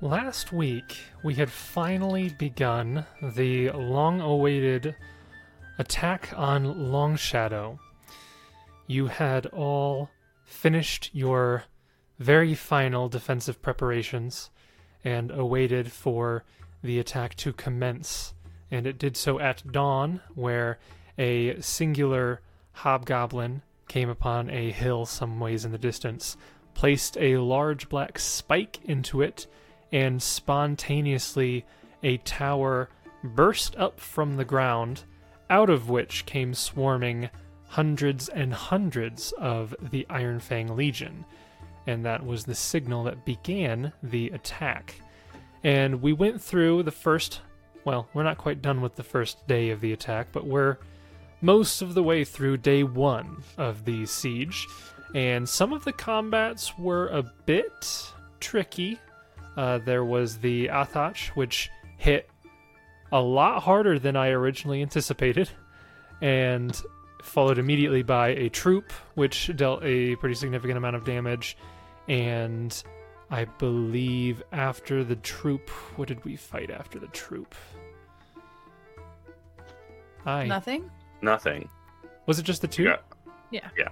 Last week, we had finally begun the long awaited attack on Long Shadow. You had all finished your very final defensive preparations and awaited for the attack to commence. And it did so at dawn, where a singular hobgoblin came upon a hill some ways in the distance, placed a large black spike into it, and spontaneously a tower burst up from the ground, out of which came swarming hundreds and hundreds of the Iron Fang Legion. And that was the signal that began the attack. And we went through the first, well, we're not quite done with the first day of the attack, but we're most of the way through day one of the siege. And some of the combats were a bit tricky. Uh, there was the Athach, which hit a lot harder than I originally anticipated, and followed immediately by a troop, which dealt a pretty significant amount of damage. And I believe after the troop, what did we fight after the troop? I Nothing? Nothing. was it just the two? Yeah. Yeah. Yeah.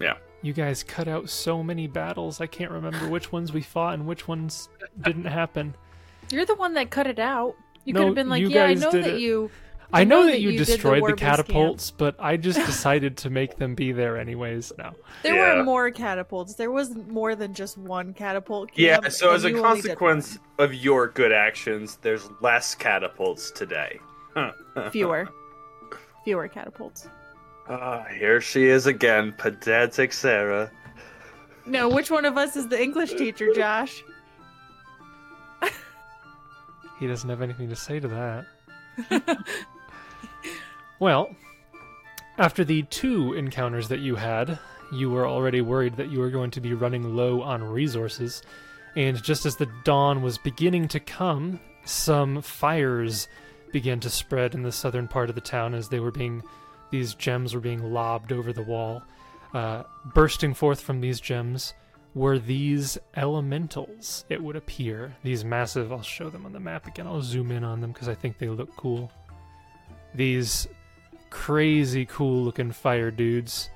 Yeah. You guys cut out so many battles. I can't remember which ones we fought and which ones didn't happen. You're the one that cut it out. You No, could have been like, you yeah, I guys know did that it." you. I know know that that you, you did the destroyed the, Warbeast camp. catapults, but I just decided to make them be there anyways now. There Yeah. were more catapults. There was more than just one catapult. Yeah, camp, so and as a you only did consequence of your good actions, there's less catapults today. one. Fewer. Fewer catapults. Ah, here she is again, pedantic Sarah. No, which one of us is the English teacher, Josh? He doesn't have anything to say to that. well, after the two encounters that you had, you were already worried that you were going to be running low on resources, and just as the dawn was beginning to come, some fires began to spread in the southern part of the town as they were being these gems were being lobbed over the wall. Uh, bursting forth from these gems were these elementals, it would appear. These massive, I'll show them on the map again. I'll zoom in on them because I think they look cool. These crazy cool looking fire dudes.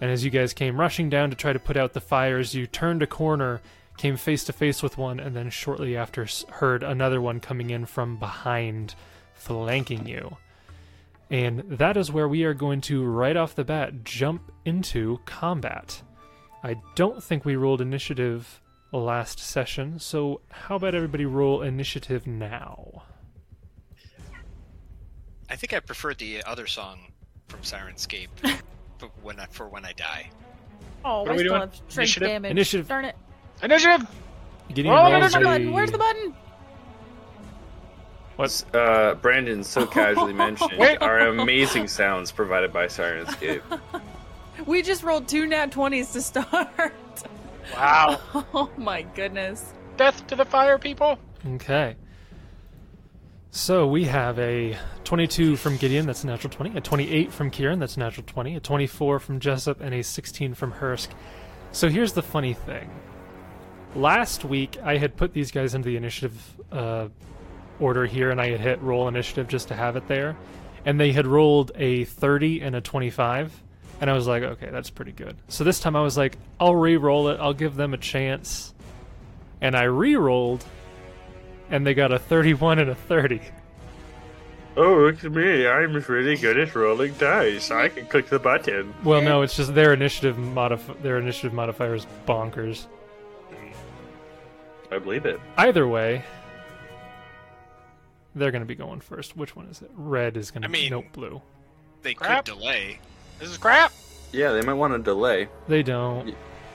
And as you guys came rushing down to try to put out the fires, you turned a corner, came face to face with one, and then shortly after s- heard another one coming in from behind, flanking you. And that is where we are going to, right off the bat, jump into combat. I don't think we rolled initiative last session, so how about everybody roll initiative now? I think I prefer the other song from Sirenscape, but when I, for when I die. Oh, What I are we still doing? have strength Initiative? damage. Initiative. Darn it. Initiative! Gideon Roll rolls Where's the initiative! a- button? Where's the button? What's uh, Brandon so casually mentioned are amazing sounds provided by Sirenscape. We just rolled two nat 20s to start. Wow. Oh my goodness. Death to the fire, people! Okay. So we have a 22 from Gideon, that's a natural 20, a 28 from Kieran, that's a natural 20, a 24 from Jessup, and a 16 from Hursk. So here's the funny thing. Last week, I had put these guys into the initiative uh, order here, and I had hit roll initiative just to have it there. And they had rolled a 30 and a 25. And I was like, okay, that's pretty good. So this time I was like, I'll re roll it, I'll give them a chance. And I re rolled and they got a 31 and a 30. oh, look at me. I'm really good at rolling dice. I can click the button. Well, no, it's just their initiative modif- their initiative modifier is bonkers. I believe it. Either way, they're going to be going first. Which one is it? Red is going to I mean- nope blue. They Crap. could delay. This is crap! Yeah, they might want to delay. They don't.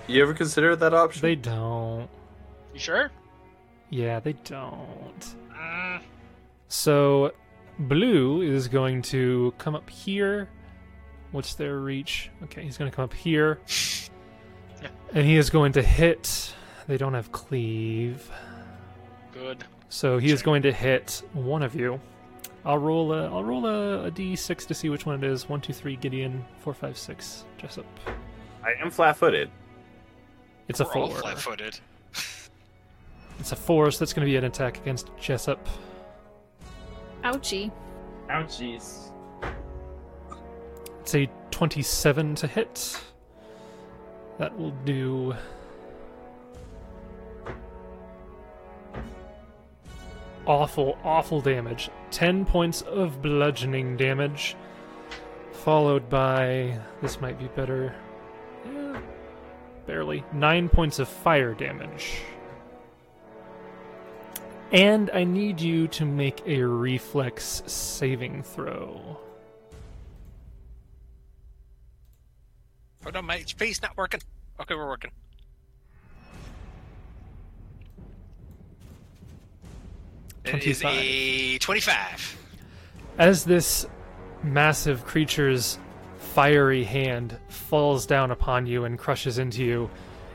You ever consider that option? They don't. You sure? Yeah, they don't. Mm, So, blue is going to come up here. What's their reach? Okay, he's going to come up here. And he is going to hit. They don't have cleave. good. So he is going to hit one of you. I'll roll a I'll roll a a d6 to see which one it is. One, two, three. Gideon. Four, five, six. Jessup. I am flat footed. It's a We're all four. flat-footed. It's a four, so that's going to be an attack against Jessup. Ouchie. Ouchies. It's a 27 to hit. That will do. Awful, awful damage. 10 points of bludgeoning damage. Followed by. This might be better. Eh, barely. 9 points of fire damage. And I need you to make a reflex saving throw. Hold on, Oh, my HP's not working. Okay, we're working. It is 25. a 25. As this massive creature's fiery hand falls down upon you and crushes into you,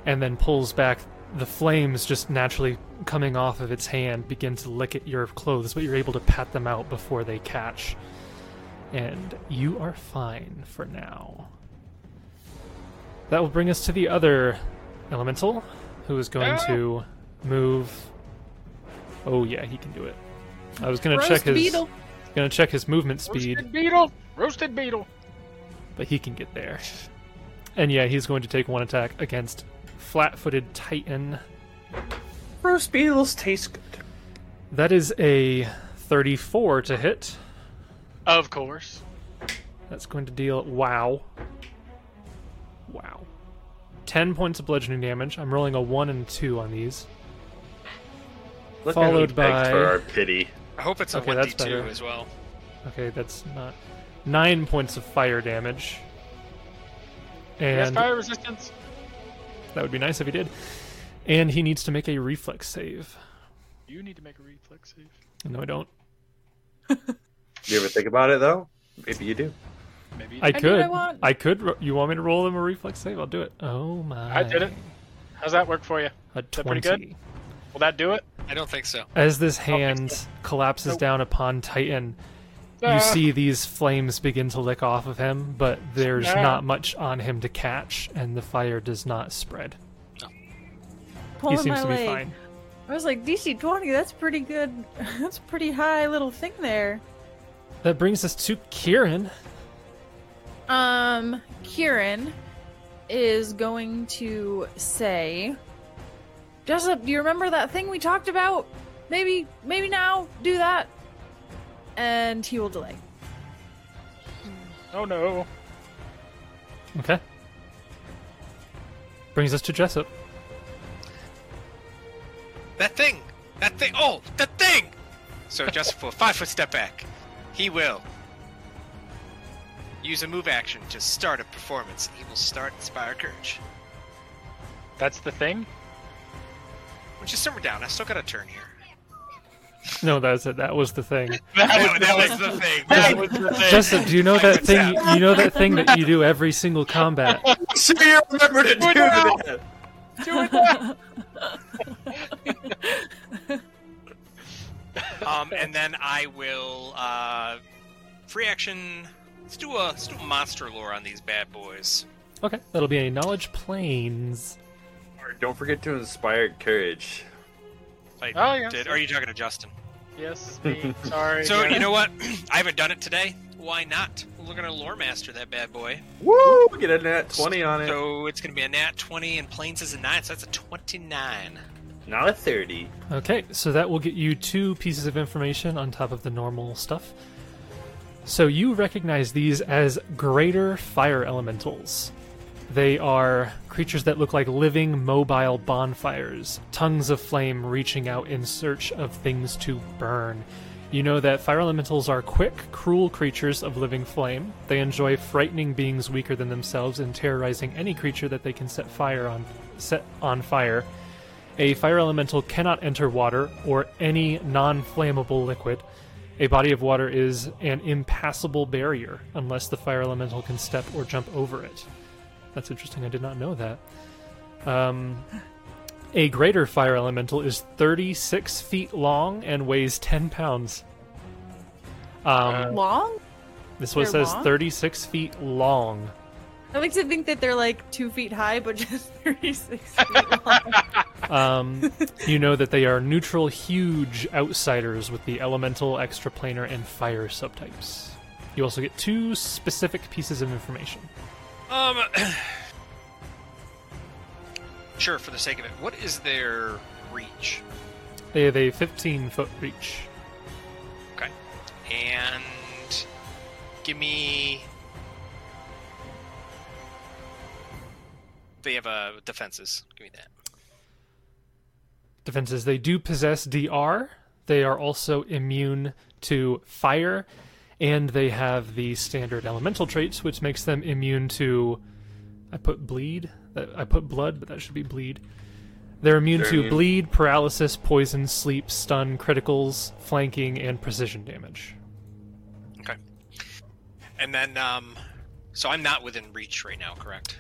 and then pulls back, the flames just naturally coming off of its hand begin to lick at your clothes, but you're able to pat them out before they catch. And you are fine for now. That will bring us to the other elemental, who is going to Ah! move. Oh yeah, he can do it. I was gonna check Roast his. beetle. Gonna check his movement speed, Roasted beetle. Roasted beetle. but he can get there. And yeah, he's going to take one attack against flat footed Titan. Roast beetles taste good. That is a 34 to hit. Of course. That's going to deal. Wow. Wow. 10 points of bludgeoning damage. I'm rolling a 1 and 2 on these. Look Followed how he begged by- for our pity. I hope it's a Okay, that's 1d2 better. as well. Okay, that's not. 9 points of fire damage. Yes, And fire resistance. that would be nice if he did. And he needs to make a reflex save. You need to make a reflex save. No, I don't. You ever think about it though? Maybe you do. Maybe. I do could. what I want. could. ro- You want me to roll him a reflex save? I'll do it. Oh my! I did it. How's that work for you? A that twenty. pretty good? Will that do it? I don't think so. As this hand collapses Nope. down upon Titan, Ah. you see these flames begin to lick off of him, but there's Ah. not much on him to catch, and the fire does not spread. Pulling he seems my to be leg. fine. I was like, DC 20, that's pretty good. That's a pretty high little thing there. That brings us to Kieran. Um, Kieran is going to say, Jessup, do you remember that thing we talked about? Maybe, maybe now, do that. And he will delay. Oh no. Okay. Brings us to Jessup. That thing! That thing! Oh! That thing! So just for five foot step back, he will use a move action to start a performance. He will start Inspire Courage. That's the thing. Which is somewhere down. I still got a turn here. No, that's it. That was the thing. That, was the thing. That was the thing. Jessup, do you know I that was thing? You know that thing that you do every single combat. So you remember to do now. that. Um, and then I will uh, free action. Let's do a let's do a monster lore on these bad boys. Okay, that'll be a knowledge planes. Or Don't forget to inspire courage. Like, Oh, yeah. did, are you talking to Justin? Yes, me. Sorry. So yeah. you know what? I haven't done it today. Why not? We're gonna lore master that bad boy. Woo! Get a nat twenty on it. So it's gonna be a nat twenty, and planes is a nine, so that's a twenty-nine. Not a thirty. Okay, so that will get you two pieces of information on top of the normal stuff. So you recognize these as greater fire elementals. They are creatures that look like living, mobile bonfires, tongues of flame reaching out in search of things to burn. You know that fire elementals are quick, cruel creatures of living flame. They enjoy frightening beings weaker than themselves and terrorizing any creature that they can set fire on set on fire. A fire elemental cannot enter water or any non flammable liquid. A body of water is an impassable barrier unless the fire elemental can step or jump over it. That's interesting, I did not know that. Um, a greater fire elemental is 36 feet long and weighs 10 pounds. Um, Long? this one they're says long? 36 feet long. I like to think that they're like two feet high, but just 36 feet long. Um, you know that they are neutral, huge outsiders with the elemental, extraplanar, and fire subtypes. You also get two specific pieces of information. Um. sure, for the sake of it, what is their reach? They have a 15 foot reach. Okay. And give me. They have uh, defenses. Give me that. defenses. They do possess DR. They are also immune to fire, and they have the standard elemental traits, which makes them immune to. I put bleed. That- I put blood, but that should be bleed. They're immune They're to immune. bleed, paralysis, poison, sleep, stun, criticals, flanking, and precision damage. Okay. And then, um, so I'm not within reach right now, correct?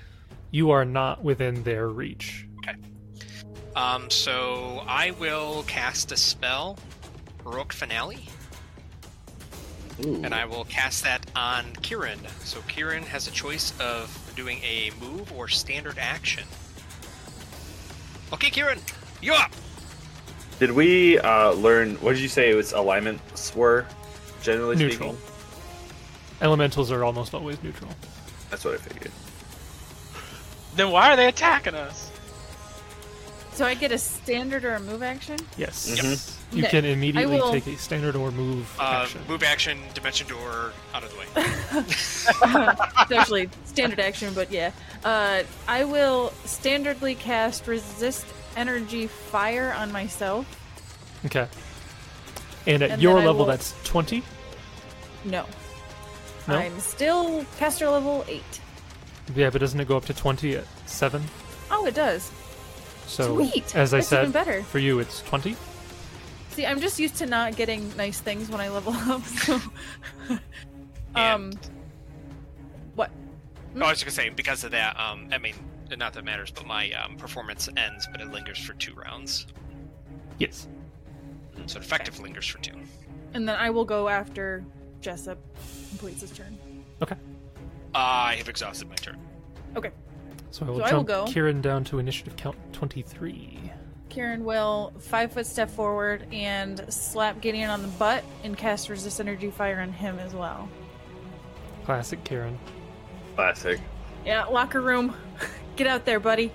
You are not within their reach. Um, so I will cast a spell, Baroque Finale, Ooh. and I will cast that on Kieran. So Kieran has a choice of doing a move or standard action. Okay, Kieran, you up? Did we uh, learn? What did you say its alignments were? Generally Neutral. speaking, Elementals are almost always neutral. that's what I figured. Then why are they attacking us? So I get a standard or a move action? Yes. Yep. You Okay. can I immediately will- take a standard or move Uh, action. move action, dimension door, out of the way. it's actually standard action, but yeah. Uh, I will standardly cast resist energy fire on myself. Okay. And at And your then I level, will- that's 20? No. No? I'm still caster level eight. Yeah, but doesn't it go up to 20 at 7? Oh, it does. So, Sweet! as I That's said, even better. for you, it's 20? See, I'm just used to not getting nice things when I level up. So, um, And- what? Oh, I oh, was just gonna say because of that. Um, I mean, not that it matters, but my um, performance ends, but it lingers for two rounds. Yes. So it effective lingers for two. And then I will go after Jessup completes his turn. Uh, I have exhausted my turn. So I will So I will jump go. Kieran down to initiative count 23. Kieran will five foot step forward and slap Gideon on the butt and cast resist energy fire on him as well. Classic Kieran. Classic. Yeah, locker room. Get out there, buddy.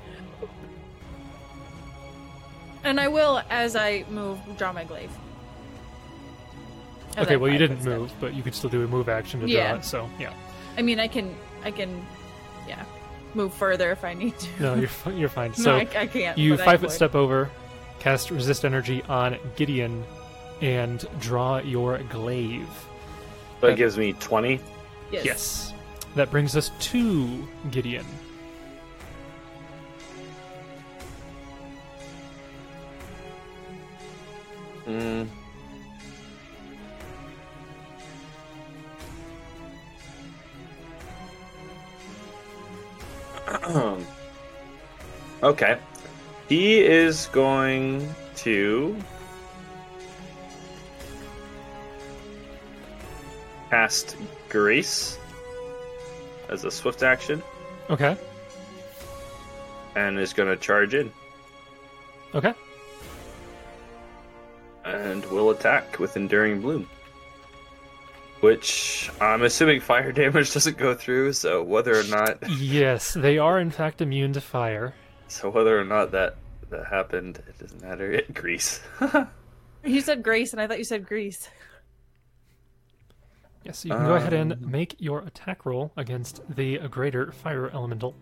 And I will, as I move, draw my glaive. As okay, I well, you five didn't foot step. move, but you could still do a move action to Yeah. draw it, so yeah. I mean, I can, I can, yeah, move further if I need to. No, you're, fi- you're fine. No, so, I, I can't. you but I five foot would. step over, cast resist energy on Gideon, and draw your glaive. That Yeah. gives me twenty. Yes. yes. That brings us to Gideon. Mm. okay. He is going to cast Grace as a swift action Okay. and is going to charge in Okay. and will attack with Enduring Bloom. Which I'm assuming fire damage doesn't go through, so whether or not Yes, they are in fact immune to fire. so whether or not that that happened, it doesn't matter. It grease. You said grace, and I thought you said grease. Yes, you can go ahead and Um, make your attack roll against the greater fire elemental.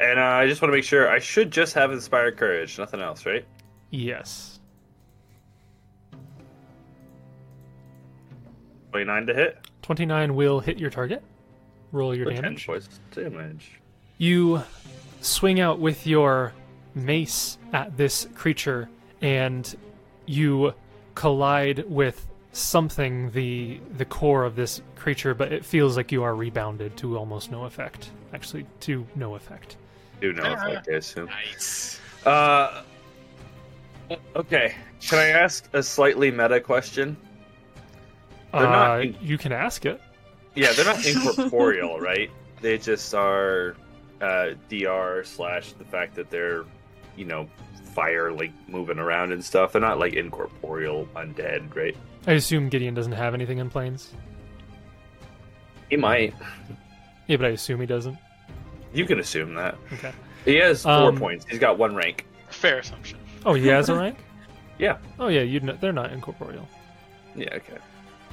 and uh, I just want to make sure I should just have Inspire Courage, nothing else, right? Yes. Twenty nine to hit. 29 will hit your target. Roll your For 10 damage. points damage. You swing out with your mace at this creature and you collide with something the the core of this creature but it feels like you are rebounded to almost no effect actually to no effect Do know effect, I assume. Nice. Uh, okay. Can I ask a slightly meta question? They're not Uh, in- you can ask it Yeah, they're not incorporeal, right? They just are uh, DR slash the fact that they're you know, fire like moving around and stuff. They're not like incorporeal undead, right? I assume Gideon doesn't have anything in planes. He might. Yeah, but I assume he doesn't. You can assume that. Okay. He has four Um, points. He's got one rank. Fair assumption. Oh, he has a rank. Yeah. Oh yeah, you'd know, they're not incorporeal. Yeah, okay.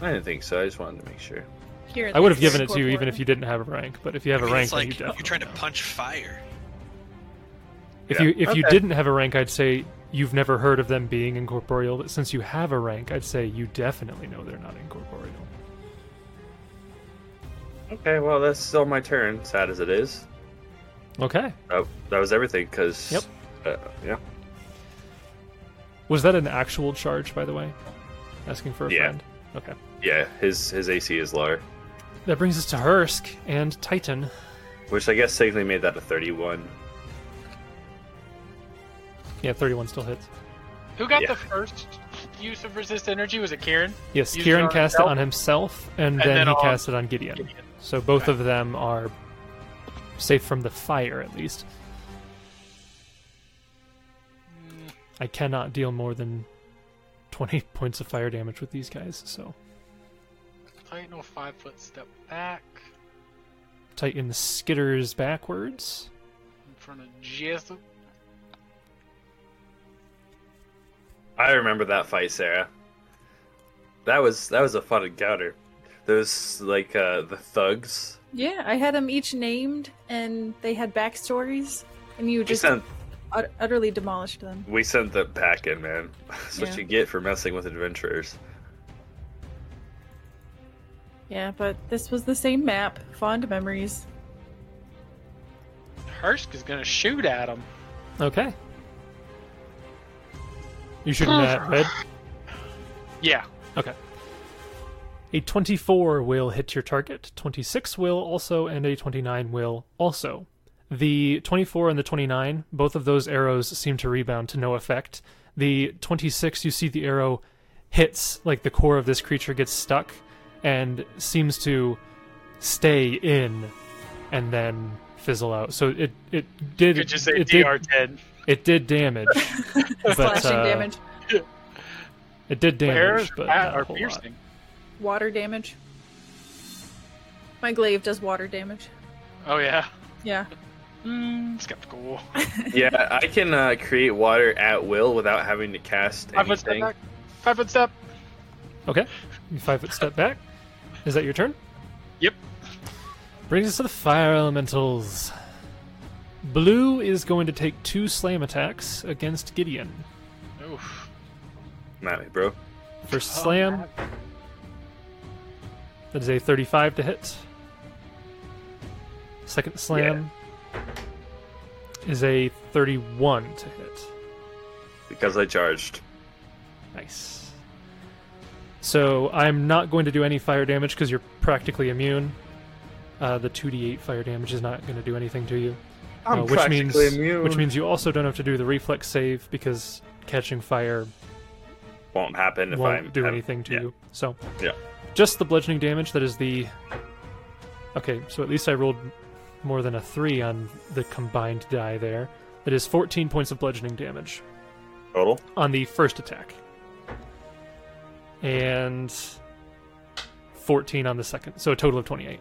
I didn't think so. I just wanted to make sure. Here, I would have given it to you even if you didn't have a rank, but if you have a I mean, rank, it's like then you you're definitely trying to know. punch fire. If Yeah. you if you Okay. didn't have a rank, I'd say you've never heard of them being incorporeal. But since you have a rank, I'd say you definitely know they're not incorporeal. Okay, well, that's still my turn, sad as it is. Okay. Oh, that was everything, because. Yep. Uh, yeah. Was that an actual charge, by the way? Asking for a Yeah. friend. Okay. Yeah, his, his AC is lower. That brings us to Hursk and Titan. Which I guess technically made that a 31. Yeah, 31 still hits. Who got Yeah. the first use of resist energy? Was it Kieran? Yes, Used it Kieran on cast himself? it on himself, and, And then, then he on cast it on Gideon. Gideon. So both of them are safe from the fire, at least. I cannot deal more than 20 points of fire damage with these guys, so. Titan will five foot step back Titan skitters backwards. in front of Jessup. I remember that fight, Sarah. That was that was a fun encounter. Those like uh the thugs. Yeah, I had them each named, and they had backstories, and you We just sent ut- utterly demolished them. we sent them packing, man. That's Yeah. what you get for messing with adventurers. Yeah, but this was the same map. Fond memories. Hursk is gonna shoot at him. Okay. You shooting that red? Yeah. Okay. A 24 will hit your target, 26 will also, and a 29 will also. The 24 and the 29, both of those arrows seem to rebound to no effect. The 26, you see the arrow hits, like the core of this creature gets stuck and seems to stay in and then fizzle out. So it, it did. You could just say it did- DR ten. it did damage. but, Slashing uh, damage, It did Bears damage, but not a are whole lot. piercing. water damage. My glaive does water damage. Oh yeah. Yeah. Mm, skeptical. yeah, I can uh, create water at will without having to cast Five foot step anything. back. Five foot step. Okay, you five foot step back. Is that your turn? Yep. Brings us to the fire elementals. Blue is going to take two slam attacks against Gideon. Oof. Matt, bro. First Oh, slam. That is a 35 to hit. Second slam is a 31 to hit. Because I charged. Nice. So I'm not going to do any fire damage because you're practically immune. Uh, the 2d8 fire damage is not going to do anything to you, I'm Uh, which practically means immune. which means you also don't have to do the reflex save because catching fire won't happen if won't I'm do I'm- anything to yeah. you. So Yeah. just the bludgeoning damage. That is the okay. So at least I rolled more than a three on the combined die there. That is 14 points of bludgeoning damage Total. on the first attack. And 14 on the second. So a total of 28.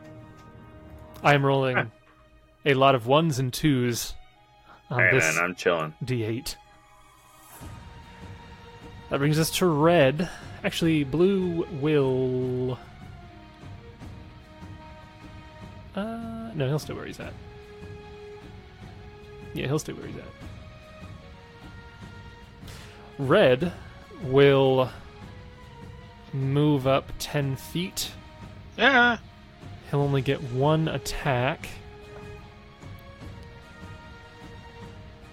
I'm rolling a lot of ones and twos on Hey this man, I'm chilling. d8. That brings us to red. Actually, blue will. Uh, no, he'll stay where he's at. Yeah, he'll stay where he's at. Red will move up 10 feet. Yeah. He'll only get one attack.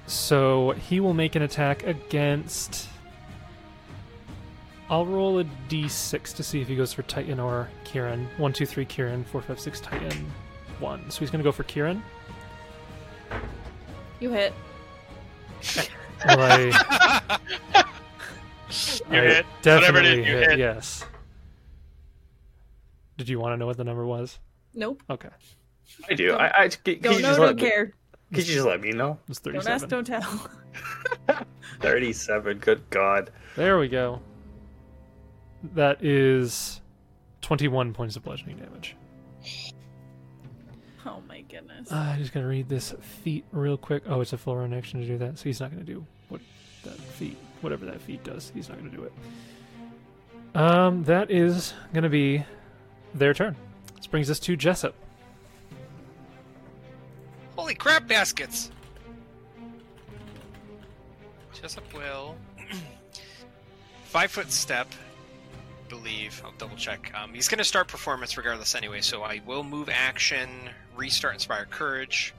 So he will make an attack against. I'll roll a d6 to see if he goes for Titan or Kieran. One, two, three, Kieran. Four, five, six, Titan. 1. So he's going to go for Kieran. You hit. Well, I, You I hit. Whatever it Definitely is, you hit, hit. yes. Did you want to know what the number was? Nope. Okay. I do. I, I can, can Don't you know, just don't let care. Could you just let me know? It's Don't 37. ask, don't tell. 37, good god. There we go. That is 21 points of bludgeoning damage. Oh my goodness. Uh, I'm just gonna read this feat real quick. Oh, it's a full round action to do that, so he's not gonna do what that feat, whatever that feat does. He's not gonna do it. Um, that is gonna be their turn. This brings us to Jessup. Holy crap, baskets! Jessup will. Five foot step, believe. I'll double check. Um, he's going to start performance regardless anyway, so I will move action, restart Inspire Courage.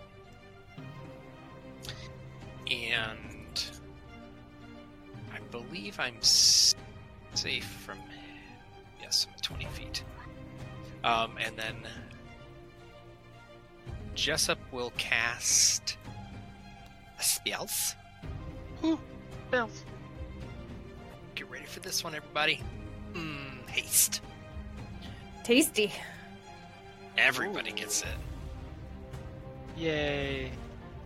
And. I believe I'm s- safe from. Yes, I'm at 20 feet. Um, and then Jessup will cast spells. Bills. Get ready for this one, everybody. Mmm, haste. Tasty. Everybody gets it. Yay.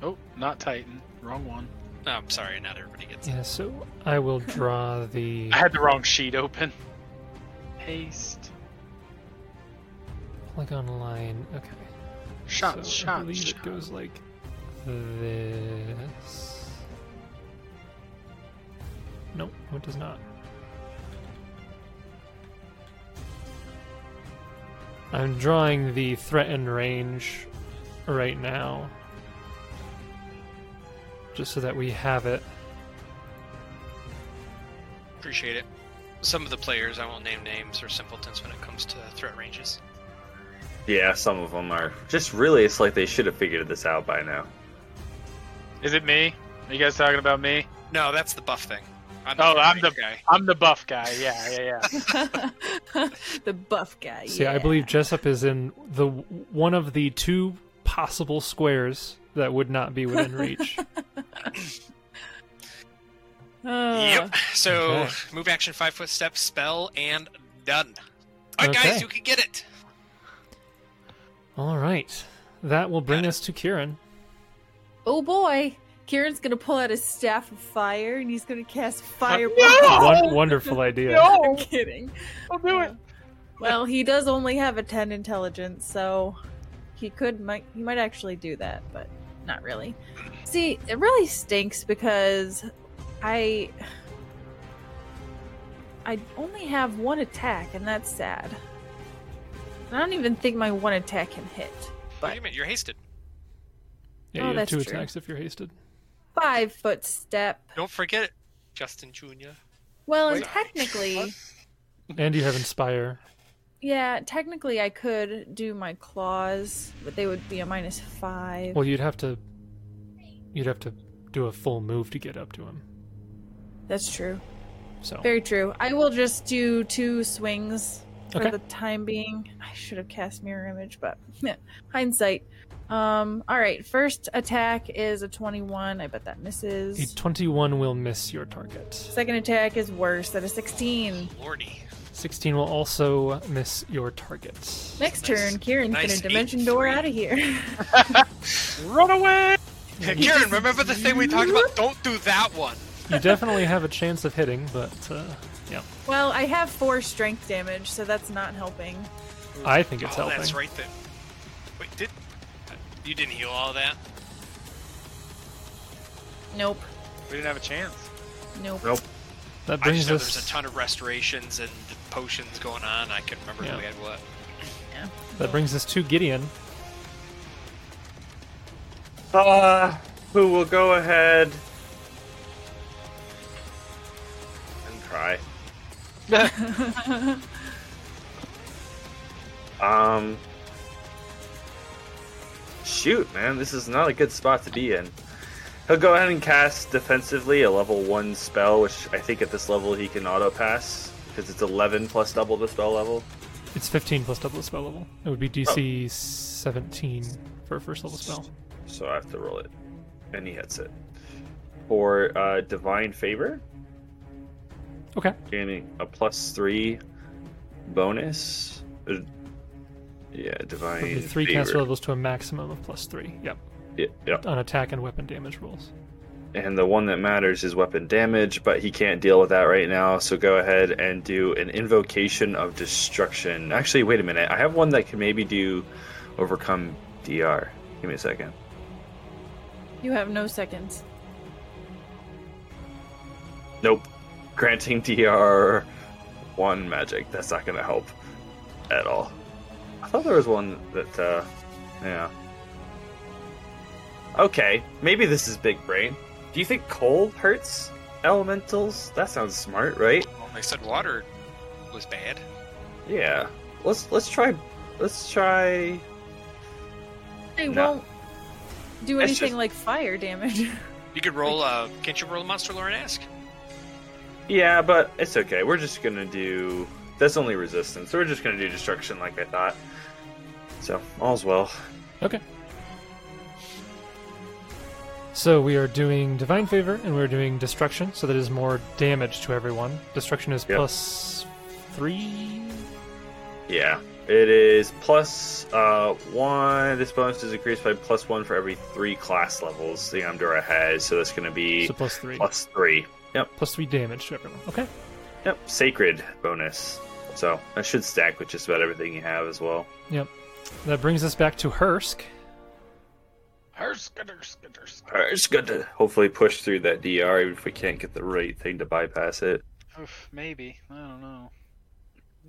Oh, not Titan. Wrong one. No, Oh, I'm sorry, not everybody gets it. Yeah, so I will draw the I had the wrong sheet open. Haste. polygon line. Okay. Shot, so I shot, believe shot. it goes like this. Nope, no, it does not. I'm drawing the threatened range right now. Just so that we have it. Appreciate it. Some of the players, I won't name names or simpletons when it comes to threat ranges. Yeah, some of them are. Just really, it's like they should have figured this out by now. Is it me? Are you guys talking about me? No, that's the buff thing. I'm Oh, threat I'm range the- guy. I'm the buff guy. Yeah, yeah, yeah. the buff guy. See, I yeah. believe Jessup is in the one of the two possible squares that would not be within reach. Uh, Yep. So, Uh. Okay. move action, five foot step, spell, and done. All right, Okay. guys, you can get it. All right. That will bring Got it. us to Kieran. Oh boy. Kieran's gonna pull out his staff of fire and he's gonna cast fireball. Won- wonderful idea. I'm kidding. I'll do it. Well, he does only have a ten intelligence, so he could might he might actually do that, but not really. See, it really stinks because I I only have one attack, and that's sad. And I don't even think my one attack can hit. What do you mean? You're hasted. Yeah, Oh, you have that's two true. attacks if you're hasted. Five foot step. Don't forget it, Justin Jr. Well, and Wait. technically, And you have Inspire. yeah, technically I could do my claws, but they would be a minus five. Well, you'd have to you'd have to do a full move to get up to him. That's true. So Very true. I will just do two swings for Okay. the time being. I should have cast mirror image, but hindsight. Um all right, first attack is a 21. I bet that a misses. 21 will miss your target. Second attack is worse at a 16. Lordy. 16 will also miss your target. Next Nice- turn, Kieran's nice gonna dimension door 8-3. out of here. Run away. Karen, remember the thing we talked about? Don't do that one. You definitely have a chance of hitting, but uh, yeah, well, I have 4 strength damage, so that's not helping. I think it's oh, helping. that's right. Then wait, did uh, you didn't heal all that? Nope. We didn't have a chance. Nope. Nope. That I brings just know us there's a ton of restorations and potions going on. I can remember Yeah. who had what. Yeah. that brings us to Gideon. Uh, who will go ahead and cry? Um, shoot, man, this is not a good spot to be in. He'll go ahead and cast defensively a level one spell, which I think at this level he can auto pass because it's 11 plus double the spell level. It's 15 plus double the spell level. It Oh. would be DC 17 for a first level spell. So I have to roll it, and he hits it for uh, divine favor. Okay. gaining a plus three bonus. Uh, Yeah, It would be divine three favor. caster levels to a maximum of plus three. Yep. Yeah, yeah. on attack and weapon damage rolls. And the one that matters is weapon damage, but he can't deal with that right now. So go ahead and do an invocation of destruction. Actually, wait a minute. I have one that can maybe do overcome DR. Give me a second. You have no seconds. Nope. Granting DR one magic. That's not going to help at all. I thought there was one that, uh, yeah. Okay, maybe this is big brain. Do you think coal hurts elementals? That sounds smart, right? Well, they Oh, said water was bad. Yeah. Let's let's try let's try They No. won't do That's anything just- like fire damage. You could roll. Uh, can't you roll a monster lore and ask? Yeah, but it's okay. We're just gonna do. That's only resistance. We're just gonna do destruction, like I thought. So all's well. Okay. So we are doing divine favor and we're doing destruction, so that is more damage to everyone. Destruction is Yep. plus three. Yeah, it is plus uh, one. This bonus is increased by plus one for every three class levels the Amdura has. So that's gonna be So plus three. plus three. plus three damage to everyone. Okay. Yep, sacred bonus. So that should stack with just about everything you have as well. Yep. That brings us back to Hursk. All right, it's good to hopefully push through that DR, even if we can't get the right thing to bypass it. Oof, maybe. I don't know.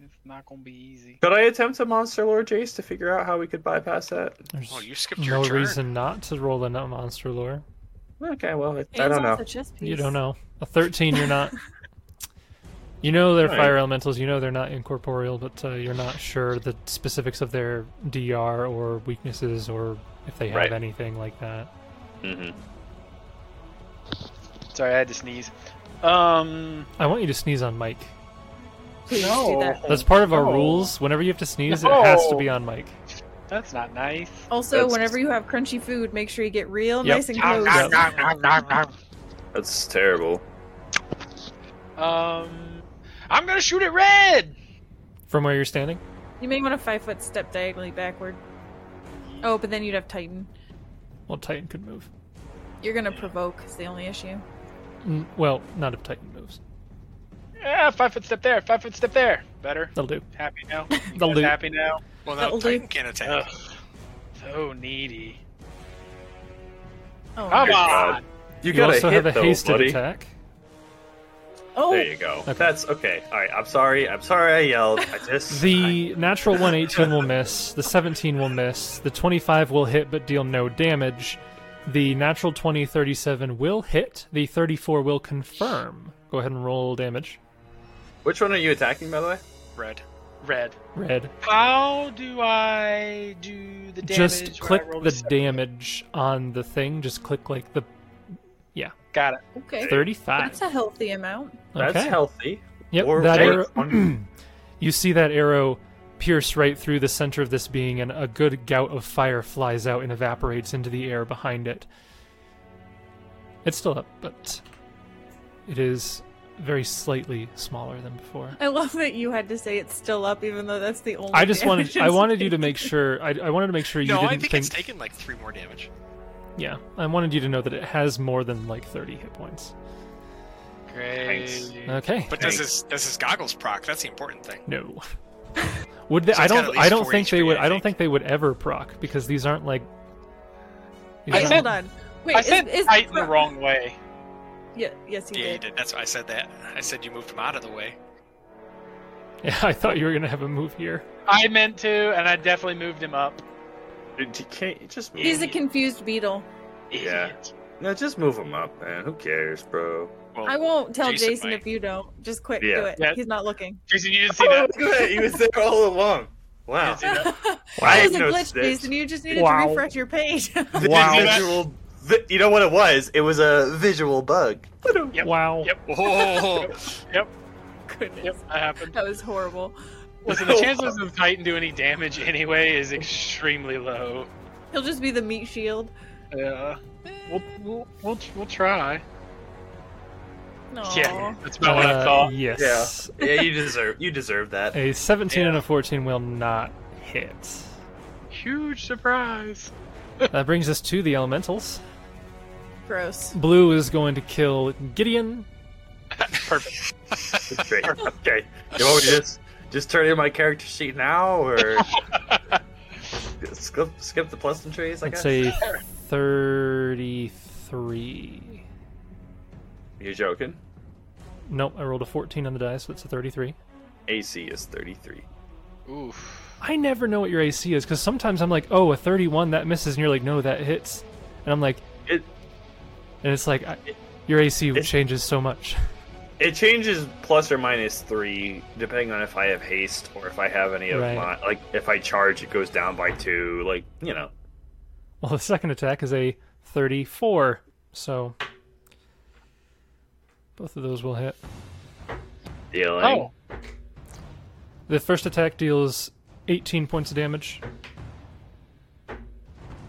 It's not gonna be easy. Could I attempt a monster lore, Jace, to figure out how we could bypass that? There's Oh, you skipped your no turn. reason not to roll a nut monster lore. Okay, well, it, I It's don't know. also chess You piece. don't know. A 13, you're not. You know they're All right. fire elementals, you know they're not incorporeal, but uh, you're not sure the specifics of their DR or weaknesses or if they have Right. anything like that. hmm Sorry, I had to sneeze. Um, I want you to sneeze on Mike. Please do No. that. That's part of our Oh. No. rules. Whenever you have to sneeze, it has to No. be on Mike. that's not nice. Also, That's- whenever you have crunchy food, make sure you get real Yep. Ah, nice and Nom, close. nom, nom. That's terrible. Um, I'm gonna shoot it red. From where you're standing? You may want to five foot step diagonally backward. Oh, but then you'd have Titan. Well, Titan could move. You're gonna provoke. Is the only issue. Mm, well, not if Titan moves. Yeah, five foot step there. Five foot step there. Better. That'll do. Happy now. The You guys loot. happy now. Well, That'll no, do. Titan can't Uh, attack. Ugh, so needy. Oh, Come Good on. God. You, You gotta also have hit a though, hasted buddy. attack. oh, There you go. Okay. That's okay. All right, I'm sorry. I'm sorry I yelled. I just The natural 118 will miss, the 17 will miss, the 25 will hit but deal no damage. The natural 20 37 will hit, the 34 will confirm. Go ahead and roll damage. Which one are you attacking, by the way? Red. Red. Red. How do I do the damage? when Just I click roll the seven? damage on the thing. Just click like the Got it. okay. That's 35. a healthy amount. That's okay. healthy. Yep, Or that er, wait, arrow. one- you see that arrow pierce right through the center of this being, and a good gout of fire flies out and evaporates into the air behind it. It's still up, but it is very slightly smaller than before. I love that you had to say it's still up, even though that's the only. I just wanted damage I it's wanted you to taken. make sure I, I wanted to make sure you No, didn't I think, think it's taken like three more damage. yeah I wanted you to know that it has more than like 30 hit points. Great. Okay. But does Thanks. his does his goggles proc? That's the important thing. No. Would they, So I it's got don't at least I don't four think they HP, would I I, don't think. think they would ever proc because these aren't like these Wait, I aren't- said- hold on. Wait, I is- said is- Titan the wrong way. Yeah, yes, you Yeah, you did. did. That's why I said that. I said you moved him out of the way. Yeah, I thought you were gonna have a move here. I meant to, and I definitely moved him up. Dude, you can't you just move. He's a confused beetle. Yeah. Idiot. No, just move him up, man. Who cares, Oh, bro? Well, I won't tell Jason Jason, might. if you don't. Just quick, Yeah. do it. Yeah. He's not looking. Jason, you didn't see that. look at that. He was there all along. Wow. Did you see that I was a have no glitch, stitch. Jason. You just needed Wow. to refresh your page. The Wow. visual. vi- you know what it was? It was a visual bug. Yep. Wow. Yep. Whoa! Goodness, Yep, that happened. that was horrible. Listen, the chances of Titan do any damage anyway is extremely low. He'll just be the meat shield. Yeah. We'll, we'll, we'll, we'll try. No. Yeah, that's about what I Uh, thought. yes. yeah, you deserve. You deserve that. A 17 and a 14 will not hit. Huge surprise. that brings us to the elementals. Gross. Blue is going to kill Gideon. Perfect. Great. Okay. You want me to just just turn in my character sheet now, or skip skip the pleasantries? I Let's guess. say 33. You're joking. Nope, I rolled a 14 on the die, so it's a 33. AC is 33. Oof. I never know what your AC is because sometimes I'm like, oh, a 31 that misses, and you're like, no, that hits, and I'm like, It and it's like, I, your AC It- changes so much. it changes plus or minus three depending on if I have haste or if I have any of Right. my like if I charge it goes down by two. Like you know. Well, the second attack is a 34, so both of those will hit. Dealing. Oh, The first attack deals 18 points of damage.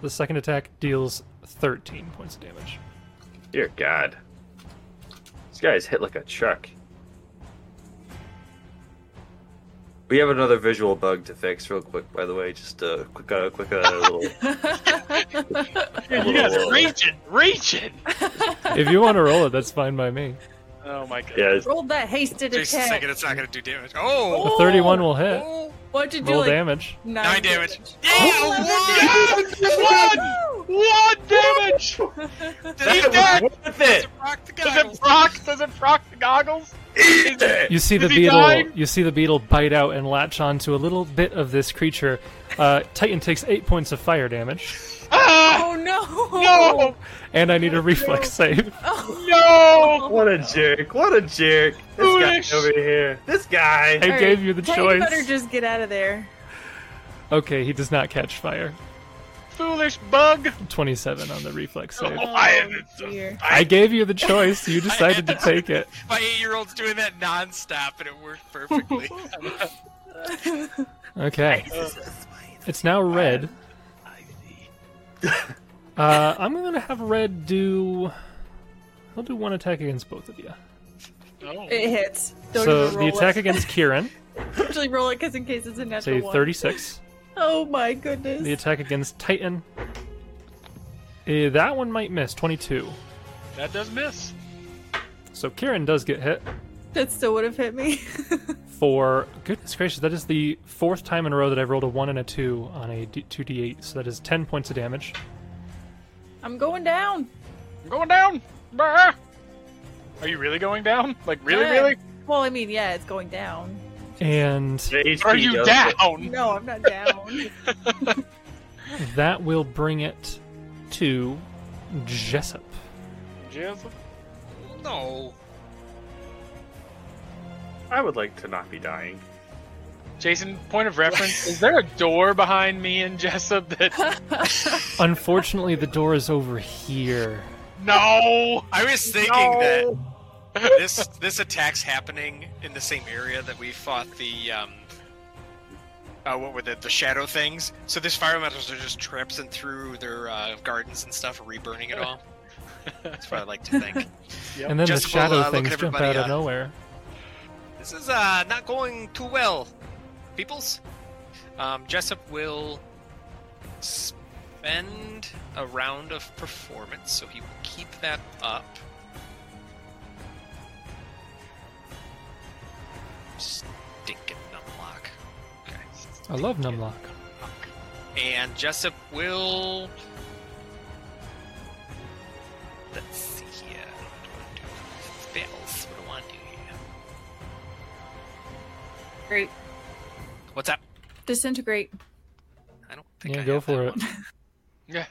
The second attack deals 13 points of damage. Dear God. This guy's hit like a truck. We have another visual bug to fix real quick, by the way. Just a quick, uh, quick, uh, little. uh, you guys are reaching, reaching. if you want to roll it, that's fine by me. Oh my god. Yeah, Rolled that hasted Jason's attack. thinking it's not going to do damage. Oh, A 31 will hit. oh, What did you do? Roll like, damage. nine Nine, damage. Oh, Yeah, Woo! What damage? one! Does Eat that! worth it! it proc the Does it goggles? proc? Does it proc the goggles? Eat it! You see the Is he beetle. dying? You see the beetle bite out and latch onto a little bit of this creature. Uh, Titan takes eight points of fire damage, Ah! Oh no! No! and I need a reflex save. Oh, No! What a jerk! What a jerk! This Foolish. guy over here. This guy. I All gave right, you the Titan choice. better just get out of there. Okay, he does not catch fire. Foolish bug! Twenty-seven on the reflex save. Oh, I am. Dear. I gave you the choice. You decided to take it. My eight-year-old's doing that nonstop, and it worked perfectly. Okay. It's now red. Uh, I'm gonna have red do. I'll do one attack against both of you. Oh. It hits. Don't so even the roll attack it. against Kieran, Actually, roll it because in case it's a natural say one. 36. Oh my goodness. The attack against Titan. Eh, that one might miss, 22. That does miss. So Kieran does get hit that still would have hit me. for, goodness gracious, that is the fourth time in a row that I've rolled a 1 and a 2 on a D- 2d8, so that is 10 points of damage. I'm going down. I'm going down. Brr. Are you really going down? Like really, Yeah. really? Well, I mean, yeah, it's going down. And The HP Are you does down? it. No, I'm not down. that will bring it to Jessup. Jizz. no. I would like to not be dying. Jason, point of reference: Is there a door behind me and Jessup? That Unfortunately, the door is over here. no. I was thinking that this this attack's happening in the same area that we fought the um uh, what were the the shadow things? So these fire elementals are just tramping through their uh, gardens and stuff, reburning it all. That's what I like to think. And then Jessup the will, shadow uh, look things at jump out everybody, of uh, nowhere. This is uh, not going too well, peoples. Um, Jessup will spend a round of performance, so he will keep that up. Stinking numlock. Okay. I love Numlock. And Jessup will. Let's see here. What do I want to do? Fails. What do I want to do here? Great. What's up? Disintegrate. I don't think Yeah, I go have for that it. one. Yeah.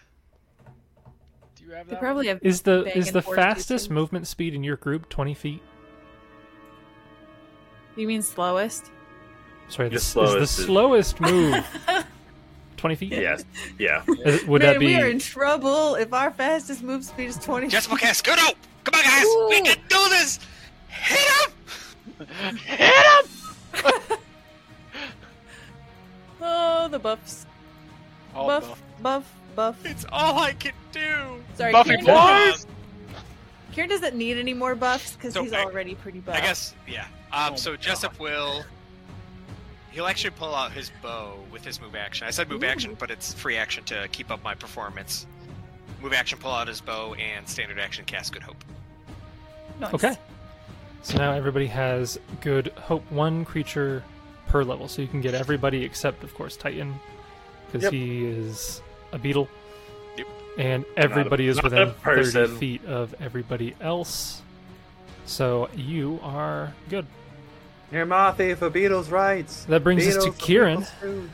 Do you have They that? probably have. Is the Bang is and the forth, Jason. fastest movement speed in your group 20 feet? You mean slowest? Sorry, The this is the slowest is- slowest move. Twenty feet. Yes. Yeah. Is- would Man, that be? We are in trouble if our fastest move speed is 20. Jessica Cass, go no! Come on, guys! We Ooh. can do this! Hit him! Hit him! Oh, the buffs. All buff, Oh, buff. buff, buff. It's all I can do! Sorry, Buffy Kieran, boys. Kieran doesn't need any more buffs because So he's I- Oh already pretty buff. I guess, yeah. Um, Oh so my Jessup will He'll actually pull out his bow with his move action. I said move action, but it's free action to keep up my performance. Move action, pull out his bow, and standard action cast Good Hope. Nice. Okay. So now everybody has good hope one creature per level. So you can get everybody except, of course, Titan, because Yep. he is a beetle. Yep. And everybody is not a within 30 person. feet of everybody else. So you are good. Near Mothy for Beatles' rights. That brings us to Beatles for Kieran. Beatles' food.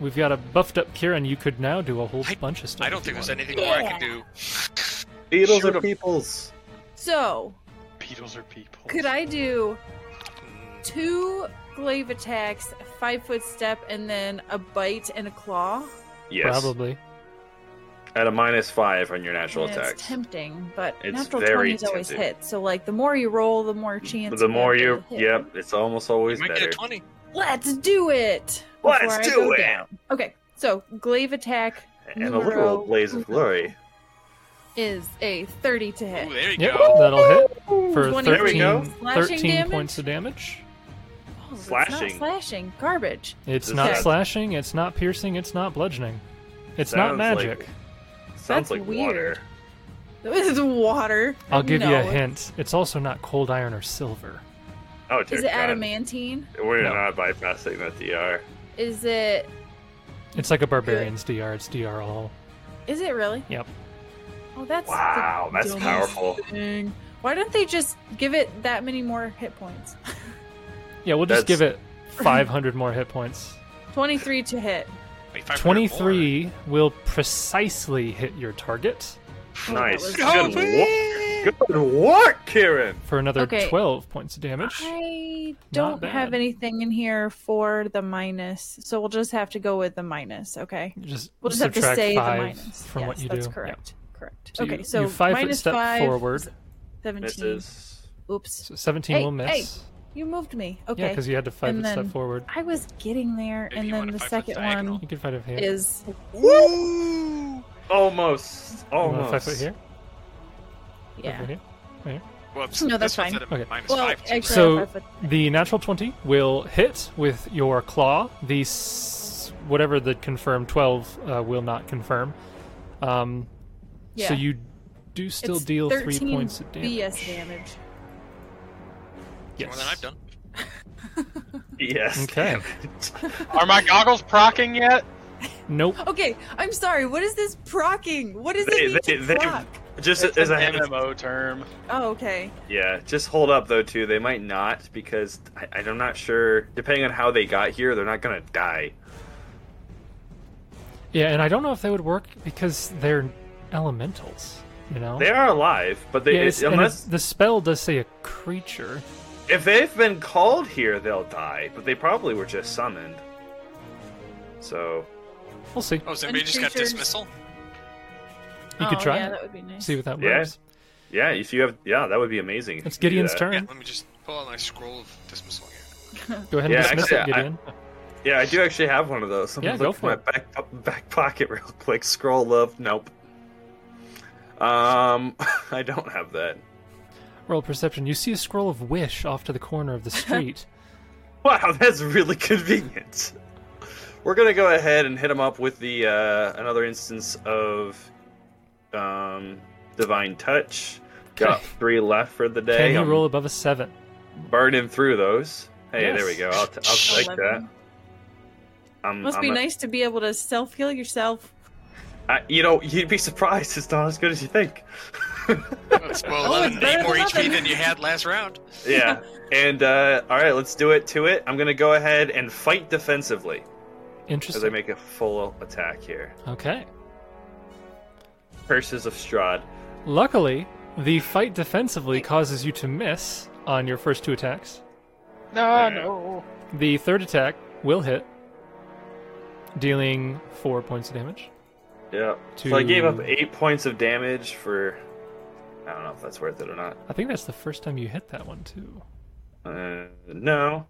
We've got a buffed up Kieran. You could now do a whole bunch of stuff. I don't if think you there's wanted. anything more I can do. Beatles Shoot are 'em. peoples. So, Beetles are people. could I do Mm, two glaive attacks, five foot step, and then a bite and a claw? Yes. Probably. At a minus five on your natural And attacks. It's tempting, but It's natural very twenties always tempting. hit. So, like, the more you roll, the more chance. the have more to you, hit. yep, it's almost You always might better. get a 20. Let's do it. Let's before I do go it. down. Okay, so glaive attack And a literal Numero blaze of glory. is a thirty to hit. Ooh, there you Yep, go. that'll hit for 20 There we go. 13, Slashing 13 damage? points of damage. Oh, it's Slashing. not slashing, garbage. It's Does not that- slashing, it's not piercing, it's not bludgeoning. It's not Sounds like- magic. Sounds That's like weird. water. This is water. I'll give you No, a it's- hint. It's also not cold iron or silver. Oh, dear Is it God. adamantine? We're No. not bypassing that DR. Is it? It's like a barbarian's DR. It's DR all. Is it really? Yep. Oh, that's the Wow, that's dumbest powerful. thing. Why don't they just give it that many more hit points? Yeah, we'll just That's- give it 500 more hit points. Twenty-three to hit. Oh, 25 more. 23 will precisely hit your target Oh, that nice. was- Good work. Good work, Kieran. for another Okay. 12 points of damage. I Not don't have bad. anything in here for the minus, so we'll just have to go with the minus. Okay. You just We'll just have to subtract say the 5 minus. from yes, what you that's do. Yeah. correct. Correct. So you- okay, you so five foot minus step five, forward. Seventeen. Misses. Oops, So 17 Hey, will miss. hey, you moved me. Okay. Yeah, because you had to 5 And foot then- step forward. I was getting there, If and you then want a the five second foot diagonal. one You can fight over here. is Ooh! Almost. You want a Almost. 5 foot here? yeah. Over here? Whoops, No, that's this one's fine. at a Okay. minus Well, five, too. actually, So- five foot. The natural 20 will hit with your claw. The s- whatever the confirmed 12 uh, will not confirm. Um, Yeah. So you do still It's deal 3 13 points of damage. BS damage. Yes. More than I've done. Yes. Okay. Are my goggles procking yet? Nope. Okay, I'm sorry. What is this procking? What does They- it mean they- to they- proc? Just It's as an a heads MMO term. Oh, okay. Yeah, just hold up though too. They might not because I, I'm not sure. Depending on how they got here, they're not gonna die. Yeah, and I don't know if they would work because they're elementals. You know. They are alive, but they yeah, it's- and unless it- the spell does say a creature. if they've been called here, they'll die. But they probably were just summoned. So We'll see. Oh, somebody just got creatures- dismissal? You oh, could try. Yeah, it. that would be nice. See what that Yeah. works. yeah, if you have yeah, that would be amazing. if It's you could do Gideon's that. turn. Yeah, let me just pull out my scroll of dismissal here. Go ahead Yeah, and dismiss actually, it, I- Gideon. Yeah, I do actually have one of those. Let me Yeah, look go through for my it. back po- back pocket real quick. Scroll up. Nope. Um, I don't have that. Roll perception. You see a scroll of wish off to the corner of the street. Wow, that's really convenient. We're gonna go ahead and hit him up with the uh, another instance of um, divine touch. Got Okay. three left for the day. Can you I'm roll above a seven? burning through those. Hey, Yes. there we go. I'll, t- I'll take that. Eleven. I'm, Must I'm be a- nice to be able to self heal yourself. I- you know, you'd be surprised. It's not as good as you think. That's, well, Oh, it's 11, better eight more than HP nothing. than you had last round. yeah. And uh, all right, let's do it to it. I'm gonna go ahead and fight defensively as I Interesting. make a full attack here. Okay. Curses of Strahd. Luckily, the fight defensively causes you to miss on your first two attacks. No, no. The third attack will hit, dealing four points of damage. Yeah. to- So I gave up eight points of damage for. I don't know if that's worth it or not. I think that's the first time you hit that one too. Uh, no.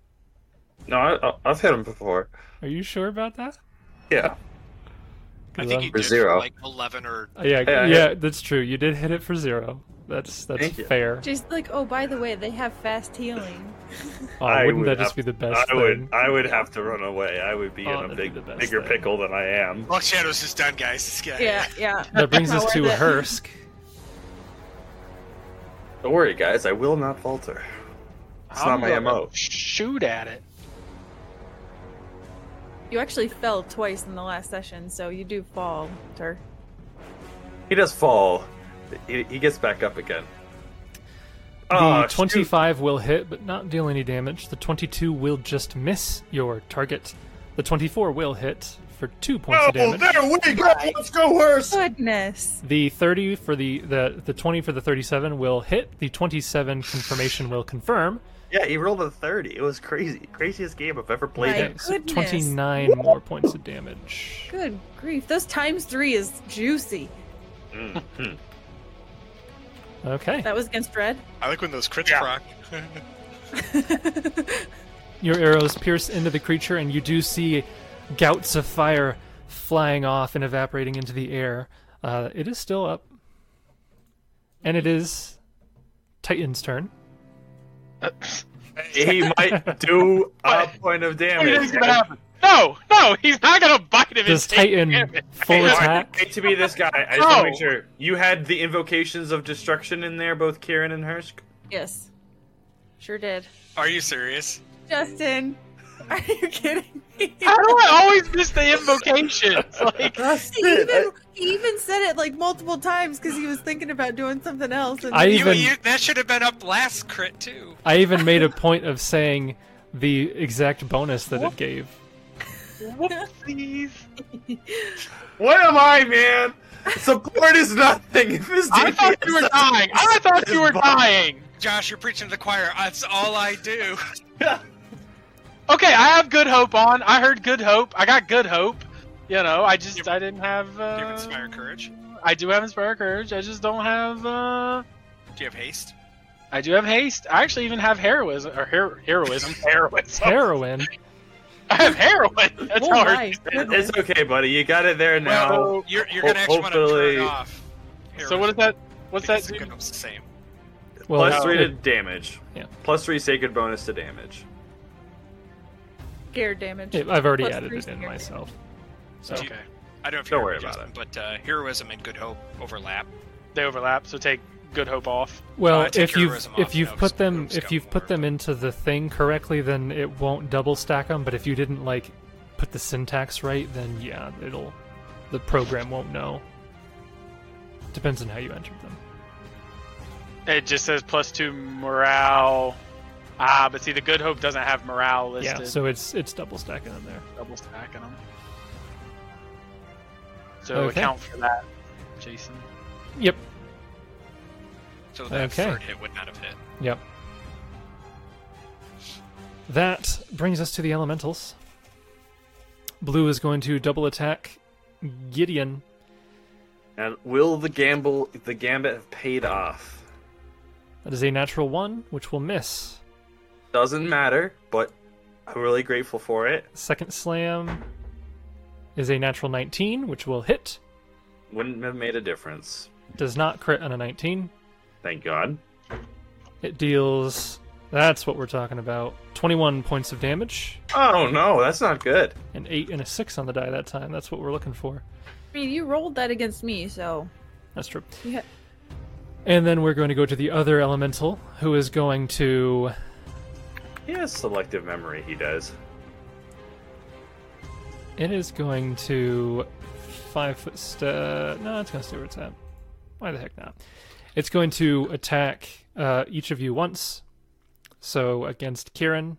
No, I, I- I've hit him before. Are you sure about that? Yeah. I think you For did zero. for like eleven or Uh, Yeah, Yeah, yeah, I- that's true. You did hit it for zero. That's that's Thank you. fair. Just like, oh, by the way, they have fast healing. Oh, I wouldn't would that have- just be the best I thing? would, I would have to run away. I would be Oh, in a that'd be big, the best bigger thing. pickle than I am. Lock Shadows is done, guys. This guy. Yeah, yeah. That brings us Not to worth it. Hersk. Don't worry, guys. I will not falter. It's I'm not my gonna MO. Shoot at it. You actually fell twice in the last session, so you do fall, Tur. He does fall. He, he gets back up again. The Ah, shoot. 25 will hit, but not deal any damage. The 22 will just miss your target. The 24 will hit for two points of Oh, damage. we go. Let's go worse. Goodness. The 30 for the, the the 20 for the 37 will hit. The 27 confirmation will confirm. Yeah, he rolled a 30. It was crazy. Craziest game I've ever played. My Okay, so goodness. 29 more points of damage. Good grief. Those times three is juicy. Okay. That was against red. I like when those crits Yeah. proc. Your arrows pierce into the creature, and you do see gouts of fire flying off and evaporating into the air. Uh, it is still up. And it is Titan's turn. He might do a point of What do you damage. think's gonna happen? No, no, he's not gonna bite him. Does and take Titan damage. full Hey, I attack? hate to be this guy. I just want to No. make sure. You had the invocations of destruction in there, both Kieran and Hirsch. Yes. Sure did. Are you serious? Justin, are you kidding me? How do I always miss the invocations? Like, He even, he even said it like multiple times because he was thinking about doing something else. And I You, even you, that should have been up last crit too. I even made a point of saying the exact bonus that it gave. whoopsies. What am I, man? Support is nothing. If this I thought you were dying. I thought you were dying. Josh, you're preaching to the choir. That's all I do. Okay, I have good hope on. I heard good hope. I got good hope. You know, I just I didn't have. Do you Uh, have inspire courage? I do have inspire courage. I just don't have. uh Do you have haste? I do have haste. I actually even have heroism or her- heroism. heroism. Heroin. I have heroin. That's Oh how my hard. It's okay, buddy. You got it there now. Well, you're, you're gonna actually want to turn hopefully- it off. So what is that? What's that? Because it do? goes the same. Well, Plus it- three to damage. Yeah. Plus three sacred bonus to damage. Scare damage. it- I've already Plus added three it in scared. myself. So do you- Okay. I don't know if you Don't heard worry me, about Justin, But uh, heroism and good hope overlap. They overlap, so take good hope off. Well, Uh, take if your you've charisma if off, you've no, put sc- them no, if you've scout put them more. into the thing correctly, then it won't double stack them. But if you didn't like put the syntax right, then yeah, it'll the program won't know. Depends on how you entered them. It just says plus two morale. Ah, but see, the good hope doesn't have morale listed. Yeah, so it's it's double stacking them there. double stacking them. So Okay. account for that, Jason. Yep, So that Okay. third hit would not have hit. yep. That brings us to the elementals. Blue is going to double attack Gideon. And will the gamble the gambit have paid off? That is a natural one, which will miss. Doesn't matter, but I'm really grateful for it. Second slam is a natural 19, which will hit. Wouldn't have made a difference. Does not crit on a 19. Thank God. It deals. That's what we're talking about. 21 points of damage. Oh no, that's not good. An 8 and a 6 on the die that time. That's what we're looking for. I mean, you rolled that against me, so. That's true. Yeah. And then we're going to go to the other elemental, who is going to. He has selective memory, he does. It is going to. 5 foot step. No, it's going to stay where it's at. Why the heck not? It's going to attack uh, each of you once. So against Kieran,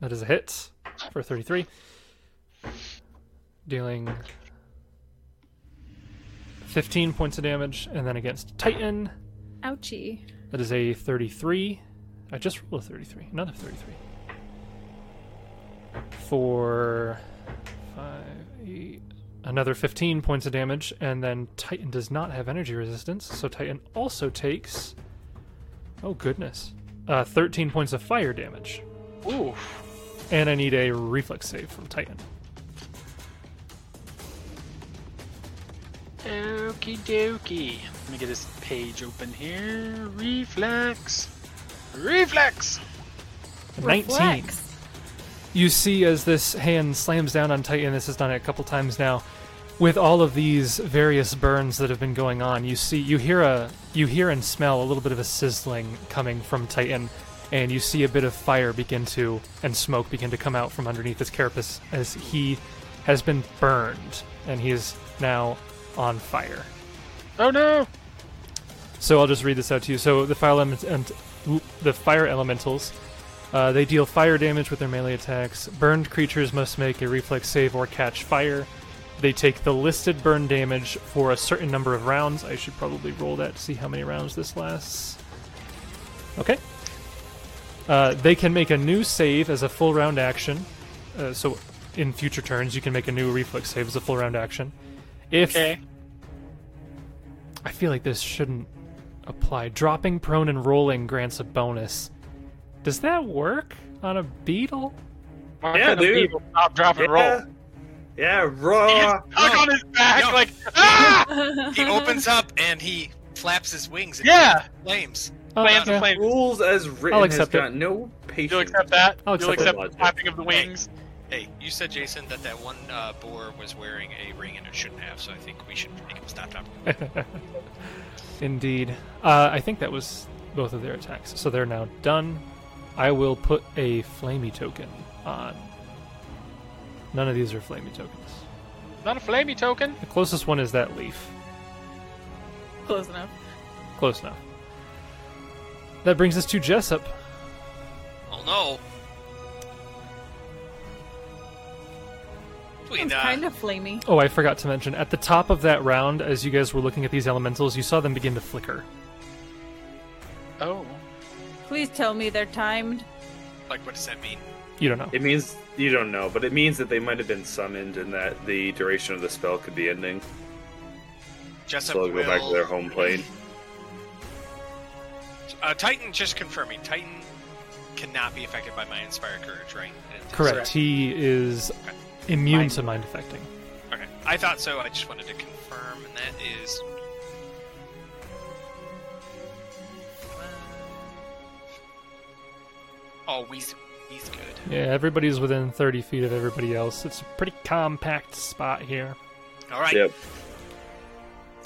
that is a hit for 33. Dealing 15 points of damage. And then against Titan, Ouchie. that is a 33. I just rolled a 33, not a 33. For five, eight, another 15 points of damage, and then Titan does not have energy resistance, so Titan also takes. Oh goodness, uh, 13 points of fire damage, Ooh. and I need a reflex save from Titan. Okie dokie. Let me get this page open here. Reflex. Reflex! 19. You see as this hand slams down on Titan, this has done it a couple times now, with all of these various burns that have been going on, you see you hear a you hear and smell a little bit of a sizzling coming from Titan, and you see a bit of fire begin to and smoke begin to come out from underneath his carapace as he has been burned and he is now on fire. Oh no! So I'll just read this out to you. So the fire element and oop, the fire elementals, uh, they deal fire damage with their melee attacks. Burned creatures must make a reflex save or catch fire. They take the listed burn damage for a certain number of rounds. I should probably roll that to see how many rounds this lasts. Okay. Uh, they can make a new save as a full round action. Uh, so in future turns, you can make a new reflex save as a full round action. If Okay. I feel like this shouldn't apply. Dropping prone and rolling grants a bonus. Does that work on a beetle? Why Yeah, couldn't the dude. beetle Stop, drop, and roll. Yeah. Yeah, raw. Knock on his back, No. like, ah! He opens up and he flaps his wings and Yeah! flames. Oh, Plans yeah. to play. Rules as written I'll has accept it. got no patience. You'll accept that? I'll You'll accept accept it. the flapping of the wings? Hey, you said, Jason, that that one uh, boar was wearing a ring and it shouldn't have, so I think we should make him stop talking. Indeed. Uh, I think that was both of their attacks. So they're now done. I will put a flamey token on. None of these are flamey tokens. Not a flamey token? The closest one is that leaf. Close enough. Close enough. That brings us to Jessup. Oh no! Wait, It's uh, kind of flamey. Oh, I forgot to mention. At the top of that round, as you guys were looking at these elementals, you saw them begin to flicker. Oh. Please tell me they're timed. like, what does that mean? You don't know. It means you don't know, but it means that they might have been summoned and that the duration of the spell could be ending. Jessup So they'll go back to will- their home plane. Uh, Titan, just confirming, Titan cannot be affected by my Inspire Courage, right? And- Correct. He is immune to mind affecting. Okay. I thought so. I just wanted to confirm, and that is. uh, Oh, he's he's good. Yeah, everybody's within 30 feet of everybody else. It's a pretty compact spot here. All right. Yep.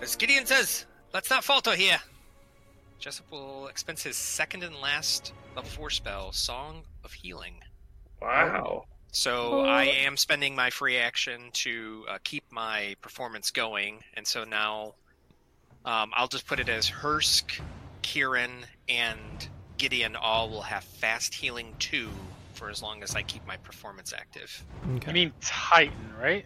As Gideon says, let's not falter here. Jessup will expense his second and last level four spell, Song of Healing. Wow. So I am spending my free action to uh, keep my performance going, and so now um, I'll just put it as Hursk, Kieran, and Gideon all will have fast healing two for as long as I keep my performance active. Okay. You mean Titan, right?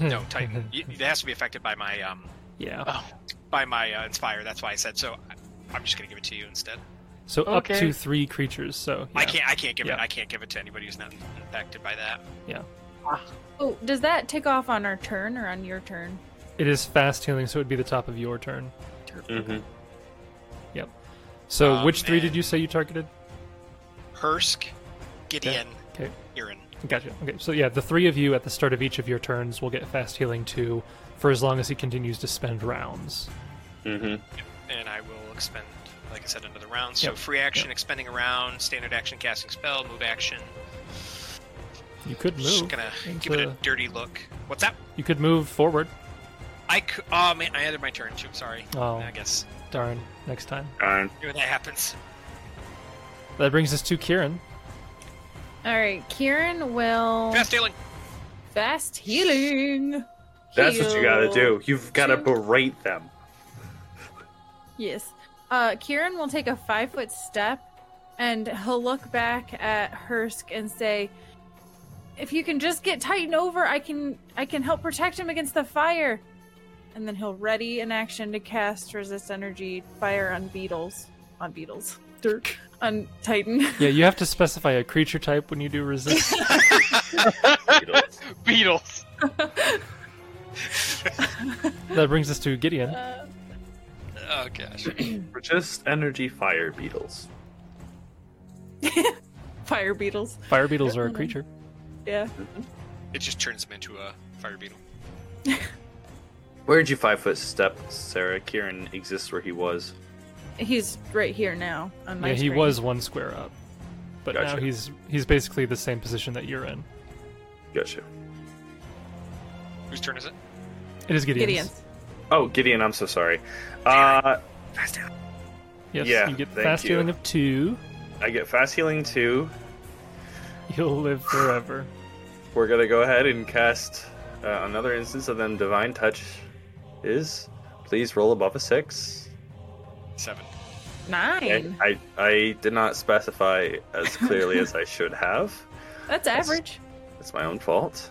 No, Titan, y- it has to be affected by my um, yeah. Oh. by my uh, inspire. That's why I said so. I- I'm just gonna give it to you instead. So up Okay. to three creatures. So I yeah. can't. I can't give Yeah. it. I can't give it to anybody who's not infected by that. Oh, does that take off on our turn or on your turn? It is fast healing, so it would be the top of your turn. Mm-hmm. Yep. So Um, which three did and- you say you targeted? Hursk, Gideon, Okay. Kieran. Gotcha. Okay. So yeah, the three of you at the start of each of your turns will get fast healing two for as long as he continues to spend rounds. Mm-hmm. and I will expend, like I said, another round. So Yep. free action, expending a round, standard action, casting spell, move action. You could move. Just gonna give it a into- dirty look. What's that? You could move forward. I c- oh man, I ended my turn too. Sorry. Oh. I guess Darn. Next time. when that happens. That brings us to Kieran. All right, Kieran will Fast healing. fast healing. That's what you gotta Heal. do. You've gotta two. berate them. Yes. Uh, Kieran will take a five foot step and he'll look back at Hursk and say, If you can just get Titan over, I can I can help protect him against the fire. And then he'll ready an action to cast resist energy fire on beetles. On beetles. Dirk. On Titan. Yeah, you have to specify a creature type when you do resist. Beetles. Beetles. that brings us to Gideon. Uh, Oh gosh. We're just energy fire beetles. Fire beetles. Fire beetles mm-hmm. are a creature. Yeah. It just turns him into a fire beetle. Where'd you five foot step, Sarah? Kieran exists where he was. He's right here now on my yeah, he screen. was one square up, but now Gotcha. he's he's basically the same position that you're in. Gotcha. Whose turn is it? It is Gideon's. Gideon. Oh, Gideon, I'm so sorry. Uh, Fast down. Yes, Yeah, you get thank fast you. healing of two. I get fast healing too. You'll live forever. We're gonna go ahead and cast uh, another instance of them. Divine touch is. Please roll above a six. Seven. Nine. I, I I did not specify as clearly as I should have. That's average. It's my own fault.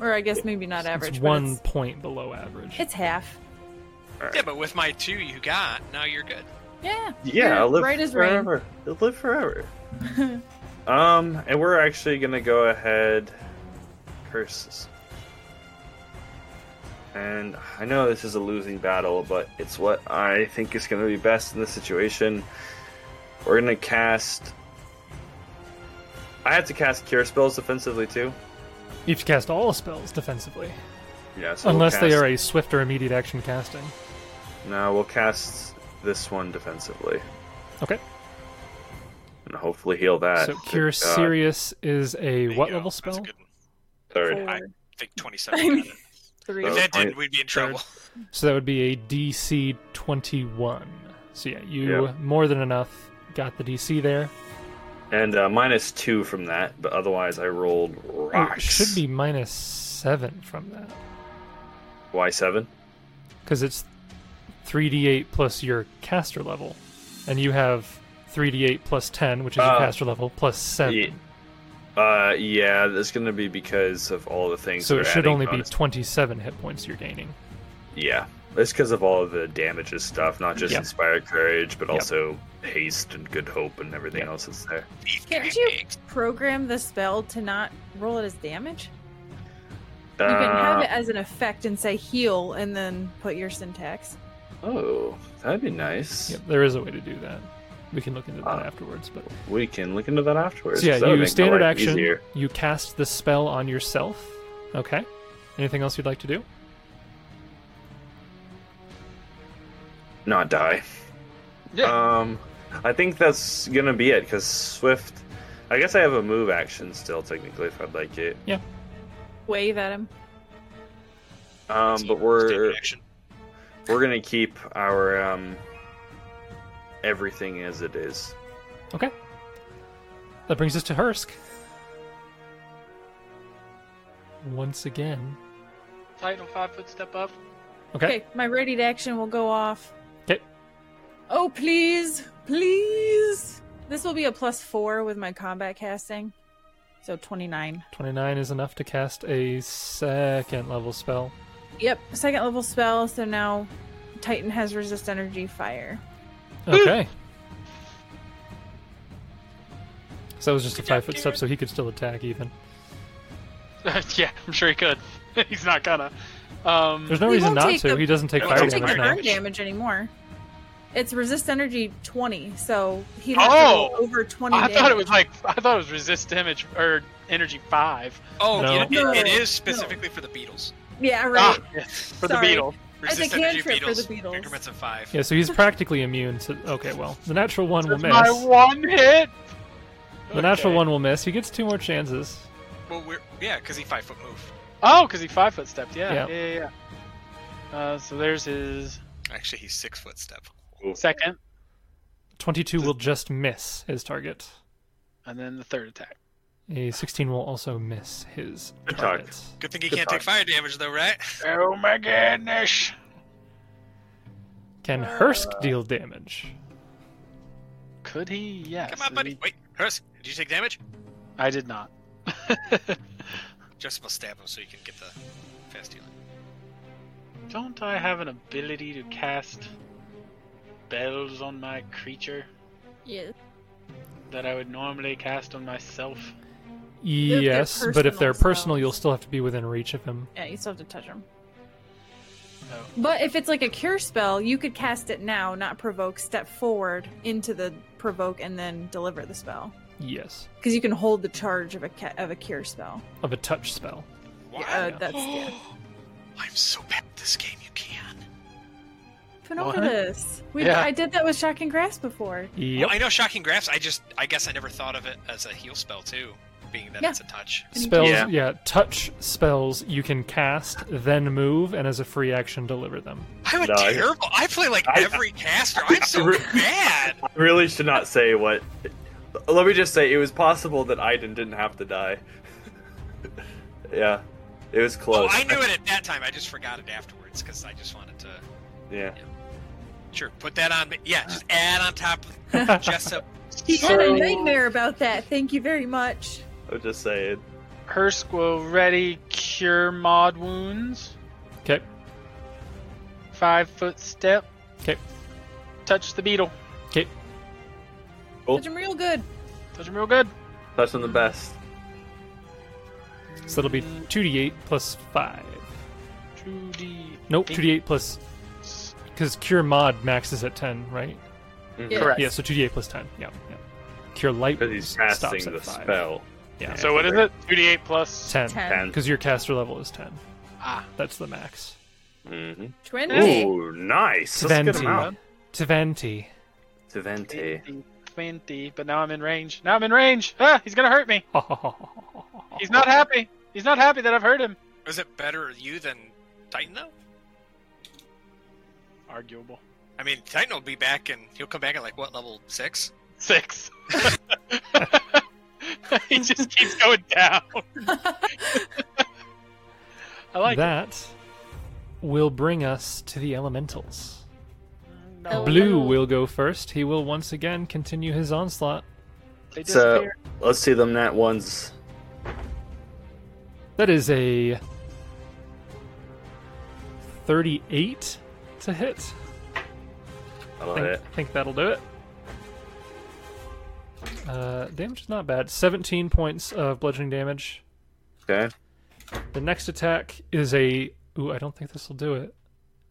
Or I guess maybe not average. it's but one It's, point below average. it's half. Yeah, but with my two you got, now you're good. Yeah. Yeah, Yeah, I'll live right as rain. forever. I'll live forever. um, and we're actually gonna go ahead. Curses. And I know this is a losing battle, but it's what I think is gonna be best in this situation. We're gonna cast. I have to cast cure spells defensively too. You have to cast all spells defensively, Yeah, so we'll unless they cast- are a swift or immediate action casting. No, we'll cast this one defensively Okay, and hopefully heal that. Uh, so Good Cure God. Sirius is a There you what uh, go. level That's a spell? good one. Third. I think 27. I got it. Three. if Oh, that didn't, I- we'd be in trouble. So that would be a DC 21. So yeah, you Yeah. more than enough got the DC there. And uh, minus two from that, but otherwise I rolled Oh, it rocks. should be minus 7 from that. Y seven. Because it's 3d8 plus your caster level. And you have 3d8 plus 10, which is your Oh. caster level, plus 7. Ye- Uh, yeah, that's gonna be because of all the things. so it they're should adding only be bonus- 27 hit points you're gaining. yeah, it's because of all the damages stuff, not just Yep. inspired courage, but Yep. also haste and good hope and everything Yep. else that's there. Can't you Um, program the spell to not roll it as damage? You can Uh, have it as an effect and say heal and then put your syntax. Oh, that'd be nice. Yep, there is a way to do that. We can look into that Ah. afterwards, but We can look into that afterwards. So yeah, 'cause that would you make my standard life action. easier. You cast the spell on yourself. Okay. Anything else you'd like to do? Not die. Yeah. Um, I think that's gonna be it because Swift. I guess I have a move action still technically if I'd like it. Wave at him. Um, but we're Standard action. we're gonna keep our um everything as it is. Okay. That brings us to Hursk. Once again. Titan five foot step up. Okay. Okay, my ready to action will go off. Okay. Oh, please. Please. This will be a plus four with my combat casting. So 29. 29 is enough to cast a second level spell. Yep, second level spell. So now Titan has resist energy fire. Hmm. Okay. so that was just a five foot step, so he could still attack even. yeah, I'm sure he could. He's not gonna. Um, There's no He reason won't not take to. the- He doesn't take He fire won't Don't take damage burn now. burn damage anymore. It's resist energy 20, so he Oh! oh, over 20 I thought it was damage. like I thought it was resist damage or energy five Oh, No. it- it- it No, is specifically for the Beatles. Yeah, right. Ah, for the Sorry. beetle. It's a Resist energy cantrip for Beatles. the Beatles. Increments of five. Yeah, so he's practically immune to. Okay, well, the natural one will That's miss. my one hit. The natural Okay. one will miss. He gets two more chances. Well, we're yeah, because he five foot move. Oh, because he five foot stepped. Yeah, Yeah. yeah, yeah. yeah. Uh, so there's his Actually, he's six foot step. second, 22 will just miss his target. and then the third attack. A 16 will also miss his Good talk. target. Good thing he Good can't take talk. fire damage though, right? Oh my goodness! Can Hursk deal damage? Could he? Yes. Come on, buddy. Wait, Hurst, did you take damage? I did not. Just must stab him so you can get the fast healing. Don't I have an ability to cast spells on my creature Yeah. that I would normally cast on myself? they're yes, but if they're personal personal, spells. you'll still have to be within reach of him. yeah, you still have to touch him. No. But if it's like a cure spell, you could cast it now, not provoke, step forward into the provoke, and then deliver the spell. Yes. Because you can hold the charge of a ca- of a cure spell. Of a touch spell. Wow. Uh, that's yeah. I'm so bad at this game, you can. Phenomenous. We Yeah. I did that with shocking grass before. Yep. Oh, Well, I know shocking graphs. I just, I guess, I never thought of it as a heal spell too, being that Yeah. it's a touch. Spells, yeah. Yeah. touch spells you can cast, then move, and as a free action deliver them. I'm a No, I- terrible. I, play like I- every caster. I'm so re- bad. I really should not say what. Let me just say it was possible that Iden didn't have to die. yeah, it was Oh, close. I knew it at that time. I just forgot it afterwards because I just wanted to. Yeah. Sure, put that on. but Yeah, just add on top of Jessup. He had a So- nightmare about that. Thank you very much. I'm just saying. Hursk will ready cure mod wounds. Okay. Five foot step. 'Kay. Touch the beetle. Okay. Cool. Did him real good. Touch him real good. That's on the best. So that'll be 2d8 plus 5. Two D. Nope, 2d8 plus. Because Cure Mod maxes at 10, right? Correct. Yeah, so 2d8 plus 10. Yeah. yeah. Cure Light Because he's stops at casting the 5. spell. Yeah. So what is it? Two D eight plus 10. Ten. And Because your caster level is 10. Ah. That's the max. Mhm. Twenty. Ooh, nice. Let's get him out. 20. 20. To Vente. Twenty. But now I'm in range. Now I'm in range. Ah, he's gonna hurt me. He's not happy. He's not happy that I've hurt him. Was it better you than Titan though? Arguable. I mean, Titan will be back and he'll come back at like what level six? Six. he just keeps going down. I like that. that will bring us to the elementals. No, Blue will go first. He will once again continue his onslaught. they uh, So disappear. let's see them nat ones. That is a 38 to hit. I love think, it. think that'll do it. Uh, damage is not bad. 17 points of bludgeoning damage. Okay. The next attack is a. Ooh, I don't think this will do it.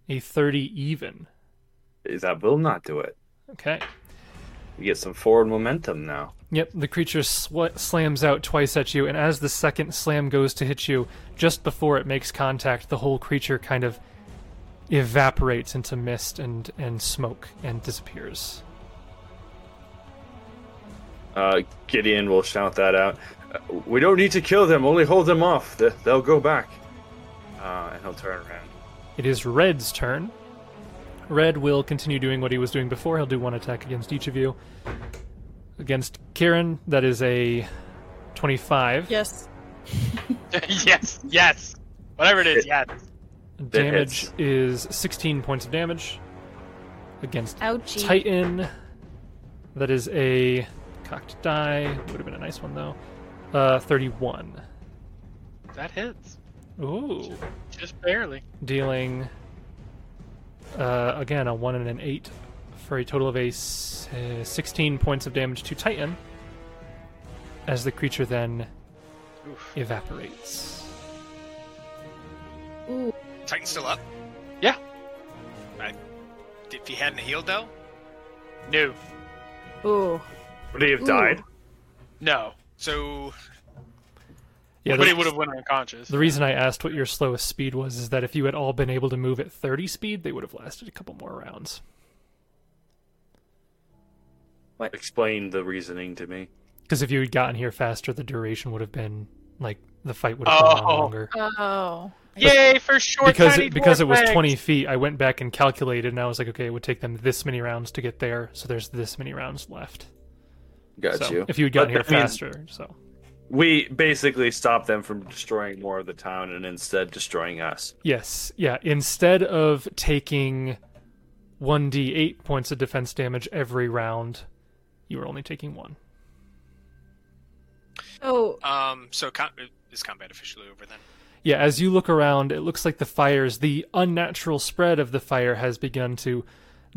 A 30 even. That will not do it. Okay. We get some forward momentum now. Yep, the creature sl- slams out twice at you, and as the second slam goes to hit you, just before it makes contact, the whole creature kind of evaporates into mist and, and smoke and disappears. Uh, Gideon will shout that out. Uh, We don't need to kill them. Only hold them off. Th- They'll go back. Uh, and he'll turn around. It is Red's turn. Red will continue doing what he was doing before. He'll do one attack against each of you. Against Kieran, that is a 25. Yes. yes, yes. Whatever it is, yes. Damage hits. is 16 points of damage. Against Ouchie. Titan. That is a cocked die. Would have been a nice one though. Uh, 31. That hits. Ooh. Just barely. Dealing uh, again a one and an eight for a total of a s- uh, 16 points of damage to Titan. As the creature then Oof. evaporates. Titan's still up. Yeah. I, if he hadn't healed though, No. Ooh. Would he have died? No. so Yeah, but the, he would have went unconscious. the reason I asked what your slowest speed was is that if you had all been able to move at 30 speed, they would have lasted a couple more rounds. Explain the reasoning to me. Because if you had gotten here faster, the duration would have been like the fight would have gone on Oh. longer. Oh. Yay for short Because tiny it, because it was dwarf twenty legs. feet, I went back and calculated, and I was like, okay, it would take them this many rounds to get there, so there's this many rounds left. Got so you. if you had gotten But here that means faster, so we basically stopped them from destroying more of the town and instead destroying us. yes, yeah. Instead of taking one d eight points of defense damage every round, you were only taking one. Oh, um, so com- is combat officially over then? Yeah, as you look around, it looks like the fires, the unnatural spread of the fire has begun to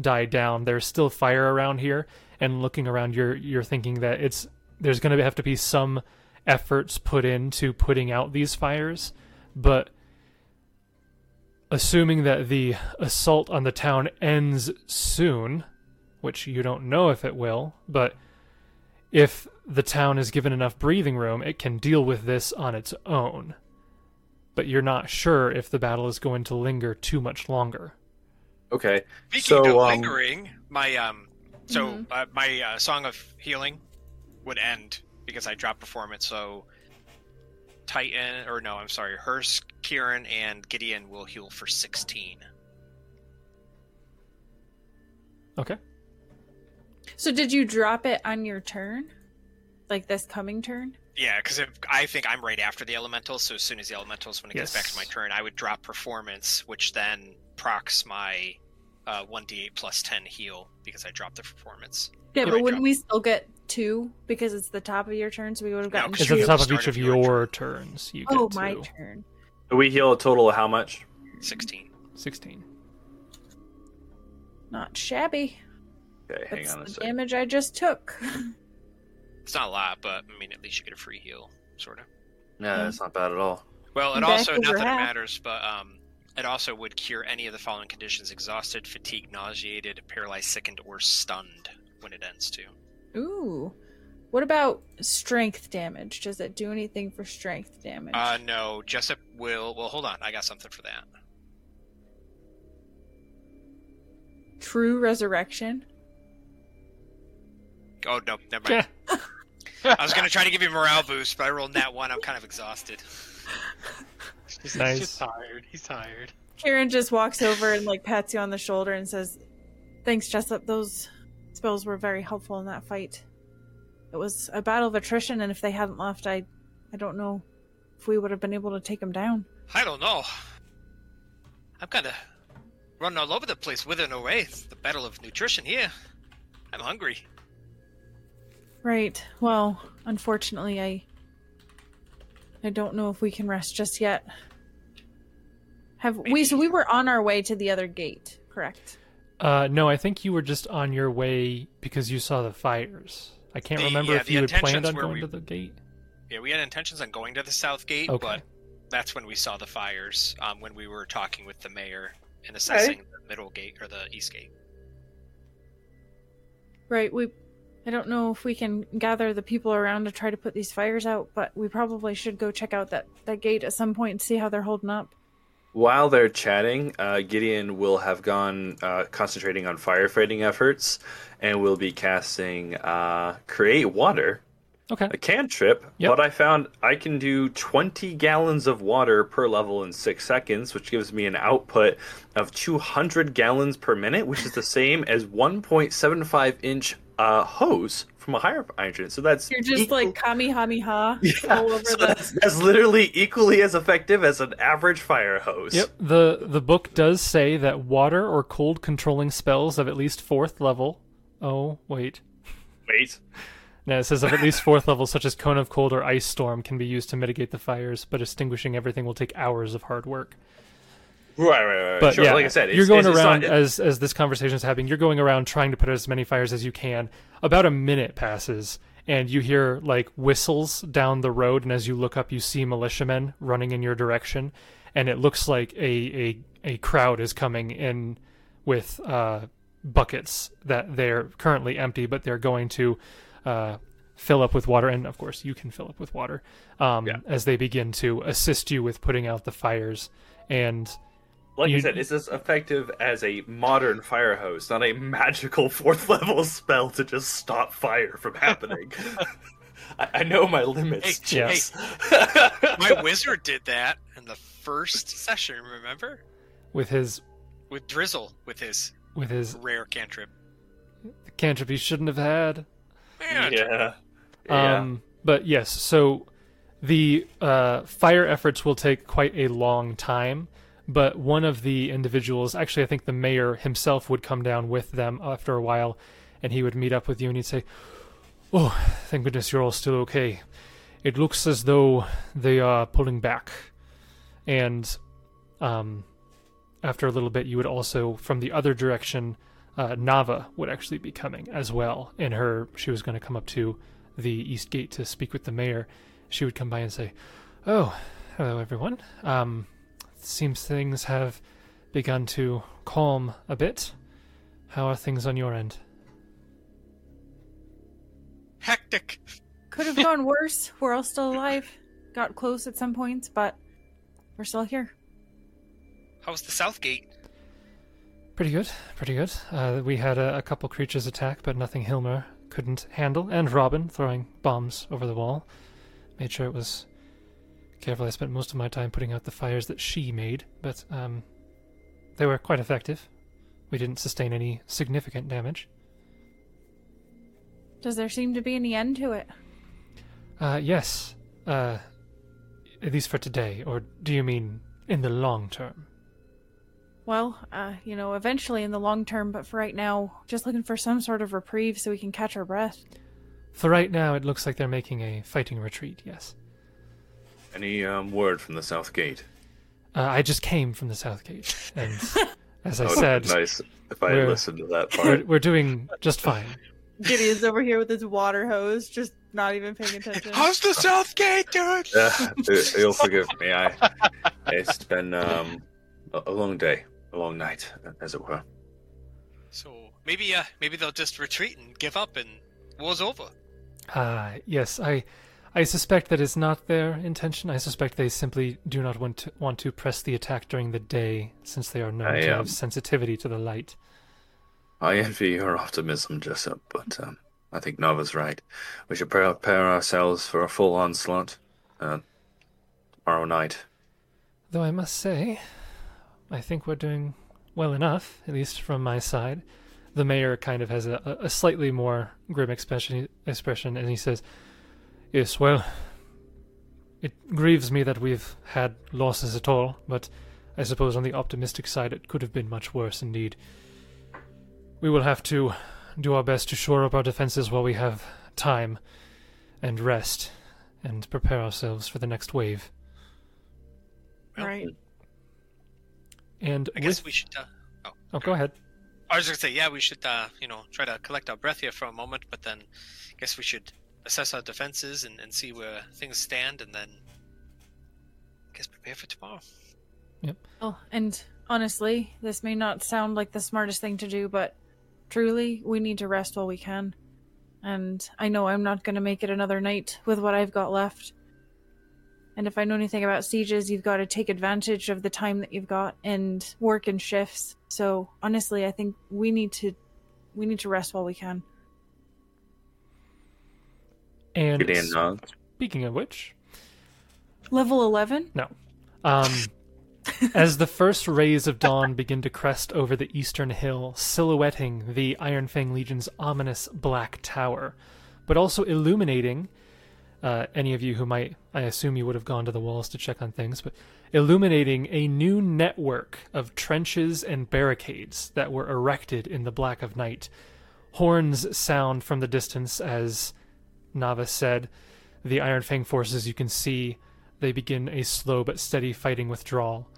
die down. There's still fire around here, and looking around, you're you're thinking that it's there's going to have to be some efforts put into putting out these fires, but assuming that the assault on the town ends soon, which you don't know if it will, but if the town is given enough breathing room, it can deal with this on its own but you're not sure if the battle is going to linger too much longer. Okay. Speaking So, of um, lingering, my um, so uh, my uh, song of healing would end because I dropped performance. So Titan, or no, I'm sorry, Hearst, Kieran, and Gideon will heal for 16. Okay. So did you drop it on your turn? Like this coming turn? Yeah, because I think I'm right after the elementals, so as soon as the elementals, when it gets back to my Yes. turn, I would drop performance, which then procs my uh, 1d8 plus 10 heal because I dropped the performance. Yeah, Yeah, I but wouldn't we still get two because it's the top of your turn, so we would have gotten No, 'cause It's two. at you the have top to of each start of if you're on your turns. You get Oh, to my turn. We heal a total of how much? 16. 16. Not shabby. Okay, hang That's on a the second. damage I just took. It's not a lot, but I mean, at least you get a free heal, sort of. No, that's not bad at all. Well, it Back also over not that it half. matters, but um, it also would cure any of the following conditions: exhausted, fatigued, nauseated, paralyzed, sickened, or stunned when it ends too. Ooh. What about strength damage? Does it do anything for strength damage? Uh, no, Jessup will. Well, hold on, I got something for that. True resurrection. Oh no, never mind. Yeah. I was gonna try to give you a morale boost, but I rolled that one. I'm kind of exhausted. He's Nice. just tired. He's tired. Karen just walks over and like pats you on the shoulder and says, "Thanks, Jessup. Those spells were very helpful in that fight. It was a battle of attrition, and if they hadn't left, I, I don't know if we would have been able to take them down." I don't know. I'm kind of running all over the place, withering away. It's the battle of nutrition here. I'm hungry. Right. Well, unfortunately, I, I don't know if we can rest just yet. Have we? So we were on our way to the other gate, correct? Uh, no, I think you were just on your way because you saw the fires. I can't The- remember yeah, if the you had planned intentions on were going we- to the gate. Yeah, we had intentions on going to the south gate, Okay. but that's when we saw the fires. Um, when we were talking with the mayor and assessing the middle gate or the east gate. Right, we I don't know if we can gather the people around to try to put these fires out, but we probably should go check out that, that gate at some point and see how they're holding up. While they're chatting, uh, Gideon will have gone uh, concentrating on firefighting efforts and will be casting uh, Create Water, Okay. a cantrip. Yep. But I found I can do 20 gallons of water per level in six seconds, which gives me an output of 200 gallons per minute, which is the same as 1.75 inch uh, hose from a higher hydrant. So that's You're just equal- like kamehameha Yeah, all over so the that's, that's literally equally as effective as an average fire hose. Yep. The the book does say that water or cold controlling spells of at least fourth level. Oh wait. Wait. No, it says of at least fourth level, such as Cone of Cold or Ice Storm, can be used to mitigate the fires, but extinguishing everything will take hours of hard work. Right, right, right. right. But sure, yeah, like I said, it's, you're going it's- it's around not- as as this conversation is happening. You're going around trying to put out as many fires as you can. About a minute passes, and you hear like whistles down the road. And as you look up, you see militiamen running in your direction, and it looks like a a, a crowd is coming in with uh, buckets that they're currently empty, but they're going to uh, fill up with water. And of course, you can fill up with water um, as they begin to assist you with putting out the fires. And like you- I said, it's as effective as a modern fire hose, not a magical fourth level spell to just stop fire from happening. I, I know my limits. Hey, hey. Jess. My wizard did that in the first session. Remember with his with Drizzle with his with his rare cantrip. cantrip he shouldn't have had. Man, yeah. yeah. Um, but yes, so the uh, fire efforts will take quite a long time. But one of the individuals, actually, I think the mayor himself would come down with them after a while, and he would meet up with you and he'd say, "Oh, thank goodness you're all still okay. It looks as though they are pulling back." And um, after a little bit, you would also, from the other direction, uh, Nava would actually be coming as well. And her, she was going to come up to the east gate to speak with the mayor. She would come by and say, "Oh, hello everyone. Um, seems things have begun to calm a bit. How are things on your end?" hectic. Could have gone worse. We're all still alive. Got close at some points, but We're still here. How's the south gate? Pretty good, pretty good. Uh, we had a, a couple creatures attack, but nothing Hilmer couldn't handle, and Robin throwing bombs over the wall. Made sure it was careful. I spent most of my time putting out the fires that she made, but um, they were quite effective. We didn't sustain any significant damage. Does there seem to be any end to it? Uh, yes, uh, at least for today, or do you mean in the long term? Well, uh, you know, eventually in the long term, but for right now, just looking for some sort of reprieve so we can catch our breath. For right now, it looks like they're making a fighting retreat, yes. Any um, word from the South Gate? Uh, I just came from the South Gate, and as I Oh, said, nice. If I had We're- listened to that we're, part, we're doing just fine. Gideon's over here with his water hose, just not even paying attention. How's the south gate doing? yeah, Uh, you- you'll forgive me. I it's been um, a, a long day, a long night, as it were. So maybe, uh, maybe they'll just retreat and give up, and war's over. Uh, yes, I, I suspect that is not their intention. I suspect they simply do not want to, want to press the attack during the day, since they are known I, to um, have sensitivity to the light. I envy your optimism, Jessup, but um, I think Nova's right. We should prepare ourselves for a full onslaught uh, tomorrow night. Though I must say, I think we're doing well enough, at least from my side. The mayor kind of has a, a- a slightly more grim expression, expression, and he says, Yes, well, it grieves me that we've had losses at all, but I suppose on the optimistic side it could have been much worse indeed. We will have to do our best to shore up our defenses while we have time and rest and prepare ourselves for the next wave. Well, right. And I guess with- we should. Uh, Oh, go ahead. I was gonna say, yeah, we should, uh, you know, try to collect our breath here for a moment, but then, I guess we should assess our defenses and, and see where things stand, and then, I guess prepare for tomorrow. Oh, and honestly, this may not sound like the smartest thing to do, but truly, we need to rest while we can. And I know I'm not going to make it another night with what I've got left. And if I know anything about sieges, you've got to take advantage of the time that you've got and work in shifts. So honestly, I think we need to we need to rest while we can. And Gideon uh, nods. speaking of which, Level 11? um, as the first rays of dawn begin to crest over the eastern hill, silhouetting the Iron Fang Legion's ominous black tower, but also illuminating uh, any of you who might, I assume you would have gone to the walls to check on things, but illuminating a new network of trenches and barricades that were erected in the black of night. Horns sound from the distance as Nava said, the Iron Fang forces you can see, they begin a slow but steady fighting withdrawal.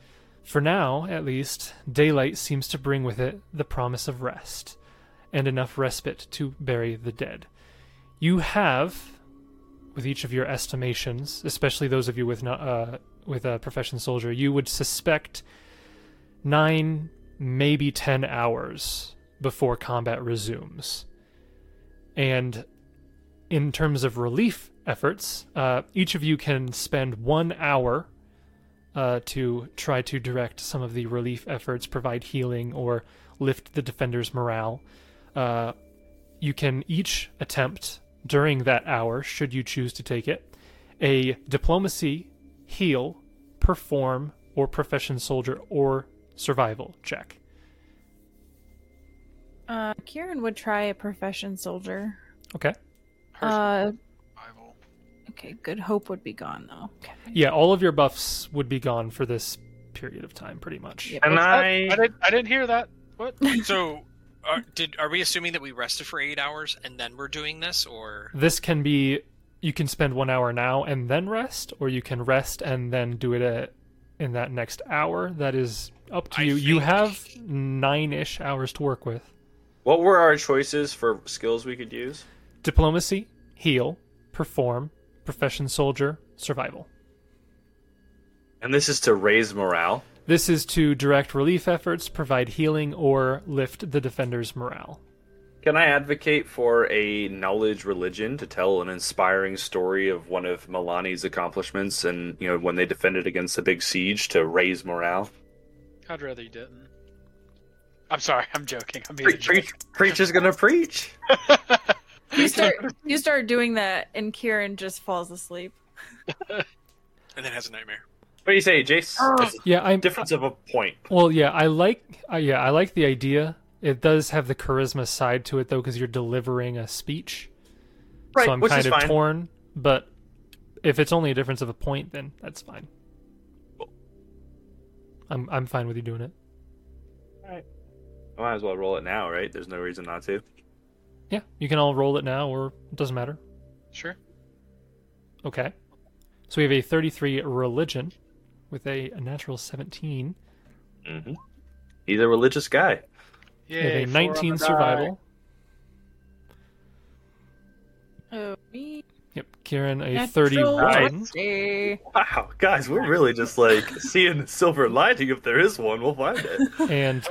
For now, at least, daylight seems to bring with it the promise of rest, and enough respite to bury the dead. You have, with each of your estimations, especially those of you with no, uh, with a profession soldier, you would suspect nine, maybe ten hours before combat resumes. And in terms of relief efforts, uh, each of you can spend one hour uh, to try to direct some of the relief efforts, provide healing, or lift the defender's morale. Uh, you can each attempt during that hour, should you choose to take it, a diplomacy, heal, perform, or profession soldier or survival check. Uh Kieran would try a profession soldier. Okay. Uh Survival. okay, good hope would be gone though. Okay. Yeah, all of your buffs would be gone for this period of time, pretty much. Yep. Can What's that? I? I didn't, I didn't hear that. What? so, are, did are we assuming that we rested for eight hours and then we're doing this, or this can be you can spend one hour now and then rest or you can rest and then do it at, in that next hour that is up to I you you think- have nine-ish hours to work with What were our choices for skills we could use? diplomacy heal perform profession soldier survival And this is to raise morale. this is to direct relief efforts provide healing or lift the defender's morale Can I advocate for a knowledge religion to tell an inspiring story of one of Milani's accomplishments and, you know, when they defended against the big siege to raise morale? I'd rather you didn't. I'm sorry, I'm joking. I'm being a Preach, jerk. preach, preacher's gonna preach. You start you start doing that, and Kieran just falls asleep. and then has a nightmare. What do you say, Jace? It's a Yeah, I'm. difference of a point. Well, yeah, I like. Uh, yeah, I like the idea. It does have the charisma side to it though, because you're delivering a speech. Right, so I'm which kind is of fine. torn. But if it's only a difference of a point, then that's fine. I'm I'm fine with you doing it. I might as well roll it now, right? There's no reason not to. Yeah, you can all roll it now, or it doesn't matter. Sure. Okay. So we have a 33 religion with a, a natural 17. Mm-hmm. He's a religious guy. We have Yay, a four 19 on the die. survival. Oh, me. Yep. Kieran, a Natural 31. Eh. Wow, guys, we're really just like seeing the silver lining. If there is one, we'll find it. And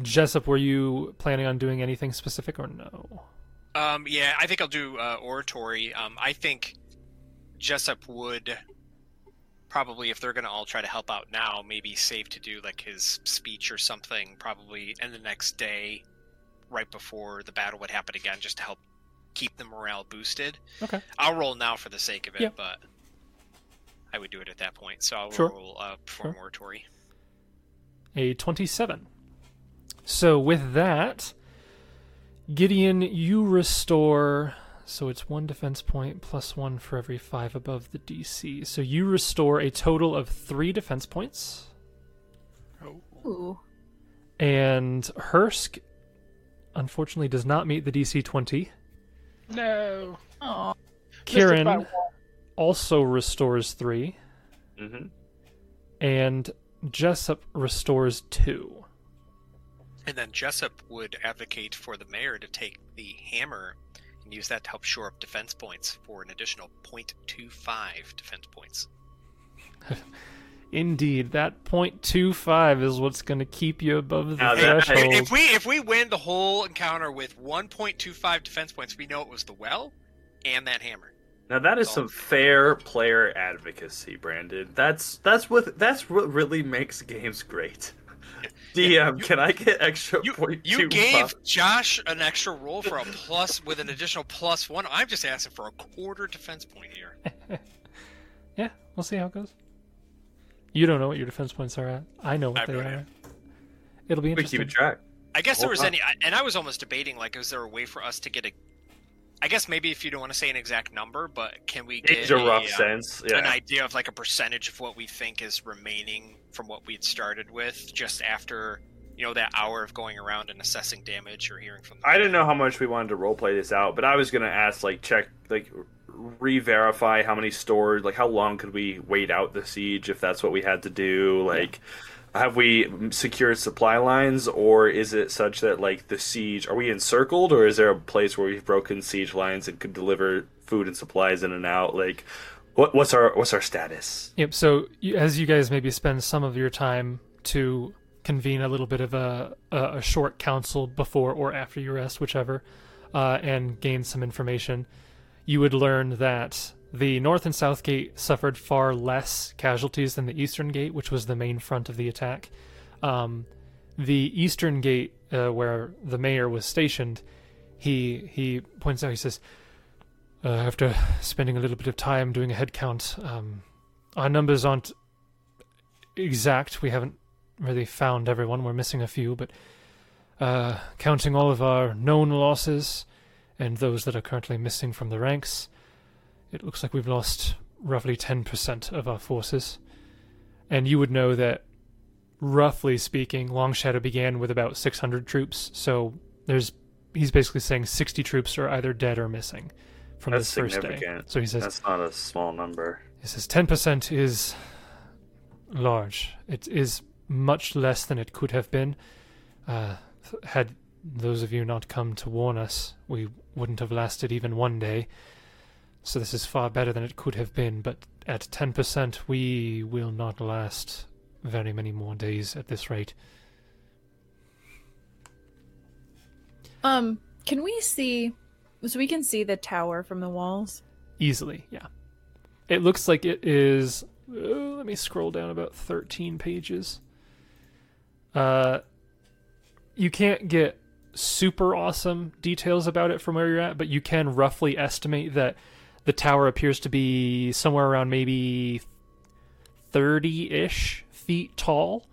Jessup, were you planning on doing anything specific or no? Um, yeah, I think I'll do uh, oratory. Um, I think Jessup would probably, if they're going to all try to help out now, maybe save to do like his speech or something, probably in the next day, right before the battle would happen again, just to help keep the morale boosted. Okay. I'll roll now for the sake of it, Yeah. but I would do it at that point. So I'll Sure. roll uh, perform oratory. a 27. So with that, Gideon, you restore. So it's one defense point plus one for every five above the DC. So you restore a total of three defense points. Ooh. And Hursk, unfortunately, does not meet the DC 20. No. Aw. Missed it Kieran by one. also restores three, Mm-hmm. and Jessup restores two. And then Jessup would advocate for the mayor to take the hammer and use that to help shore up defense points for an additional 0.25 defense points. Indeed, that .25 is what's going to keep you above the Now that- threshold. If we if we win the whole encounter with 1.25 defense points, we know it was the well and that hammer. Now that is some fair player advocacy, Brandon. That's that's what that's what really makes games great. DM, you- can I get extra You, point two buff? you gave Josh an extra roll for a plus with an additional plus one. I'm just asking for a quarter defense point here. Yeah, we'll see how it goes. You don't know what your defense points are at. I know what I've they no are. idea. at. It'll be We interesting. keep track. I guess there Well, was uh, any, I- and I was almost debating like, is there a way for us to get a? I guess maybe if you don't want to say an exact number, but can we get It's a rough uh, sense. an Yeah. idea of like a percentage of what we think is remaining from what we'd started with, just after you know that hour of going around and assessing damage or hearing from. The I didn't know how much we wanted to role play this out, but I was gonna ask, like, check, like, re-verify how many stores, like, how long could we wait out the siege if that's what we had to do? Like, have we secured supply lines, or is it such that like the siege, are we encircled, or is there a place where we've broken siege lines and could deliver food and supplies in and out? Like, what what's our what's our status? Yep. So you, as you guys maybe spend some of your time to convene a little bit of a a, a short council before or after your rest, whichever, uh, and gain some information, you would learn that the north and south gate suffered far less casualties than the eastern gate, which was the main front of the attack. Um, the eastern gate, uh, where the mayor was stationed, he he points out. He says, uh, after spending a little bit of time doing a head count, um, our numbers aren't exact. We haven't really found everyone. We're missing a few, but uh, counting all of our known losses and those that are currently missing from the ranks, it looks like we've lost roughly 10% of our forces. And you would know that, roughly speaking, Long Shadow began with about 600 troops, so there's he's basically saying 60 troops are either dead or missing from That's this first day. significant. So he says That's not a small number. it says ten percent is large. It is much less than it could have been. Uh, th- had those of you not come to warn us, we wouldn't have lasted even one day. So this is far better than it could have been. But at ten percent, we will not last very many more days at this rate. Um, Can we see? So we can see the tower from the walls. easily yeah it looks like it is uh, let me scroll down about 13 pages uh you can't get super awesome details about it from where you're at but you can roughly estimate that the tower appears to be somewhere around maybe 30-ish feet tall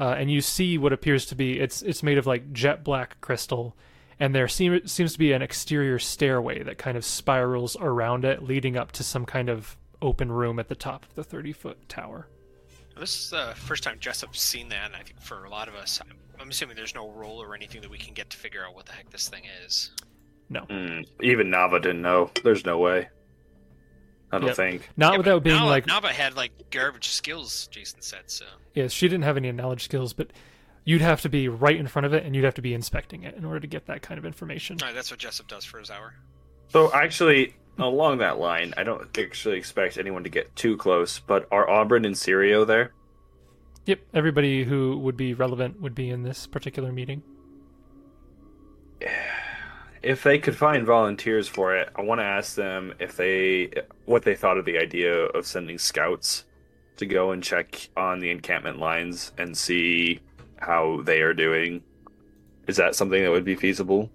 uh, and you see what appears to be it's it's made of like jet black crystal and there seem, seems to be an exterior stairway that kind of spirals around it leading up to some kind of open room at the top of the 30 foot tower This is the first time Jessup's seen that, and I think for a lot of us, I'm, I'm assuming there's no role or anything that we can get to figure out what the heck this thing is. no Mm, even Nava didn't know. There's no way. I don't Yep. think. not Yeah, but without being Nava, like Nava had like garbage skills, Jason said. So yeah she didn't have any knowledge skills but you'd have to be right in front of it and you'd have to be inspecting it in order to get that kind of information All right, that's what Jessup does for his hour. So actually, along that line, I don't actually expect anyone to get too close. But are Auburn and Sirio there? yep everybody who would be relevant would be in this particular meeting If they could find volunteers for it, I want to ask them if they what they thought of the idea of sending scouts to go and check on the encampment lines and see how they are doing. Is that something that would be feasible?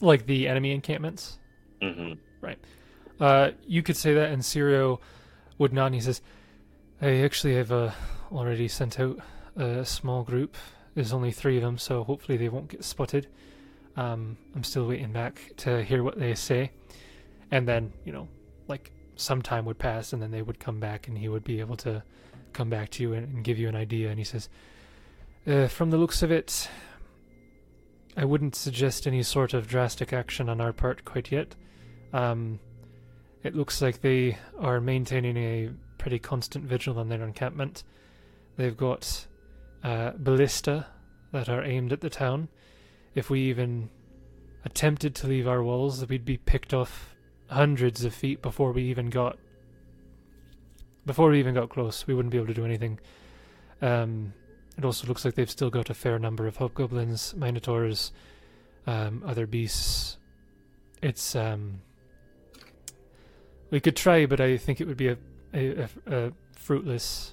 like the enemy encampments Mm-hmm. Right. Uh, you could say that, and Sirio would not. And he says, "I actually have uh, already sent out a small group. There's only three of them, so hopefully they won't get spotted. Um, I'm still waiting back to hear what they say, and then you know, like some time would pass, and then they would come back, and he would be able to come back to you and, and give you an idea. And he says, uh, "From the looks of it." I wouldn't suggest any sort of drastic action on our part quite yet. Um, it looks like they are maintaining a pretty constant vigil on their encampment. They've got uh, ballista that are aimed at the town. If we even attempted to leave our walls, we'd be picked off hundreds of feet before we even got before we even got close. We wouldn't be able to do anything. Um, it also looks like they've still got a fair number of hobgoblins, minotaurs, um, other beasts, it's um we could try but i think it would be a a, a, a fruitless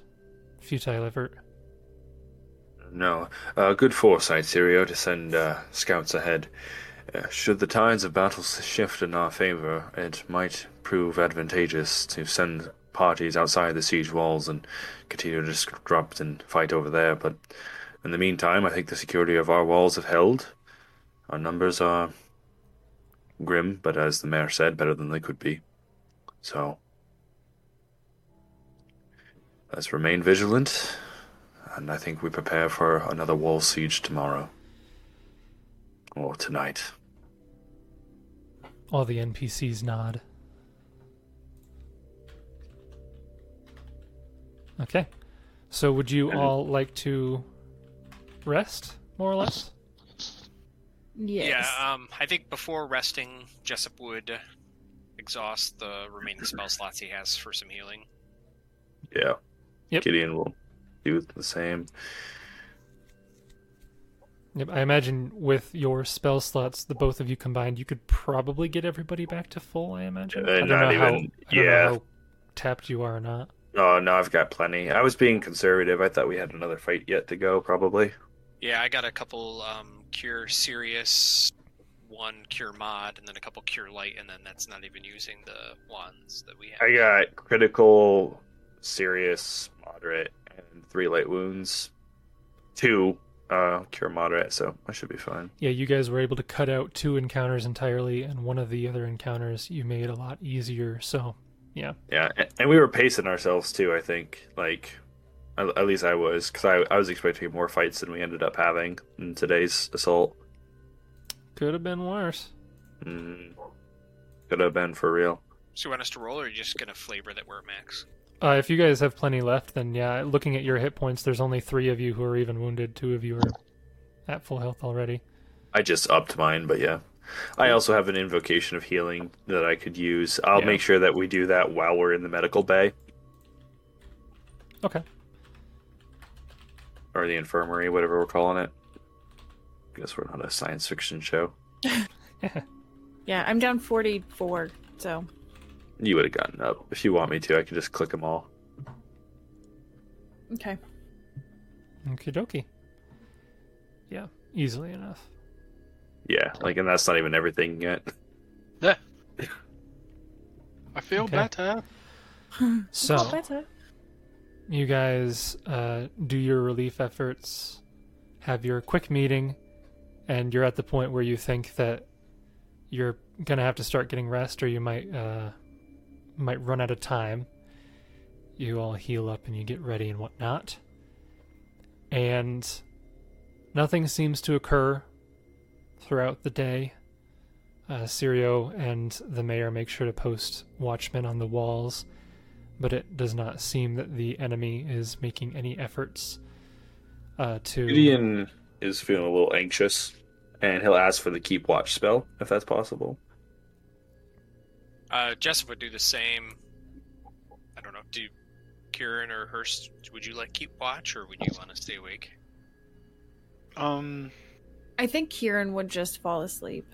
futile effort No. Uh, good foresight, Sirio, to send uh, scouts ahead. Uh, should the tides of battle shift in our favor, it might prove advantageous to send parties outside the siege walls and continue to disrupt and fight over there. But in the meantime, I think the security of our walls have held. Our numbers are grim, but as the mayor said, better than they could be. So let's remain vigilant and I think we prepare for another wall siege tomorrow. Or tonight. all the npcs nod okay so would you all like to rest more or less Yes. Yeah, um, I think before resting, Jessup would exhaust the remaining spell slots he has for some healing. Yeah. Yep. Gideon will do the same. yep i imagine with your spell slots the both of you combined you could probably get everybody back to full i imagine Uh, i don't not know how, even- I don't yeah. know how tapped you are or not Oh, no, I've got plenty. I was being conservative. I thought we had another fight yet to go, probably. Yeah, I got a couple um, cure serious, one cure mod, and then a couple cure light, and then that's not even using the wands that we have. I got critical, serious, moderate, and three light wounds. Two uh, cure moderate, so I should be fine. Yeah, you guys were able to cut out two encounters entirely, and one of the other encounters you made a lot easier. So, yeah, Yeah, a- and we were pacing ourselves too. I think, like, at at least I was, because I, I was expecting more fights than we ended up having in today's assault. could have been worse. Mm, could have been for real. So you want us to roll, or are you just gonna flavor that we're at max? Uh, if you guys have plenty left, then yeah, looking at your hit points, there's only three of you who are even wounded. Two of you are at full health already. I just upped mine, but yeah. I also have an invocation of healing that I could use. I'll Mm. Yeah. make sure that we do that while we're in the medical bay Okay. or the infirmary, whatever we're calling it. guess we're not a science fiction show. Yeah, I'm down 44, so. You would have gotten up. If you want me to, I could just click them all. Okay. Okie dokie. Yeah, easily enough. Yeah, like, and that's not even everything yet. I feel Okay. better. So Better. you guys uh, do your relief efforts, have your quick meeting, and you're at the point where you think that you're gonna have to start getting rest, or you might uh, might run out of time. You all heal up and you get ready and whatnot, and nothing seems to occur throughout the day. Uh, Sirio and the mayor make sure to post watchmen on the walls but it does not seem that the enemy is making any efforts uh, to. Gideon is feeling a little anxious, and he'll ask for the keep watch spell if that's possible. Uh, Jessup would do the same. I don't know. Do Kieran or Hurst? Would you like keep watch, or would you want to stay awake? Um, I think Kieran would just fall asleep.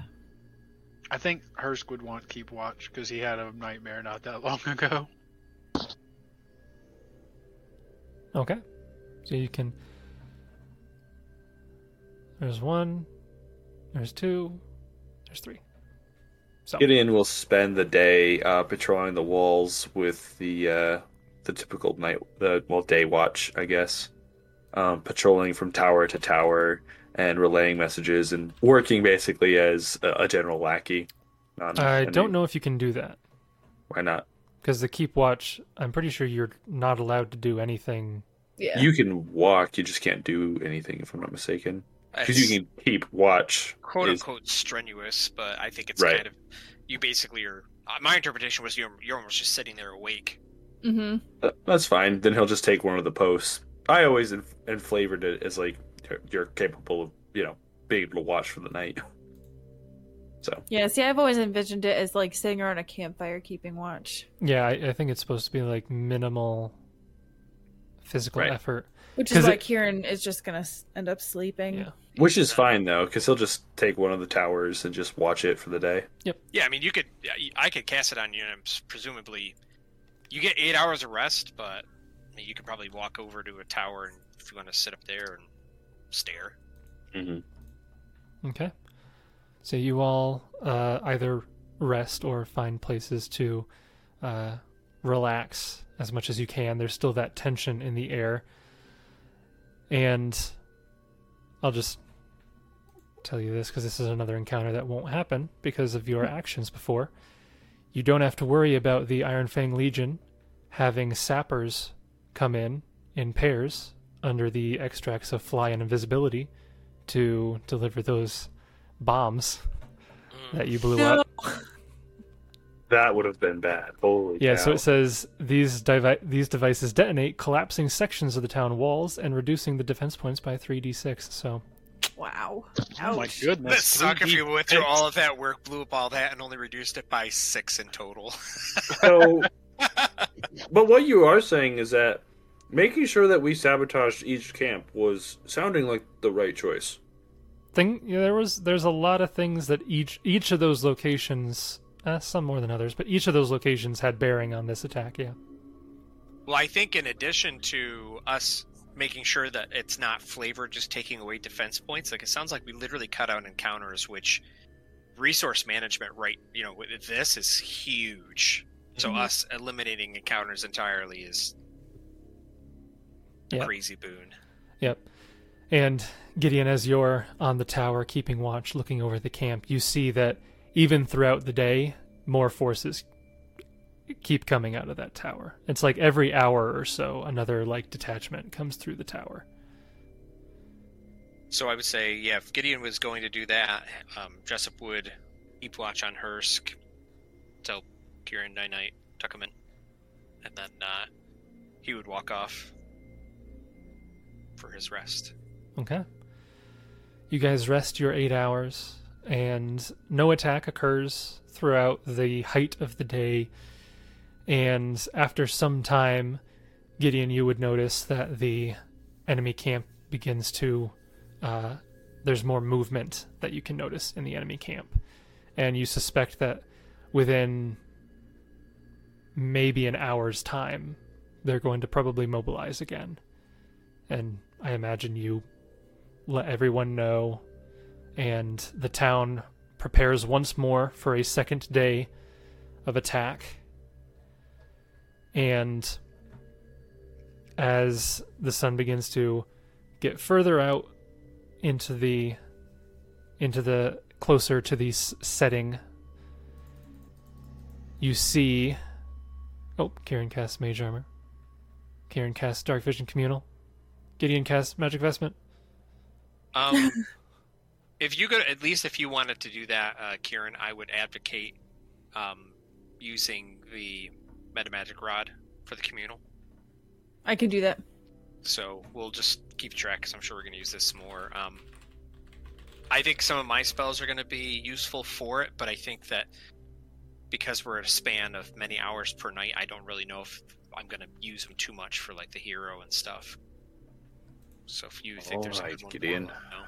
I think Hurst would want keep watch because he had a nightmare not that long ago. Okay, so you can. There's one. There's two. There's three. So Gideon will spend the day uh, patrolling the walls with the uh, the typical night, the well, day watch, I guess, um, patrolling from tower to tower and relaying messages and working basically as a, a general lackey. Not an I enemy. don't know if you can do that why not. because the keep watch. I'm pretty sure you're not allowed to do anything. Yeah. You can walk, you just can't do anything, if I'm not mistaken. Because It's you can keep watch. quote is- unquote strenuous, but I think it's Right. kind of you basically are. Uh, my interpretation was you're you're almost just sitting there awake. Mm-hmm. Uh, That's fine. Then he'll just take one of the posts. I always inf- and flavored it as like you're- you're capable of, you know, being able to watch for the night. So Yeah, see, I've always envisioned it as like sitting around a campfire keeping watch, Yeah, I, I think it's supposed to be like minimal physical Right. effort. which 'Cause is why it- Kieran is just gonna s- end up sleeping. Yeah. which is fine though, because he'll just take one of the towers and just watch it for the day. Yeah, I mean you could. yeah, you- I could cast it on you, and s- presumably you get eight hours of rest, but I mean, you could probably walk over to a tower and if you want to sit up there and stare. Mm-hmm. Okay. So you all uh, either rest or find places to uh, relax as much as you can. There's still that tension in the air. And I'll just tell you this because this is another encounter that won't happen because of your actions before. You don't have to worry about the Iron Fang Legion having sappers come in in pairs under the extracts of fly and invisibility to deliver those bombs that you blew up. That would have been bad. Holy Yeah, so cow. it says these devi- these devices detonate, collapsing sections of the town walls and reducing the defense points by 3d6. So, Wow. Oh my Ouch. goodness! That suck if 3D you went through pics. all of that work, blew up all that, and only reduced it by six in total. so but what you are saying is that making sure that we sabotaged each camp was sounding like the right choice. thing yeah, there was there's a lot of things that each each of those locations, uh, some more than others, but each of those locations had bearing on this attack. Yeah. Well, I think in addition to us making sure that it's not flavor just taking away defense points, like it sounds like we literally cut out encounters, which resource management, right? You know, with this is huge. So us eliminating encounters entirely is a Yeah. crazy boon. Yep. And Gideon, as you're on the tower keeping watch, looking over the camp, you see that even throughout the day, more forces keep coming out of that tower. It's like every hour or so, another like detachment comes through the tower. So I would say, yeah, if Gideon was going to do that, um, Jessup would keep watch on Hursk, tell Kieran night night, tuck him in, and then uh, he would walk off for his rest. Okay. You guys rest your eight hours, and no attack occurs throughout the height of the day. And after some time, Gideon, you would notice that the enemy camp begins to. Uh, there's more movement that you can notice in the enemy camp. and you suspect that within maybe an hour's time, they're going to probably mobilize again. And I imagine you let everyone know, and the town prepares once more for a second day of attack. And as the sun begins to get further out into the into the closer to the s- setting you see oh kieran casts mage armor kieran casts dark vision communal gideon casts magic vestment Um, if you could, at least if you wanted to do that, uh, Kieran, I would advocate um, using the metamagic rod for the communal. I can do that. So we'll just keep track because I'm sure we're going to use this more. Um, I think some of my spells are going to be useful for it, but I think that because we're at a span of many hours per night, I don't really know if I'm going to use them too much for like the hero and stuff. So if you think there's a Alright, good one, Gideon. let me know.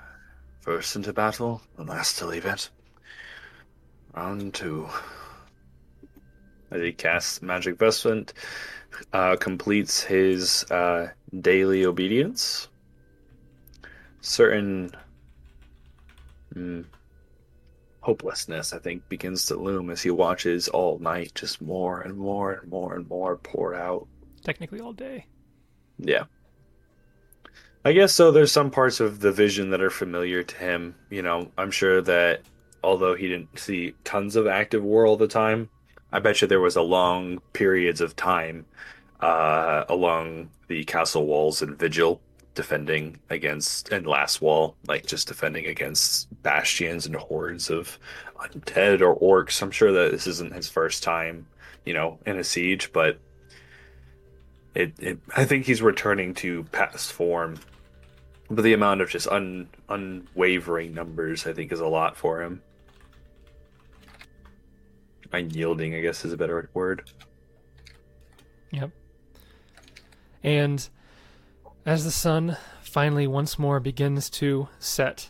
First into battle, the last to leave it. Round two. As he casts Magic Vestment, uh, completes his uh, daily obedience. Certain mm, hopelessness, I think, begins to loom as he watches all night just more and more and more and more pour out technically all day yeah. I guess so. There's some parts of the vision that are familiar to him. You know, I'm sure that although he didn't see tons of active war all the time, I bet you there was a long periods of time uh, along the castle walls and vigil defending against and last wall like just defending against bastions and hordes of undead or orcs i'm sure that this isn't his first time you know in a siege but it, it I think he's returning to past form. But the amount of just un, unwavering numbers, I think, is a lot for him. Unyielding, I guess, is a better word. Yep. And as the sun finally once more begins to set,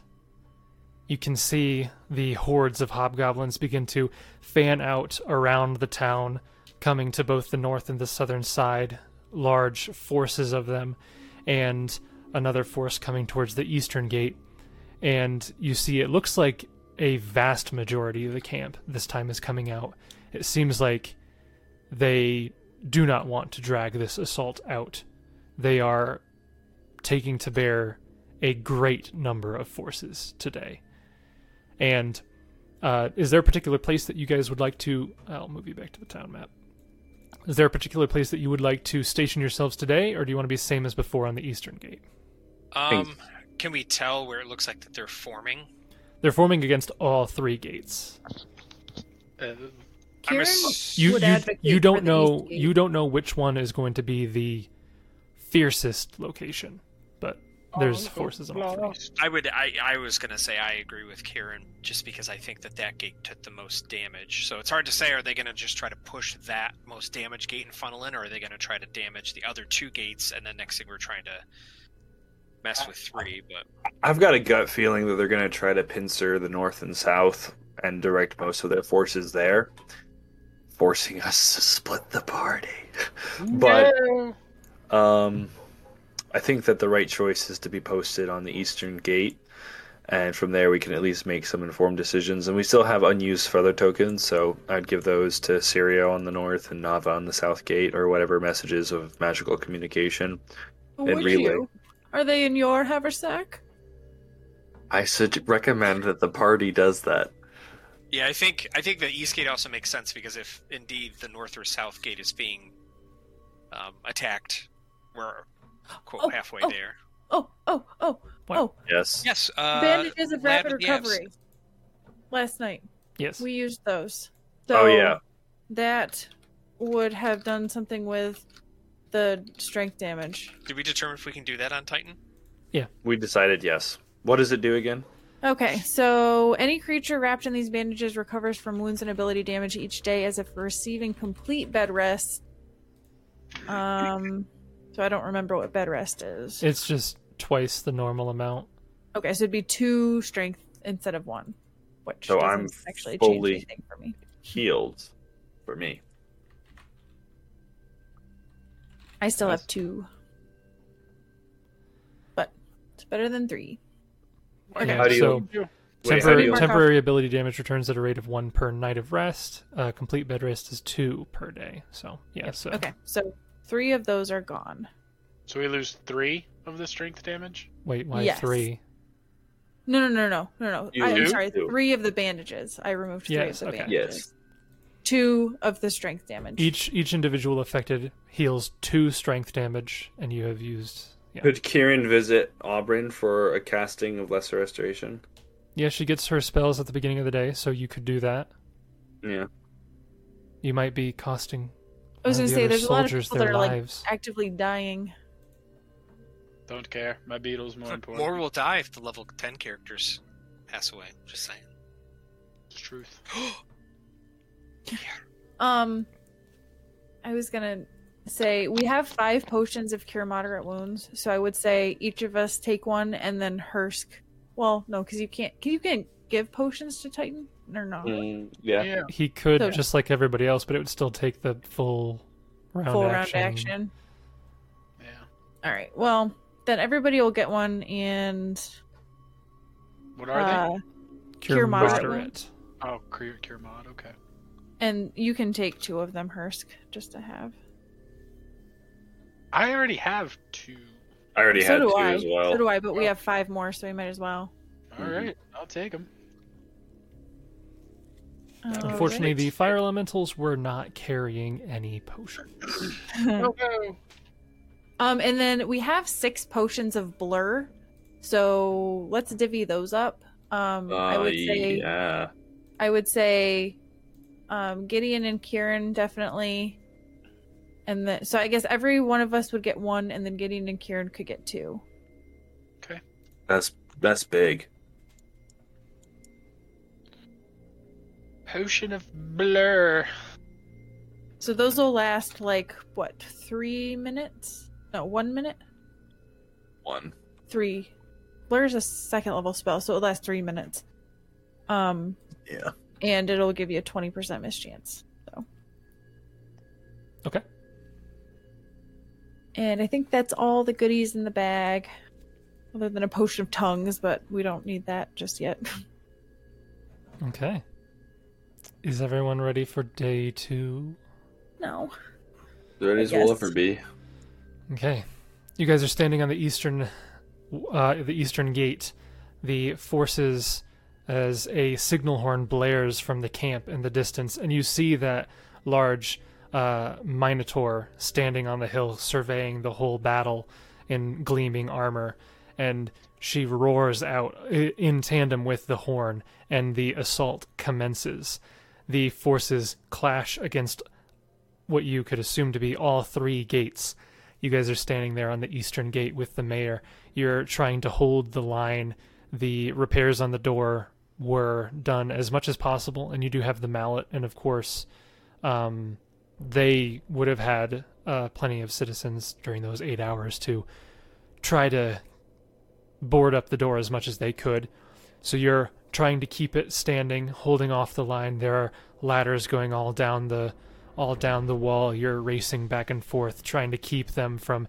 you can see the hordes of hobgoblins begin to fan out around the town, coming to both the north and the southern side, large forces of them, and another force coming towards the eastern gate. And you see, it looks like a vast majority of the camp this time is coming out. It seems like they do not want to drag this assault out. They are taking to bear a great number of forces today. And uh, is there a particular place that you guys would like to? I'll move you back to the town map. Is there a particular place that you would like to station yourselves today, or do you want to be same as before on the eastern gate? Thanks. Um, can we tell where it looks like that they're forming? They're forming against all three gates. Uh, I'm Kieran- ass- You Would you, advocate you for don't the know east gate. you don't know which one is going to be the fiercest location, but Oh, there's forces on all three. I would. I, I was gonna say I agree with Kieran just because I think that that gate took the most damage. So it's hard to say. Are they gonna just try to push that most damage gate and funnel in, or are they gonna try to damage the other two gates and then next thing we're trying to mess with three? But I've got a gut feeling that they're going to try to pincer the north and south and direct most of their forces there, forcing us to split the party. But no. Um, I think that the right choice is to be posted on the eastern gate, and from there we can at least make some informed decisions. And we still have unused feather tokens, so I'd give those to Sirio on the north and Nava on the south gate, or whatever messages of magical communication. Would relay. you? Are they in your haversack? I should recommend that the party does that. yeah, I think I think the east gate also makes sense because if indeed the north or south gate is being um, attacked, we're quote Oh, halfway oh. there. Oh, oh, oh. Yes. Yes. Uh, Bandages of Lab rapid of the Apps. recovery. Last night. Yes. We used those. So Oh yeah. That would have done something with the strength damage. Did we determine if we can do that on Titan? We decided yes. What does it do again? Okay, so any creature wrapped in these bandages recovers from wounds and ability damage each day as if receiving complete bed rest. Um, so I don't remember what bed rest is. It's just twice the normal amount. Okay, so it'd be two strength instead of one. which So doesn't I'm actually fully- change anything for me. Healed for me. I still Nice. have two, but it's better than three. Uh, Yeah, How do you- so Wait, how do temporary, you- temporary ability damage returns at a rate of one per night of rest. Uh, complete bed rest is two per day. So yeah, so Okay, so three of those are gone. So we lose three of the strength damage. wait, why Yes. three? No, no, no, no, no, no. You I, am do? sorry. Do. Three of the bandages. I removed three Yes, of the okay. bandages. Yes. Two of the strength damage. Each each individual affected heals two strength damage, and you have used. Yeah, Could Kieran visit Aubryn for a casting of Lesser Restoration? yeah. She gets her spells at the beginning of the day, so you could do that. Yeah. You might be costing. I was all gonna the say, other there's a lot of soldiers people that their are, like, lives. Actively dying. Don't care. My beetle's more important. More will die if the level 10 characters pass away. Just saying. It's truth. Um, I was gonna say we have five potions of cure moderate wounds, so I would say each of us take one, and then Hursk. Well, no, because you can't. Can you can give potions to Titan or no? Mm, yeah. Yeah. He could So- just like everybody else, but it would still take the full round Full action. round action. Yeah. All right. Well, then everybody will get one, and What are uh, Cure, Cure moderate. moderate they? Oh, cure, cure mod. Okay. and you can take two of them, Hursk, just to have. I already have two. I already so had do two I. as well. So do I. But we have five more, so we might as well. All Mm-hmm. Mhm. right, I'll take them. All Unfortunately, the fire elementals were not carrying any potions. right. Oh no! Um, and then we have six potions of blur, so let's divvy those up. Um, I Uh, would say yeah. I would say, um, Gideon and Kieran definitely, and then so I guess every one of us would get one, and then Gideon and Kieran could get two. That's that's big. Potion of blur. So those will last like what three minutes? No, one minute. One. Three. Blur is a second level spell, so it lasts three minutes. Um, Yeah. and it'll give you a twenty percent mischance. Okay. And I think that's all the goodies in the bag, other than a potion of tongues, but we don't need that just yet. Okay. Is everyone ready for day two? no. There it I is. Will guess. ever be. Okay. You guys are standing on the eastern uh, the eastern gate. The forces as a signal horn blares from the camp in the distance, and you see that large uh, minotaur standing on the hill, surveying the whole battle in gleaming armor. And she roars out i- in tandem with the horn, and the assault commences. The forces clash against what you could assume to be all three gates. You guys are standing there on the eastern gate with the mayor. You're trying to hold the line. The repairs on the door were done as much as possible, and you do have the mallet. And of course, um, they would have had uh, plenty of citizens during those eight hours to try to board up the door as much as they could. So you're trying to keep it standing, holding off the line. There are ladders going all down the all down the wall. You're racing back and forth, trying to keep them from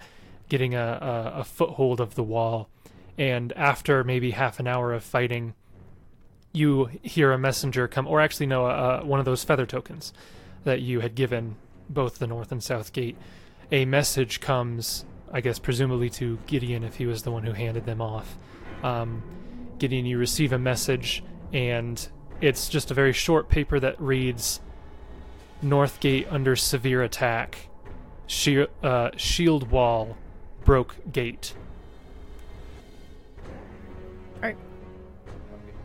getting a, a, a foothold of the wall. And after maybe half an hour of fighting, you hear a messenger come, or actually no, uh, one of those feather tokens that you had given both the north and south gate. A message comes, I guess, presumably to Gideon if he was the one who handed them off. Um, Gideon, you receive a message, and it's just a very short paper that reads Northgate under severe attack. She- uh, shield wall broke gate.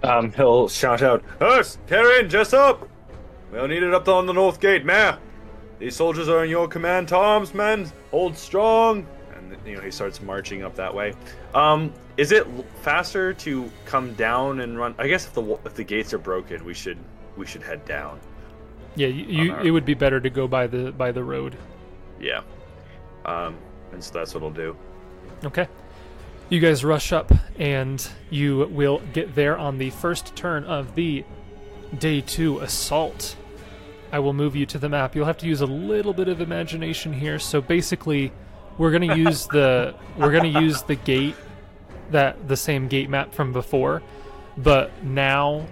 Um, he'll shout out, "Us, Karen, Jess up! We'll need it up on the north gate, man. These soldiers are in your command, Toms, men. Hold strong." And you know he starts marching up that way. Um, is it l- faster to come down and run? I guess if the wa- if the gates are broken, we should we should head down. Yeah, you, you, On our- it would be better to go by the by the road. Yeah. Um, and so that's what we'll do. Okay. You guys rush up, and you will get there on the first turn of the Day 2 Assault. I will move you to the map. You'll have to use a little bit of imagination here. So basically, we're going to use the we're going to use the gate that the same gate map from before, but now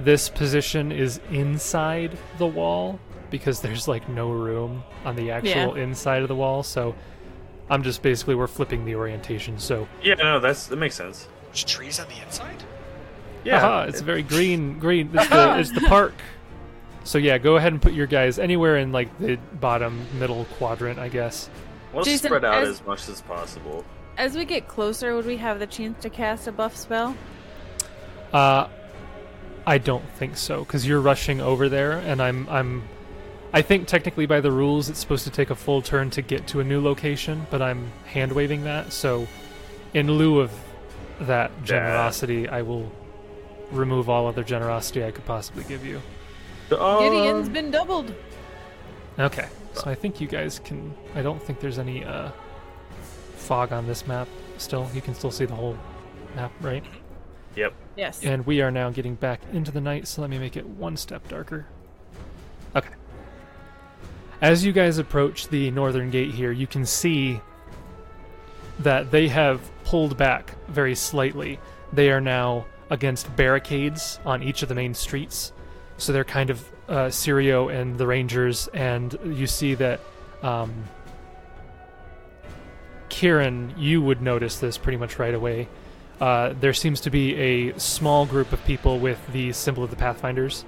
this position is inside the wall because there's like no room on the actual inside of the wall. So I'm just basically we're flipping the orientation. So Yeah, no, that's that makes sense. There's trees on the inside? Yeah, Aha, it's very green. Green. It's the, it's the park. So yeah, go ahead and put your guys anywhere in like the bottom middle quadrant, I guess. we'll Jason, spread out as- as much as possible. As we get closer, would we have the chance to cast a buff spell? Uh, I don't think so because you're rushing over there, and I'm I'm. I think technically by the rules it's supposed to take a full turn to get to a new location, but I'm hand waving that. So, in lieu of that generosity, I will remove all other generosity I could possibly give you. Uh, Oh, Gideon's been doubled. Okay. So I think you guys can. I don't think there's any uh, fog on this map still. You can still see the whole map, right? Yep. Yes. And we are now getting back into the night, so let me make it one step darker. Okay. As you guys approach the northern gate here, you can see that they have pulled back very slightly. They are now against barricades on each of the main streets. So they're kind of uh, Sirio and the Rangers, and you see that um, Kieran, you would notice this pretty much right away. Uh, there seems to be a small group of people with the symbol of the Pathfinders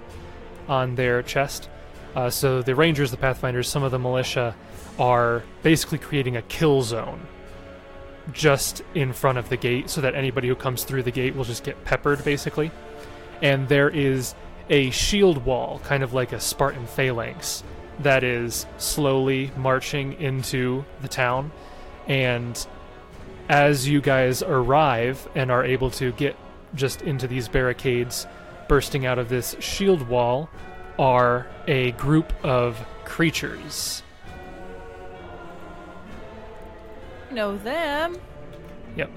on their chest. Uh, so the Rangers, the Pathfinders, some of the militia are basically creating a kill zone just in front of the gate so that anybody who comes through the gate will just get peppered, basically. And there is a shield wall, kind of like a Spartan phalanx, that is slowly marching into the town. And as you guys arrive and are able to get just into these barricades, bursting out of this shield wall are a group of creatures. I know them. Yep.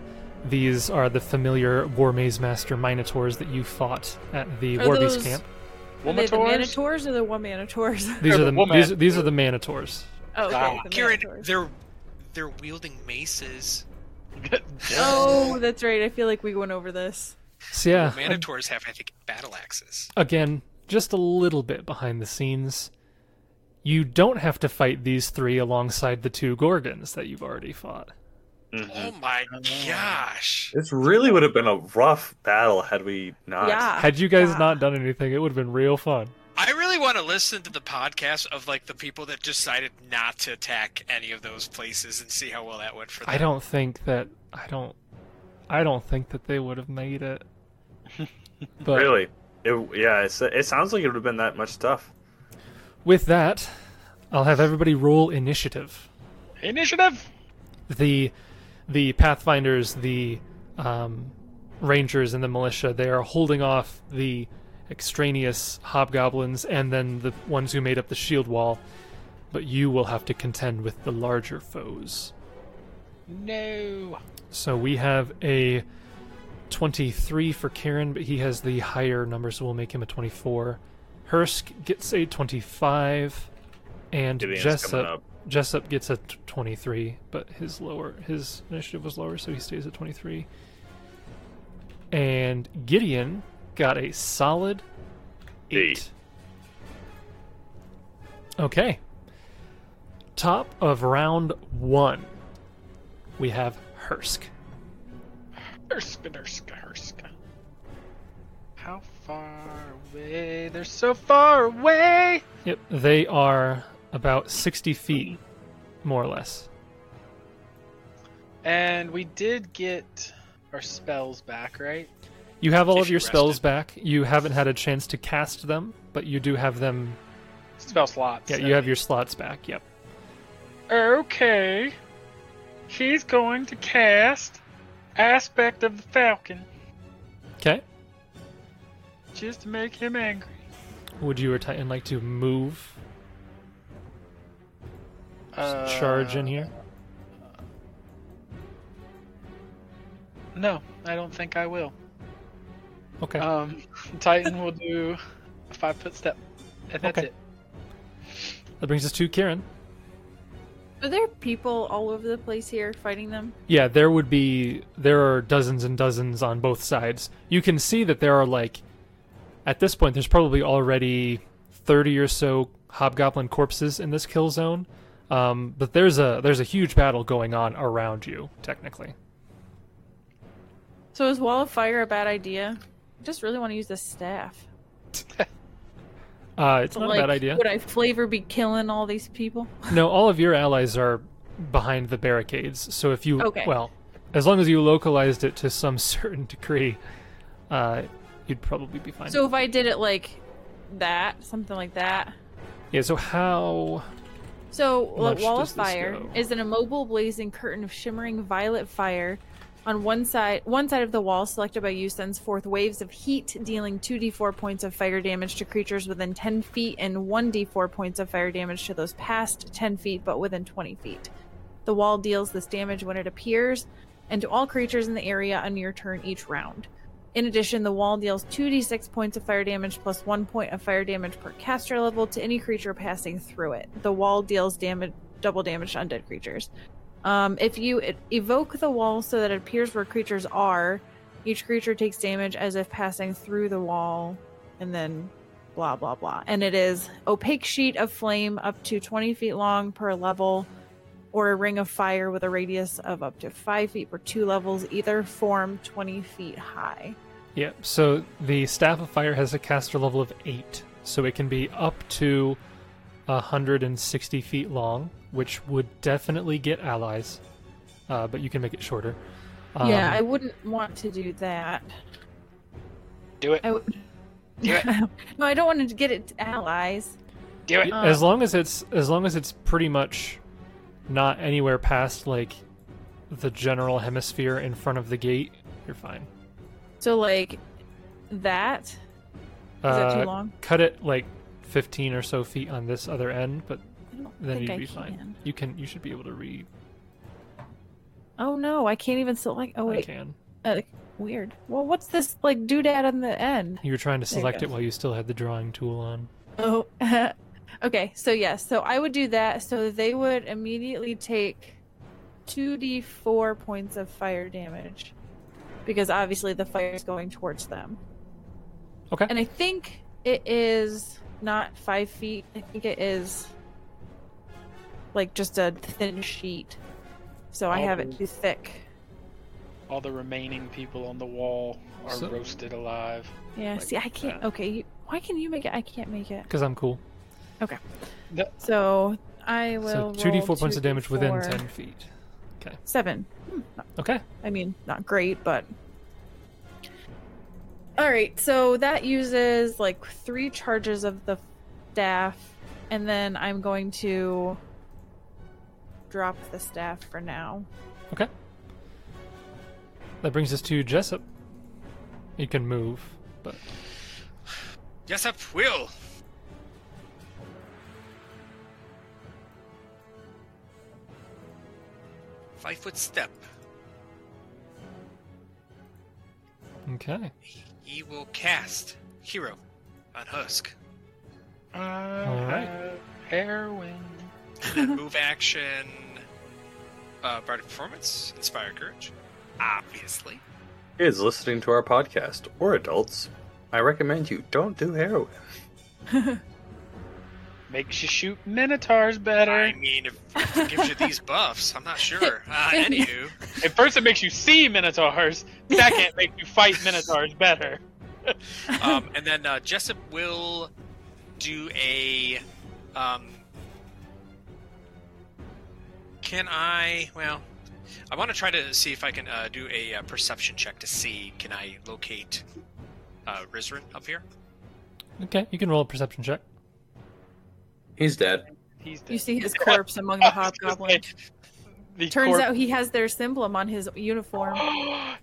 These are the familiar War Maze Master Minotaurs that you fought at the Are Warbeast those- camp. Are they the Womators? Manitors or the one Manitors? These They're are the the woman- these, these are the Manitors. oh, okay, Ah. the Kieran, Manitors. they're they're wielding maces. Oh, that's right. I feel like we went over this. So yeah, ag- Manitors have, I think, battle axes. again, just a little bit behind the scenes. You don't have to fight these three alongside the two Gorgons that you've already fought. Oh my gosh! This really would have been a rough battle had we not. yeah. Had you guys Yeah. not done anything, it would have been real fun. I really want to listen to the podcast of like the people that decided not to attack any of those places and see how well that went for them. I don't think that I don't I don't think that they would have made it. But Really? It, yeah, it's, it sounds like it would have been that much stuff. with that, I'll have everybody roll initiative. Initiative. the the pathfinders the um, rangers and the militia they are holding off the extraneous hobgoblins and then the ones who made up the shield wall but you will have to contend with the larger foes No. so we have a 23 for Karen, but he has the higher number, so we'll make him a 24. Hursk gets a 25, and Gideon's Jessup coming up. Jessup gets a t- 23, but his lower his initiative was lower, so he stays at 23. And Gideon got a solid Eight. Okay. Top of round one, we have Hursk. Herska, herska, herska. How far away? They're so far away. Yep, they are about 60 feet, more or less. And we did get our spells back, right? You have all If of your you spells rested. back. You haven't had a chance to cast them, but you do have them. Spell slots. Yeah, you have your slots back. Yep. Okay. She's going to cast Aspect of the Falcon Okay. just to make him angry. Would you or Titan like to move, s- Uh, charge in here? No, I don't think I will. Okay. uh, Um, Titan will do a five foot step, and that's Okay. it. That brings us to Kieran. Are there people all over the place here fighting them? Yeah, there would be there are dozens and dozens on both sides. You can see that there are like at this point there's probably already 30 or so hobgoblin corpses in this kill zone. Um, but there's a there's a huge battle going on around you technically. So is Wall of Fire a bad idea? I just really want to use this staff. Uh, it's But, not like, a bad idea. Would I flavor be killing all these people? No, all of your allies are behind the barricades. So if you Okay. well, as long as you localized it to some certain degree, uh, you'd probably be fine. So if I did it like that, something like that. yeah. So how? So Much a wall of does this fire go? is an immobile blazing curtain of shimmering violet fire. On one side, one side of the wall selected by you sends forth waves of heat, dealing 2d4 points of fire damage to creatures within 10 feet and 1d4 points of fire damage to those past 10 feet but within 20 feet. The wall deals this damage when it appears and to all creatures in the area on your turn each round. In addition, the wall deals 2d6 points of fire damage plus 1 point of fire damage per caster level to any creature passing through it. The wall deals damage double damage to undead creatures. Um, if you e- evoke the wall so that it appears where creatures are, each creature takes damage as if passing through the wall, and then blah blah blah. And it is opaque sheet of flame up to 20 feet long per level, or a ring of fire with a radius of up to 5 feet per two levels, either form 20 feet high. Yeah. So the staff of fire has a caster level of eight, so it can be up to hundred and sixty feet long, which would definitely get allies. Uh, but you can make it shorter. Um, yeah, I wouldn't want to do that. Do it. I would. Do it. no, I don't want to get it to allies. Do Y- it. uh, as long as it's as long as it's pretty much not anywhere past like the general hemisphere in front of the gate, you're fine. So like that is that Uh, too long? Cut it like 15 or so feet on this other end, but I don't then think you'd I be can. fine. You can you should be able to read. Oh no, I can't even select. Oh I wait, can. uh, weird. Well, what's this like doodad on the end? You were trying to There you select go. it while you still had the drawing tool on. Oh, okay. So yes, so I would do that. So they would immediately take two d four points of fire damage because obviously the fire is going towards them. Okay. And I think it is not five feet. I think it is like just a thin sheet. So I have it too thick. All the remaining people on the wall are So- roasted alive. Yeah. Like see, I can't. that. Okay. You, why can you make it? I can't make it. Because I'm cool. So I so will. 2d4 roll points of damage within 2d4. 10 feet. Seven. Okay. I mean, not great, but. Alright, so that uses like three charges of the staff, and then I'm going to drop the staff for now. That brings us to Jessup. You can move, but Yes, I will. Five foot step. okay. He will cast Hero on Husk. I Alright. have heroin. Then move action. Uh, Bardic Performance, Inspire Courage. Obviously. Kids listening to our podcast or adults, I recommend you don't do heroin. Makes you shoot minotaurs better. I mean, if if it gives you these buffs, I'm not sure. Uh, anywho, At first, it makes you see minotaurs. Second, makes you fight minotaurs better. um, and then uh, Jessup will do a. Um, can I? Well, I want to try to see if I can uh, do a uh, perception check to see can I locate uh, Rizrin up here. Okay, you can roll a perception check. He's dead. He's dead. You see his corpse among the hobgoblins. The Turns corp- out he has their symblem on his uniform.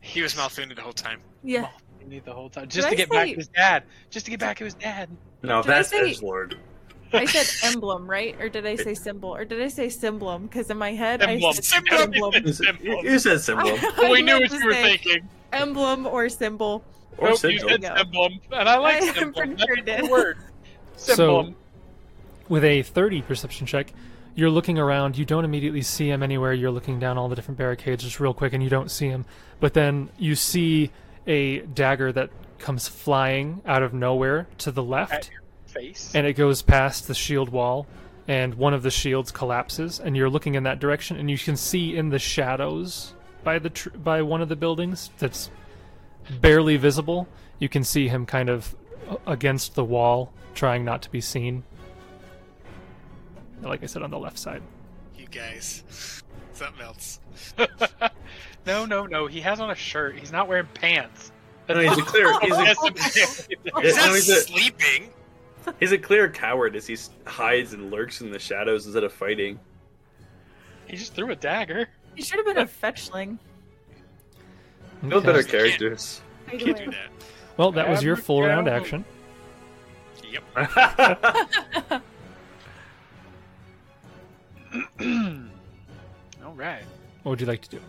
He was malthuning the whole time. Yeah. He knew the whole time just I to get back say- to his dad. Just to get back to his dad. No, Did I that's say- Edge Lord. I said emblem, right? Or did I say symbol? Or did I say symblem? Because in my head, I Emblem. said Symblem. emblem. It's You- simple. You said symbol. Oh, I But we knew meant what to you were say thinking. Emblem or symbol. Or nope, you symbol. said No. emblem, and I like I'm emblem. pretty That's sure a it good is. word. So, Emblem. with a 30 perception check, you're looking around. You don't immediately see him anywhere. You're looking down all the different barricades just real quick, and you don't see him. But then you see a dagger that comes flying out of nowhere to the left, Face. and it goes past the shield wall, and one of the shields collapses. And you're looking in that direction, and you can see in the shadows by the tr- by one of the buildings that's barely visible. You can see him kind of uh, against the wall, trying not to be seen. Like I said, on the left side. You guys. Something else. no, no, no. He has on a shirt. He's not wearing pants. No, he's a clear. He's He a, has some pants. He's no, not he's a- sleeping. he's a clear coward as he s- hides and lurks in the shadows instead of fighting. he just threw a dagger. You should have been a fetchling. Okay. Build better characters. Can't do that. Well, that was your full round Abigail. action. Yep. All right. What would you like to do?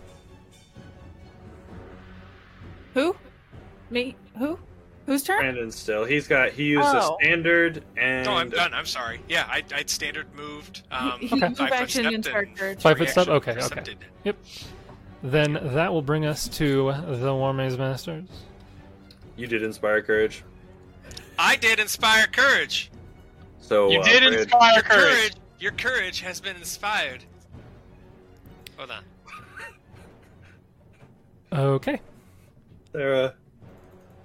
Who? Me? Who? Whose turn? Brandon still. He's got. He used Oh. a standard and. No, I'm done. I'm sorry. Yeah, I, I'd standard moved. Um, He- he Okay. move five foot action stepped and charged. Five three foot step? action Okay, okay. accepted. Then that will bring us to the War Maze Masters. You did inspire courage. I did inspire courage. So You uh, did Brandon- inspire Your courage. courage. Your courage has been inspired. Hold on. Okay. Sarah, uh,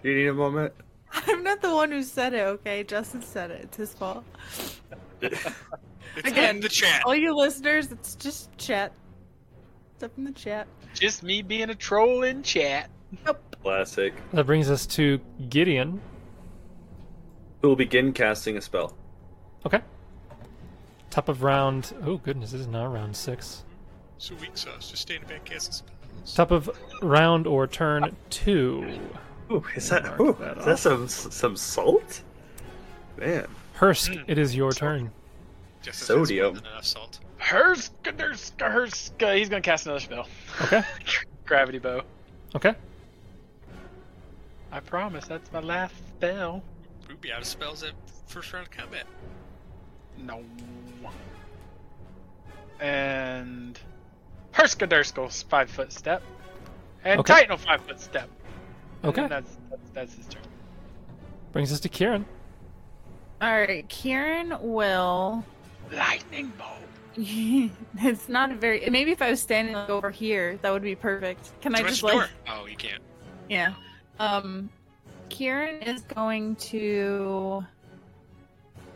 do you need a moment? I'm not the one who said it, okay? Justin said it. It's his fault. It's Again. in the chat. All you listeners, it's just chat. It's up in the chat. Just me being a troll in chat. Classic. That brings us to Gideon. Who will begin casting a spell? Okay. Top of round. Oh, goodness, this is not round six. So weak sauce. Just stay in the back, cast Top of round or turn two. Ooh, is that? Mark Ooh, that is off. that some some salt? Man, Hurst, it is your turn. Just as Sodium. that's more than Enough salt. Herska, derska, herska. He's gonna cast another spell. Okay. Gravity bow. Okay. I promise. That's my last spell. We'd be out of spells at first round of combat. No. And herska, derska's five foot step. And Okay. Titan will five foot step. And Okay. That's, that's that's his turn. Brings us to Kieran. All right, Kieran will. Lightning bolt. it's not a very. Maybe if I was standing like over here, that would be perfect. Can I Smash just the like? door. Oh, you can't. Yeah. Um, Kieran is going to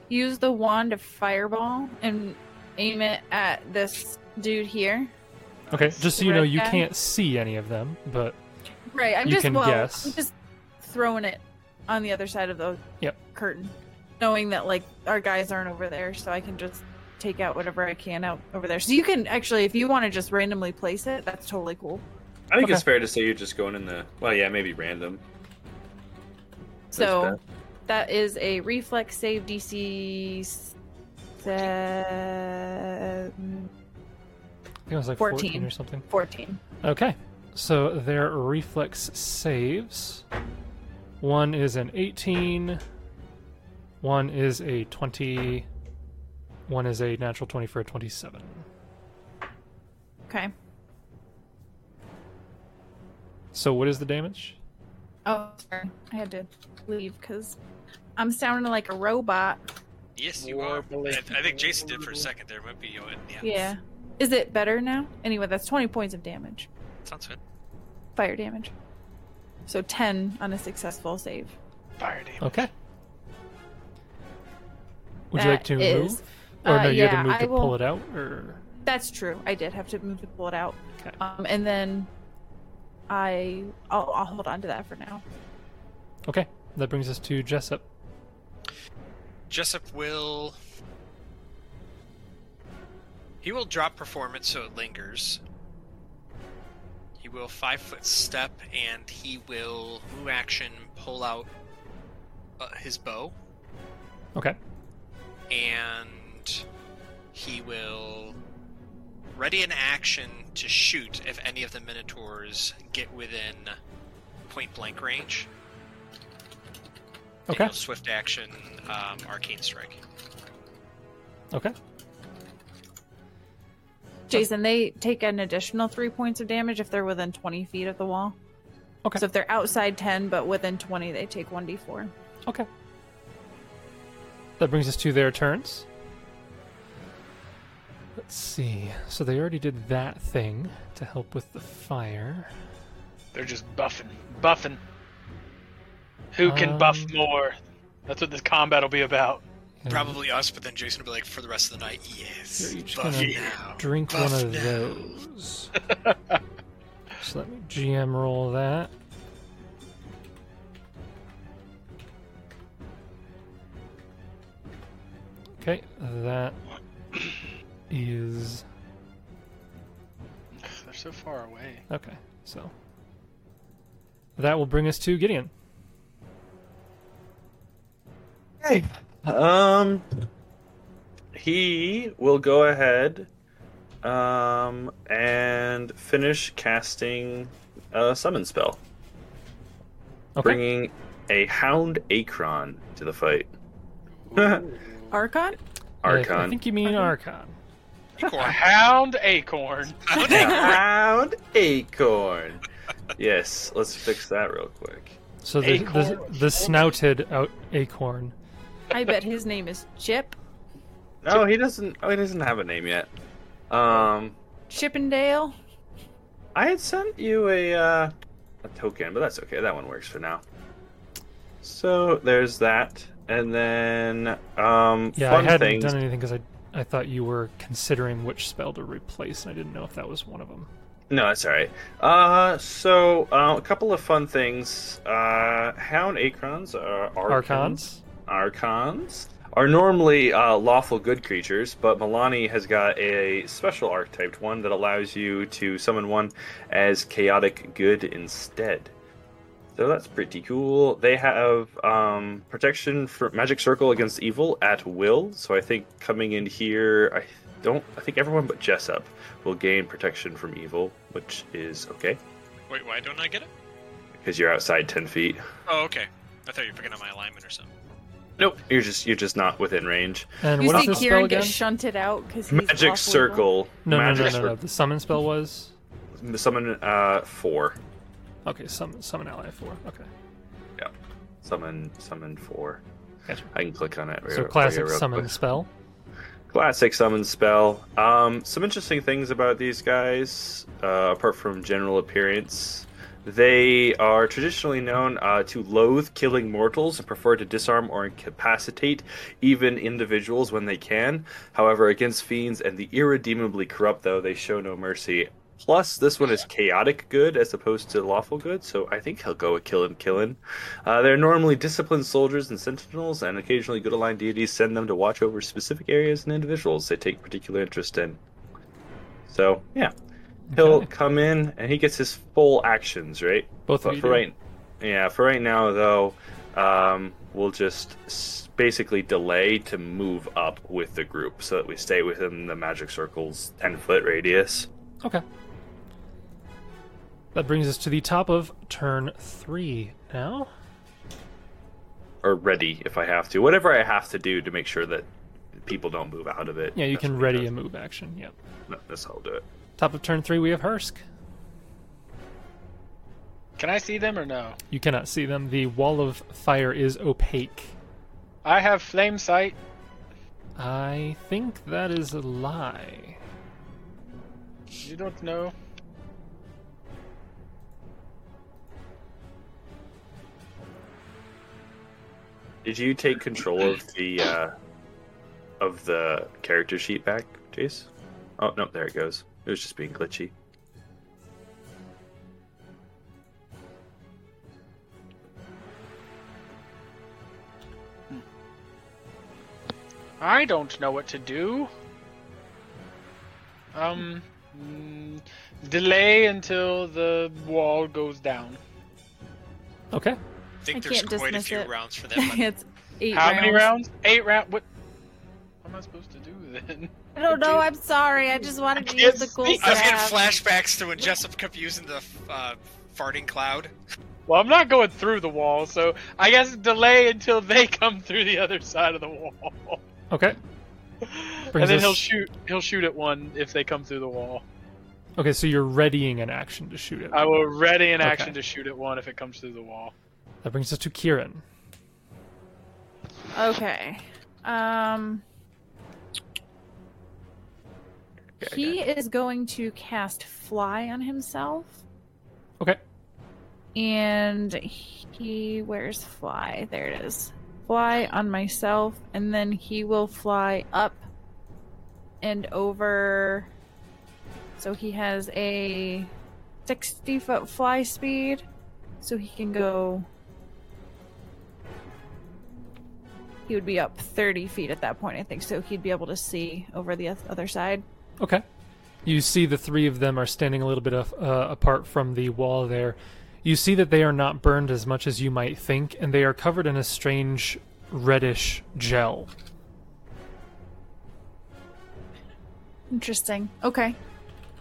use the wand of fireball and aim it at this dude here. Okay, just so you know, Red you guy. can't see any of them, but Right. I'm You just can well, guess. I'm just throwing it on the other side of the Yep. curtain, knowing that like our guys aren't over there, so I can just take out whatever I can out over there. So you can actually, if you want to, just randomly place it. That's totally cool. I think it's Okay. fair to say you're just going in the. Well, yeah, maybe random. So That's that is a reflex save DC. Se- I think it was like 14, 14. or something. 14. Okay, so their reflex saves. One is an 18, one is a 20, one is a natural 20 for a 27. Okay. So what is the damage? Oh, sorry. I had to leave because I'm sounding like a robot. Yes, you are. Warbling. I, I think Jason did for a second there. Might be you. Yeah. Yeah. Is it better now? Anyway, that's 20 points of damage. Sounds good. Fire damage. So 10 on a successful save. Fire damage. Okay. Would you That like to is- move? Or uh, no, you had yeah, to move I to pull will- it out? Or... That's true. I did have to move to pull it out. Okay. Um, and then I, I'll, I'll hold on to that for now. Okay, that brings us to Jessup. Jessup will. He will drop performance so it lingers. He will five foot step and he will move action pull out uh, his bow Okay. and he will ready an action to shoot if any of the minotaurs get within point blank range. And Okay. he'll swift action, um, arcane strike. Okay. Jason, they take an additional three points of damage if they're within 20 feet of the wall. Okay. So if they're outside 10 but within 20, they take 1d4. Okay. That brings us to their turns. Let's see. So they already did that thing to help with the fire. They're just buffing, buffing. Who can buff Um. more? That's what this combat will be about. And Probably us, but then Jason will be like, for the rest of the night, yes. You're each buff gonna now. Drink Buff one of now. those. so let me GM roll that. Okay, that is They're so far away. Okay, so that will bring us to Gideon. Okay. Um, he will go ahead, um, and finish casting a summon spell, Okay. bringing a Hound Akron to the fight. Archon? I, I Archon. think you mean Archon. A hound acorn. Hound Acorn. Yes, let's fix that real quick. So the, the, Acorn. the snouted out acorn. I bet his name is Chip. No, he doesn't. Oh, he doesn't have a name yet. Um, Chippendale. I had sent you a uh, a token, but that's okay. That one works for now. So there's that, and then um, Yeah, I fun hadn't things. done anything because I, I thought you were considering which spell to replace, and I didn't know if that was one of them. No, that's all right. Uh, so uh, a couple of fun things. Uh, hound acorns are archons. Archons? Archons are normally uh, lawful good creatures, but Milani has got a special archetyped one that allows you to summon one as chaotic good instead. So that's pretty cool. They have um, protection for magic circle against evil at will. So I think coming in here, I don't. I think everyone but Jessup will gain protection from evil, which is okay Wait, why don't I get it? because you're outside ten feet. Oh, okay. I thought you were picking up my alignment or something. Nope, you're just you're just not within range. And you what is see the spell Kieran again? get shunted out because Magic circle. no, no, magic no, no, no. The summon spell was. circle. Summon uh four. Okay, summon, summon ally 4. Okay. Summon summon four. Gotcha. I can click on it. real- So real- classic real summon quick. spell. Classic summon spell. Um, some interesting things about these guys, uh, apart from general appearance. They are traditionally known uh, to loathe killing mortals and prefer to disarm or incapacitate even individuals when they can. However, against fiends and the irredeemably corrupt, though, they show no mercy. Plus, this one is chaotic good as opposed to lawful good, so I think he'll go with killin' killin'. Uh, they're normally disciplined soldiers and sentinels, and occasionally good aligned deities send them to watch over specific areas and individuals they take particular interest in. So, yeah. He'll Okay. come in and he gets his full actions, right? Both of But you. for do. right, yeah, for right now though, um, we'll just s- basically delay to move up with the group so that we stay within the magic circle's ten foot radius. Okay. That brings us to the top of turn 3 now. Or ready if I have to, whatever I have to do to make sure that people don't move out of it. Yeah, you that's can what ready it a move action. Yep. does. No, That's how I'll do it. Top of turn three, we have Hursk. Can I see them or no? You cannot see them. The wall of fire is opaque. I have flame sight. I think that is a lie. You don't know. Did you take control of the uh, of the character sheet back, Jace? Oh no, there it goes. It was just being glitchy. I don't know what to do. Um, mm, delay until the wall goes down. Okay. I think I there's can't quite a dismiss few it. rounds for that. it's eight How many rounds? Eight round. What? What am I supposed to do then? I don't know. I'm sorry. I just wanted to I use can't the cool speak. I was getting staff. flashbacks to when Jessup kept using the uh, farting cloud. Well, I'm not going through the wall, so I guess delay until they come through the other side of the wall. Okay. and then us- he'll shoot. He'll shoot at one if they come through the wall. Okay, so you're readying an action to shoot it. I will ready an action Okay. to shoot at one if it comes through the wall. That brings us to Kieran. Okay. Um. He is going to cast fly on himself. Okay. And he where's fly? There it is. Fly on myself, and then he will fly up and over. So he has a 60 foot fly speed, so he can go. He would be up 30 feet at that point, I think, so he'd be able to see over the oth- other side. Okay. You see the three of them are standing a little bit of, uh, apart from the wall there. You see that they are not burned as much as you might think, and they are covered in a strange reddish gel. Interesting. Okay.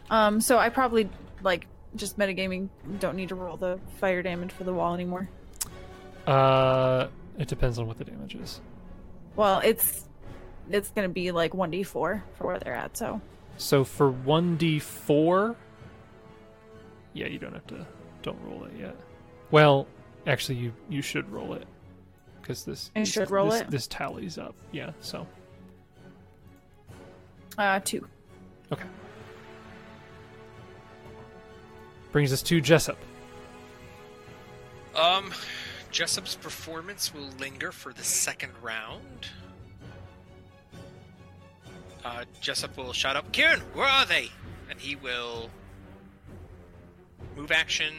Um. So I probably like just metagaming. Don't need to roll the fire damage for the wall anymore. Uh, it depends on what the damage is. Well, it's it's gonna be like one d four for where they're at. So So for 1d4, yeah, you don't have to. Don't roll it yet. Well, actually, you you should roll it because this I these- should roll this, it? This tallies up. Yeah. So uh, two. okay. Brings us to Jessup. Um, Jessup's performance will linger for the second round. Uh, Jessup will shout up, Kieran, where are they? And he will move action,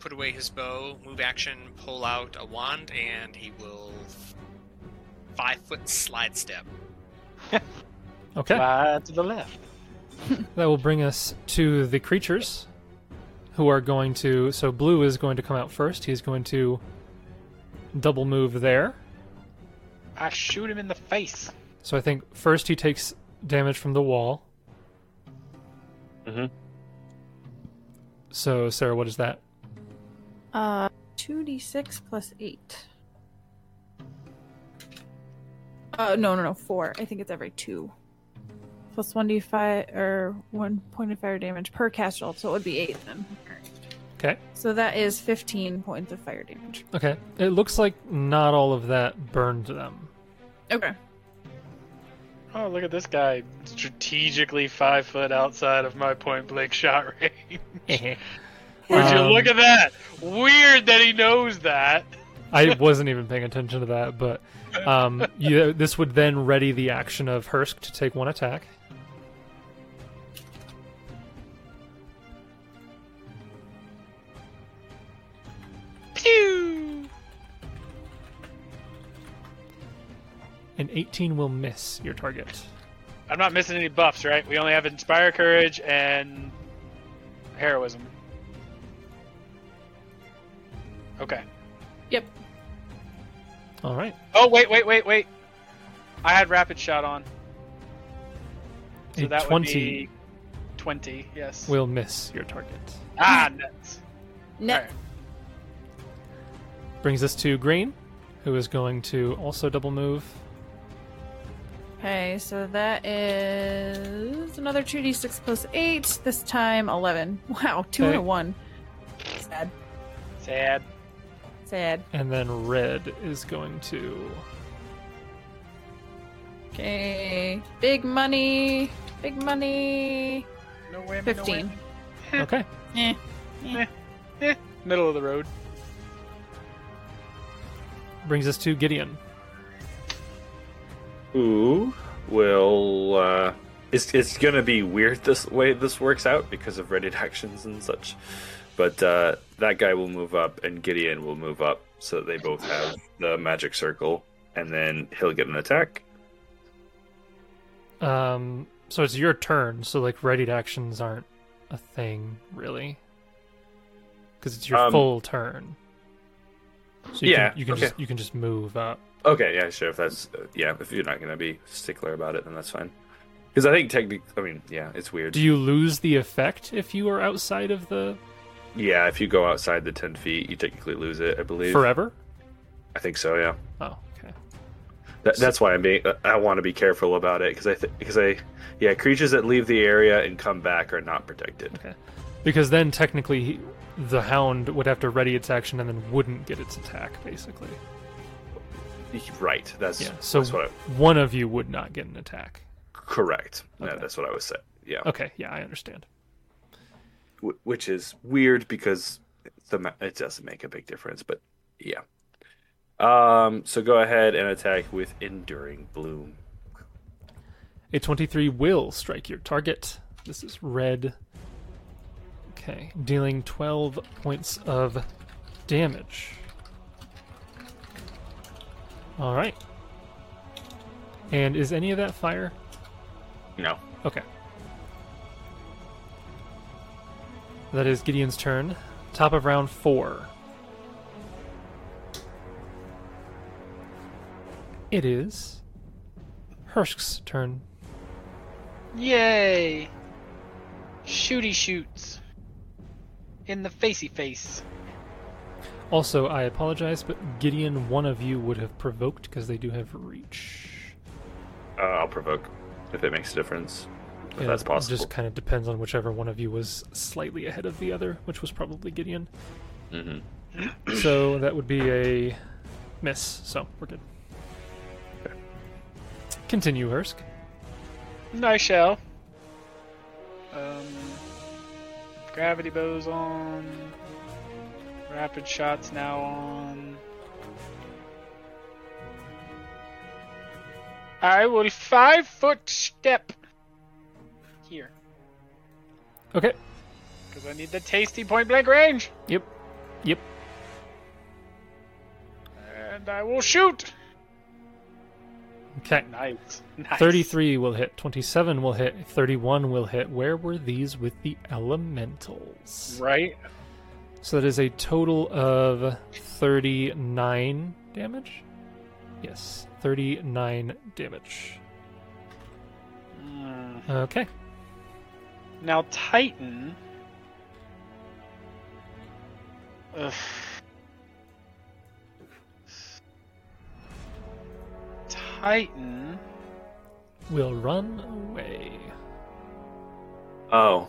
put away his bow, move action, pull out a wand, and he will five foot slide step. Okay. Fly to the left. That will bring us to the creatures who are going to. So, Blue is going to come out first. He's going to double move there. I shoot him in the face. So, I think first he takes damage from the wall. Mm-hmm. Mhm. So, Sarah, what is that? Uh, two d six plus eight. Uh, no, no, no, four. I think it's every two. Plus one d five or one point of fire damage per cast roll, so it would be eight then. Okay. So that is fifteen points of fire damage. Okay. It looks like not all of that burned them. Okay. Oh, look at this guy strategically five foot outside of my point blank shot range. Would you Um, look at that? Weird that he knows that. I wasn't even paying attention to that, but um, you, this would then ready the action of Hursk to take one attack. Pew! An 18 will miss your target. I'm not missing any buffs, right? We only have Inspire Courage and Heroism. Okay. All right. Oh, wait, wait, wait, wait. I had Rapid Shot on. So a that 20 would be 20, yes. will miss your target. Ah, nuts. Net. Alright. Brings us to Green, who is going to also double move. Okay, so that is another two d six plus eight. This time eleven. Wow, two and a Okay. one. Sad. Sad. Sad. And then Red is going to. Okay. Big money. Big money. No way, 15. Okay. Middle of the road. Brings us to Gideon. who will uh it's it's gonna be weird this way this works out because of ready actions and such but uh that guy will move up and gideon will move up so that they both have the magic circle and then he'll get an attack Um, so it's your turn, so like readied actions aren't a thing, really. Because it's your Um, full turn. So you yeah, Can, you can okay. just you can just move up. Okay, yeah, sure. If that's uh, yeah, if you're not gonna be stickler about it, then that's fine. Because I think technically, I mean, yeah, it's weird. Do you lose the effect if you are outside of the yeah, if you go outside the ten feet, you technically lose it. I believe. forever? I think so. Yeah. Oh, okay. That, that's why I'm being. I want to be careful about it because I because I yeah, creatures that leave the area and come back are not protected. Because then technically he- the hound would have to ready its action and then wouldn't get its attack basically. Right. That's Yeah. So that's what I, one of you would not get an attack. correct. Yeah, Okay. that's what I was saying. Yeah. Okay, yeah, I understand. Wh- which is weird because the ma- it doesn't make a big difference, but yeah. Um. So go ahead and attack with enduring bloom. A 23 will strike your target. This is red. Okay, dealing 12 points of damage. All right. And is any of that fire? No. Okay. That is Gideon's turn. Top of round 4. It is Hersk's turn. Yay! Shooty shoots. In the facey face. Also, I apologize, but Gideon, one of you would have provoked because they do have reach. Uh, I'll provoke if it makes a difference. If Yeah, that's it possible. Just kind of depends on whichever one of you was slightly ahead of the other, which was probably Gideon. Mhm. so that would be a miss. So we're good. Continue, Hursk. I shall. Um, gravity bows on. Rapid shots now on. I will five foot step here Okay. because I need the tasty point blank range, Yep. Yep. and I will shoot. Okay. Nice. nice. 33 will hit, 27 will hit, 31 will hit. Where were these with the elementals? Right. So that is a total of 39 damage? Yes, 39 damage. Hmm. Mm. Okay. Now Titan. Ugh. Titan. We'll run away. Oh,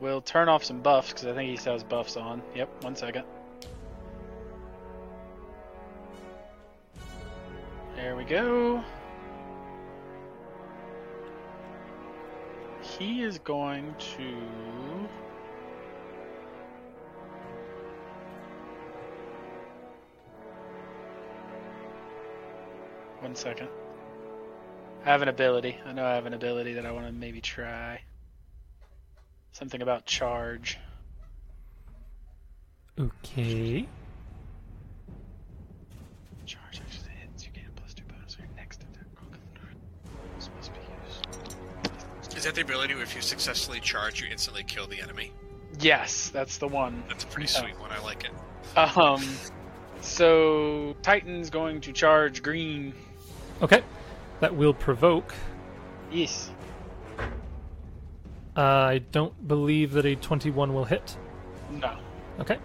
We'll turn off some buffs because I think he still has buffs on. Yep, one second. There we go. He is going to. One second. I have an ability. I know I have an ability that I want to maybe try. Something about charge. Okay. Charge actually hits. You gain a plus two bonus on your next attack. This must be used. Is that the ability where if you successfully charge, you instantly kill the enemy? Yes, that's the one. That's a pretty Yeah. sweet one. I like it. Um, so Titan's going to charge green. Okay. That will provoke. Yes. I don't believe that a 21 will hit. No. Okay.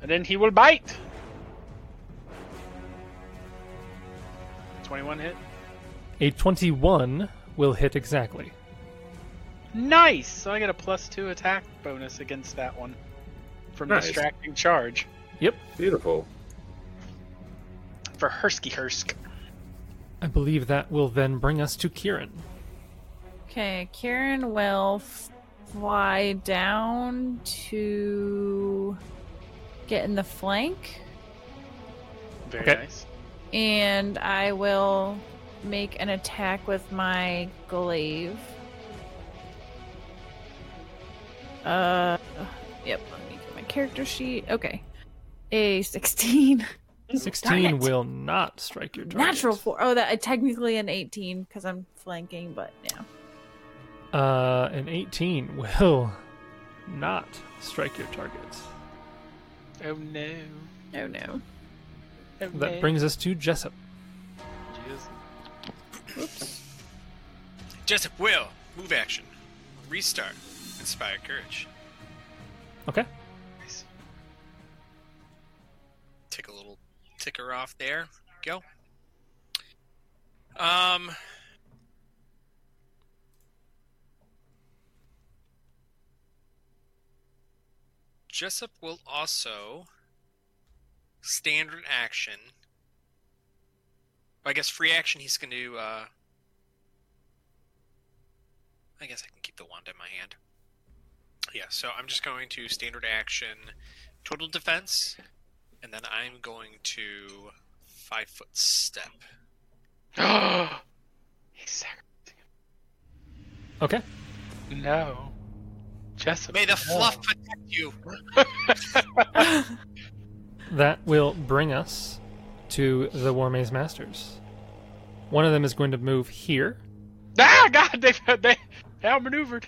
And then he will bite. Twenty-one hit. A 21 will hit exactly. Nice. So I get a plus two attack bonus against that one from Nice. distracting charge Yep. beautiful. for Hersky Hersk. I believe that will then bring us to Kieran. Okay, Kieran will fly down to get in the flank, Very Okay. nice. and I will make an attack with my glaive. Uh, yep. Let me get my character sheet. Okay, a sixteen. 16 it. will not strike your target. Natural four. Oh, that technically an eighteen because I'm flanking, but yeah. Uh, an 18 will not strike your target. Oh no. Oh no. That brings us to Jessup. Jeez. Jessup will move action, restart, inspire courage. Okay. Nice. Take a little ticker off there. Go. Um. Jessup will also standard action. I guess free action. He's going to. Uh, I guess I can keep the wand in my hand. Yeah, so I'm just going to standard action, total defense, and then I'm going to five foot step. He's sacrificing Okay. him. No. Jessup. May the no. fluff protect you. That will bring us to the War Maze Masters. One of them is going to move here Ah, God, they they outmaneuvered.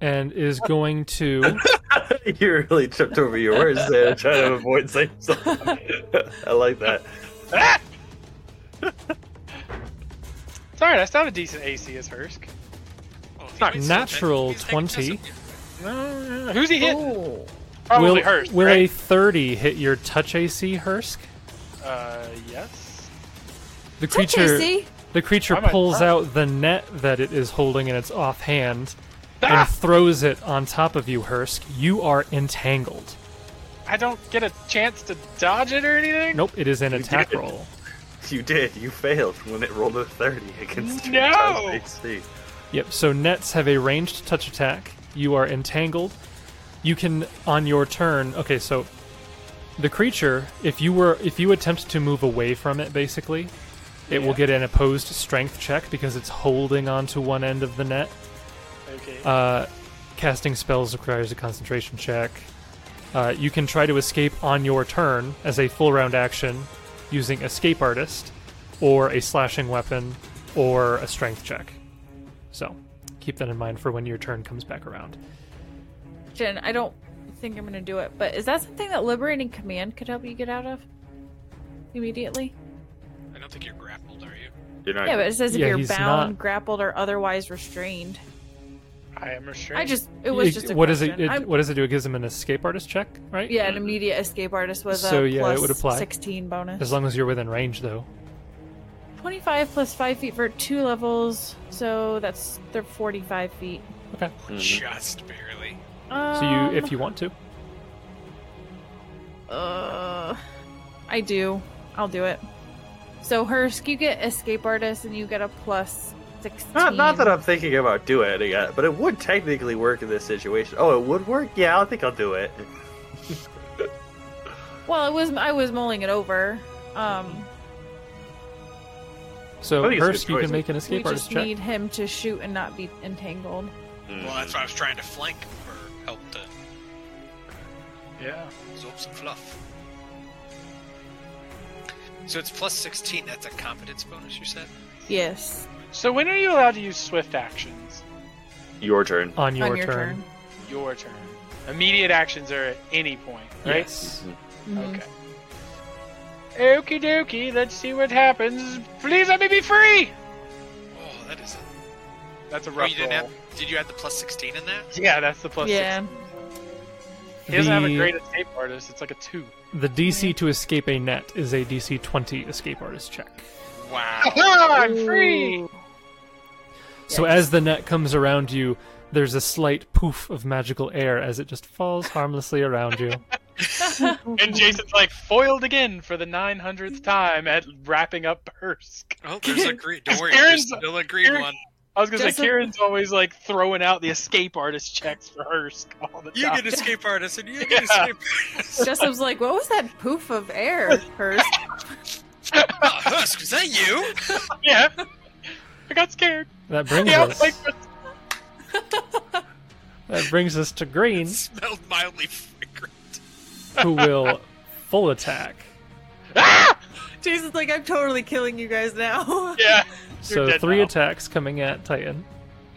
and Oh. is going to. you really tripped over your words there, trying to avoid saying something. I like that. Ah! it's alright, I still have a decent AC as Hursk. Oh, not he's- natural he's taking 20. Jessup. Hmm. No, who's he hitting? Oh. Probably will Hurst. will a right? 30 hit your touch AC, Hursk? Uh, yes. The Touch creature, AC? the creature I'm a- pulls out the net that it is holding in its offhand Ah! and throws it on top of you, Hursk. You are entangled. I don't get a chance to dodge it or anything. Nope, it is an attack did it. roll. You did. You failed when it rolled a 30 against your No! touch AC. Yep, so nets have a ranged touch attack. You are entangled. You can on your turn. Okay, so the creature, if you were if you attempt to move away from it basically, it will Yeah. get an opposed strength check because it's holding onto one end of the net. Okay. Uh, casting spells requires a concentration check. Uh, you can try to escape on your turn as a full round action using Escape Artist, or a slashing weapon, or a strength check. So keep that in mind for when your turn comes back around. Jen, I don't think I'm gonna do it, but is that something that liberating command could help you get out of immediately? I don't think you're grappled, are you? You're not Yeah, but it says Uh, if Yeah, you're he's bound, not- grappled, or otherwise restrained. I am restrained. I just it was just a what does question. it, it- I'm- What does it do? It gives him an Escape Artist check, right? yeah, an immediate escape artist was So, a yeah, it plus would apply. sixteen bonus. As long as you're within range, though. 25 plus 5 feet for two levels, so that's they're 45 feet. Okay. Mm-hmm. Mhm. Just barely. So you, Um, if you want to, Uh, I do. I'll do it. So, Hursk, you get Escape Artist and you get a plus 16. Not, not that I'm thinking about doing it yet, but it would technically work in this situation. Oh, it would work? Yeah, I think I'll do it. Well, it was I was mulling it over. Um, so I think it's a good Hurst, you can choice. make an Escape we Artist just check. need him to shoot and not be entangled. Well, that's why I was trying to flank for help to yeah. absorb some fluff. So it's plus 16. That's a competence bonus, you said? Yes, So when are you allowed to use swift actions? Your turn. on your, on your turn. Your turn. Immediate actions are at any point, right? Yes. Mm-hmm. Okay. Okie dokie, let's see what happens. Please let me be free! Oh, that is a. That's a Oh, rough you didn't roll. have. Did you add the plus 16 in that? Yeah, that's the plus yeah, six. He doesn't have a The- great escape artist, it's like a two. The DC to escape a net is a DC 20 escape artist check. Wow. I'm free! So as the net comes around you, there's a slight poof of magical air as it just falls harmlessly around you. And Jason's like foiled again for the 900th time at wrapping up Hursk. Oh, there's a green. Don't worry, Aaron's- there's still a green Aaron- one. I was gonna Joseph- say Kieran's always like throwing out the escape artist checks for Hursk all the You time. get escape artist, and you get Yeah. escape artist. Jessup's like, what was that poof of air, Hursk? oh, Husk, is that you? Yeah. I got scared. That brings Yeah, us like that brings us to Green, smelled mildly fragrant. who will full attack. ah! Jason's like, I'm totally killing you guys now. Yeah. So dead three now. attacks coming at Titan.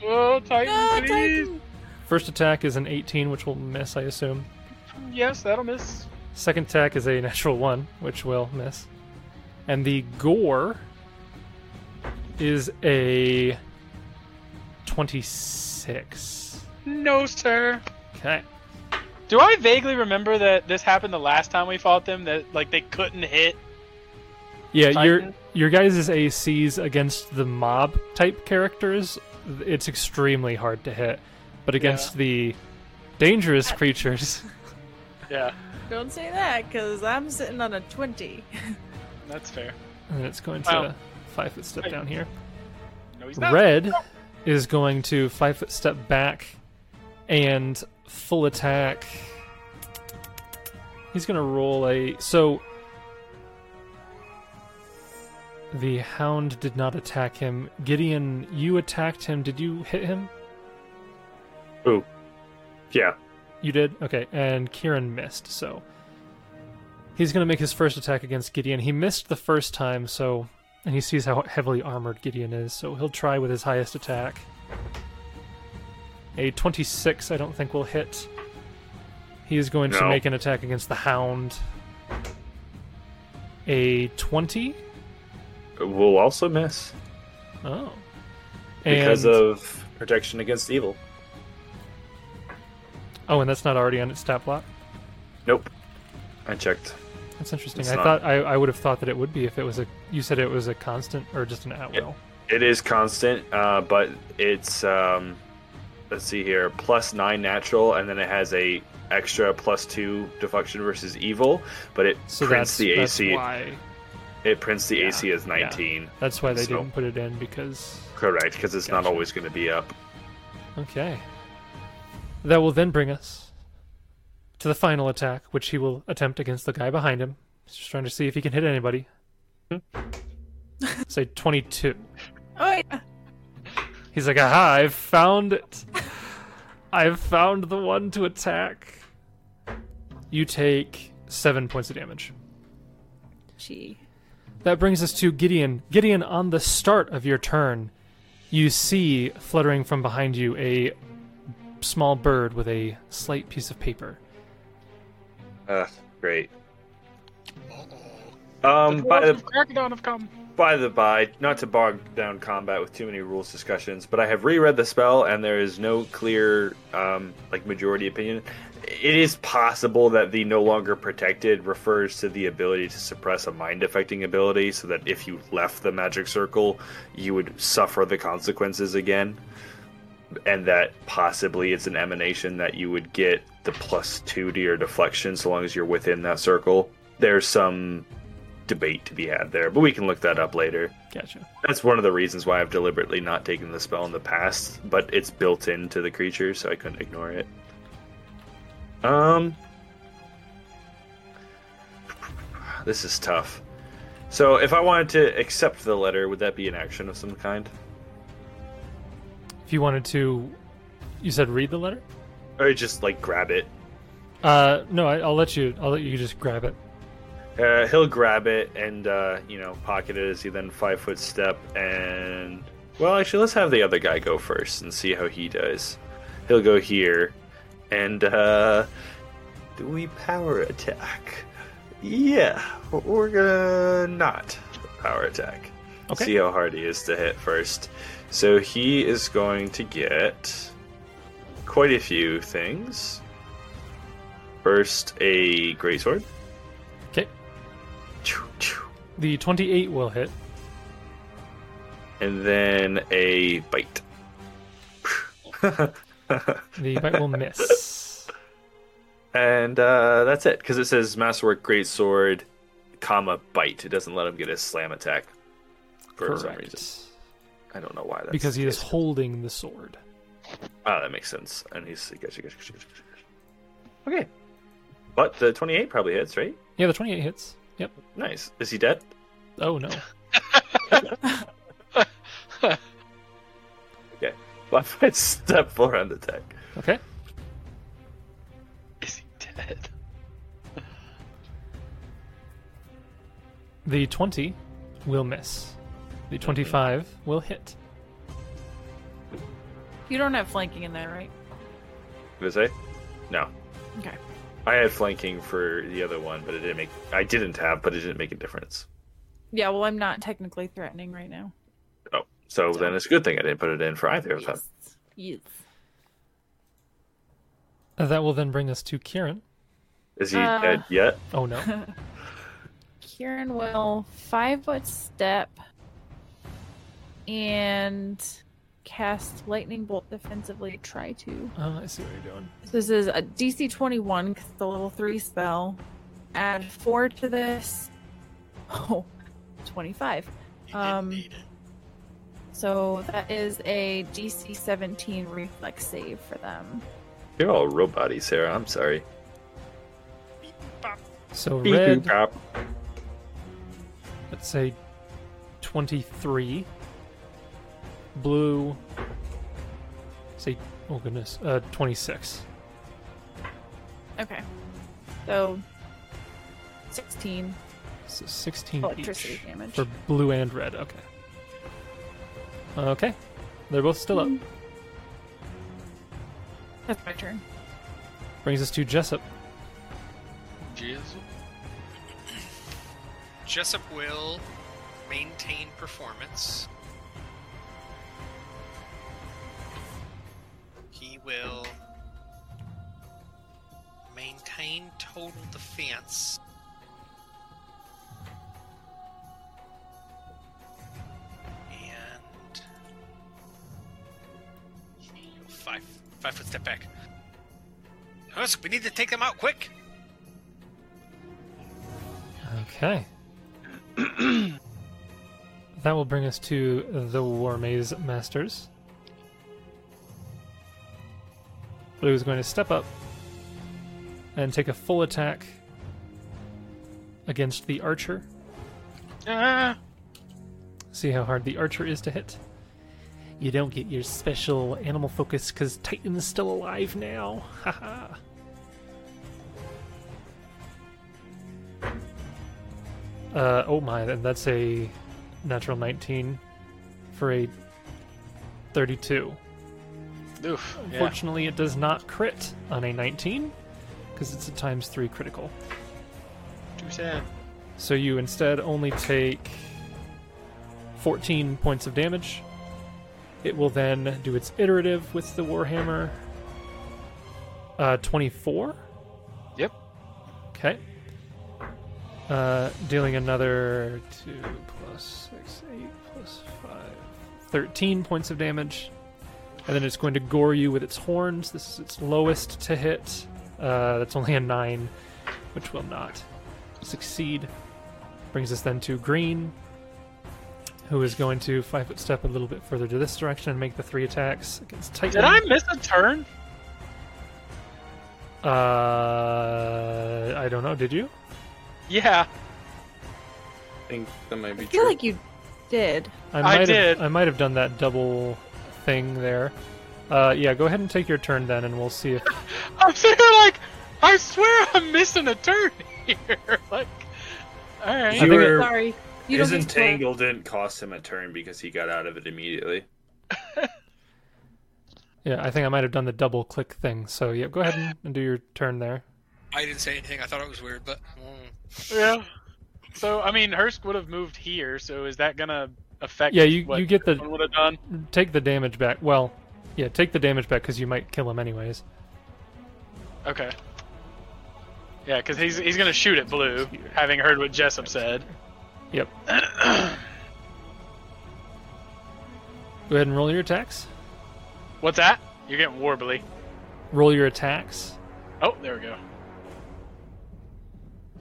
Oh, Titan, no, please. Titan! First attack is an 18, which will miss, I assume. Yes, that'll miss. Second attack is a natural one, which will miss. And the gore is a 26. No, sir. Okay. Do I vaguely remember that this happened the last time we fought them? That like they couldn't hit. Yeah, your Titan? your guys' ACs against the mob type characters, it's extremely hard to hit. But against the dangerous creatures, Yeah, Don't say that, because I'm sitting on a 20. that's fair. and it's going to Wow. five foot step down here. No, he's not. Red is going to five foot step back and full attack. He's going to roll a. So. The hound did not attack him. Gideon, you attacked him. Did you hit him? Ooh. Yeah. You did? Okay. And Kieran missed, so. He's going to make his first attack against Gideon. He missed the first time, so. And he sees how heavily armored Gideon is, so he'll try with his highest attack. A 26, I don't think, will hit. He is going to No. make an attack against the Hound. A 20? We'll also miss Oh. because And- of protection against evil. Oh, and that's not already on its stat block? Nope. I checked. That's interesting. It's I not. thought I, I would have thought that it would be if it was a. You said it was a constant or just an at will. It is constant, uh, but it's um, let's see here, plus nine natural, and then it has a extra plus two deflection versus evil, but it So prints that's the that's AC. why It prints the AC as nineteen. that's why they So- didn't put it in because Correct, because it's not Gotcha. always going to be up. okay. That will then bring us to the final attack, which he will attempt against the guy behind him. He's just trying to see if he can hit anybody. Say twenty-two. Oh, yeah. He's like, aha, I've found it. I've found the one to attack. You take seven points of damage. Gee. That brings us to Gideon. Gideon, on the start of your turn, you see fluttering from behind you a small bird with a slight piece of paper. Uh, great. Uh-oh. Um, by the Crocodile have come. by the by, not to bog down combat with too many rules discussions, but I have reread the spell, and there is no clear um, like majority opinion. It is possible that the no longer protected refers to the ability to suppress a mind affecting ability, so that if you left the magic circle, you would suffer the consequences again, and that possibly it's an emanation that you would get the plus two to your deflection so long as you're within that circle. There's some debate to be had there, but we can look that up later. Gotcha. That's one of the reasons why I've deliberately not taken the spell in the past, but it's built into the creature, so I couldn't ignore it. Um, this is tough. So, if I wanted to accept the letter, would that be an action of some kind? If you wanted to, you said read the letter. Or just like grab it? Uh, no, I, I'll let you. I'll let you just grab it. Uh, he'll grab it and uh, you know pocket it as he then five foot step and well actually let's have the other guy go first and see how he does. He'll go here and uh, do we power attack? Yeah, we're gonna not power attack. Okay. See how hard he is to hit first. So he is going to get quite a few things. First, a greatsword. Okay. Choo, choo. The twenty-eight will hit. and then a bite. The bite will miss. and uh, that's it, because it says Masterwork Greatsword, comma, bite. It doesn't let him get a slam attack for some reason. Correct. I don't know why. That's Because he the is case. holding the sword. Ah, that makes sense. And he's. gotcha, gotcha, gotcha, gotcha, gotcha. Okay. But the 28 probably hits, right? Yeah, the twenty-eight hits. Yep. Nice. Is he dead? Oh no. Five foot step four on the deck. Okay. Is he dead? The 20 will miss. The 25 will hit. You don't have flanking in there, right? Did I say? No. Okay. I had flanking for the other one, but it didn't make. I didn't have, but it didn't make a difference. Yeah, well, I'm not technically threatening right now. Oh, So then it's a good thing I didn't put it in for either of them. Yes. That will then bring us to Kieran. Is he Uh, dead yet? Oh no. Kieran will five foot step and cast lightning bolt defensively. Try to. Uh, I see what you're doing. This is a DC 21 'cause it's a level 3 spell. Add 4 to this. Oh, 25. You Um, didn't need it. So that is a DC 17 reflex save for them. You're all roboty, Sarah. I'm sorry. So Beep, red, boop, let's say 23. Blue, say, oh goodness, uh, 26. Okay. So 16 So 16 electricity each damage. for blue and red. Okay. Okay, they're both still up. Hmm. That's my turn. Brings us to Jessup. Jessup will maintain performance. He will maintain total defense. And he'll five five foot step back. Husk, we need to take them out quick. Okay. that will bring us to the War Maze Masters. Blue is going to step up and take a full attack against the archer. Ah, See how hard the archer is to hit. You don't get your special animal focus because Titan is still alive now. Haha. uh, oh my, and that's a natural 19 for a 32. oof. Yeah. Fortunately, it does not crit on a 19 because it's a times 3 critical. Too sad. So you instead only take 14 points of damage. It will then do its iterative with the Warhammer. Uh, 24? Yep. Okay. Uh, dealing another 2 plus 6, 8 plus 5, 13 points of damage. And then it's going to gore you with its horns. This is its lowest to hit. Uh, that's only a 9, which will not succeed. Brings us then to Green, who is going to five foot step a little bit further to this direction and make the three attacks against Titan. Did I miss a turn? Uh, I don't know. Did you? Yeah. I think that might be I feel like you did. I I might did. Have, I might have done that double thing there. Uh, yeah, go ahead and take your turn then, and we'll see if I'm sitting here like, I swear I'm missing a turn here. like, all right. think it- Your- Sorry. You His don't get to roll. entangle didn't cost him a turn because he got out of it immediately. yeah, I think I might have done the double click thing. So yeah, go ahead and, and do your turn there. I didn't say anything. I thought it was weird, but mm. Yeah. So I mean, Hurst would have moved here. So is that gonna affect? Yeah, you what you get the would have done. take the damage back. Well, yeah, take the damage back because you might kill him anyways. Okay. Yeah, because he's he's gonna shoot at Blue, having heard what Jessup said. Yep. Go ahead and roll your attacks. What's that? You're getting warbly. Roll your attacks. Oh, there we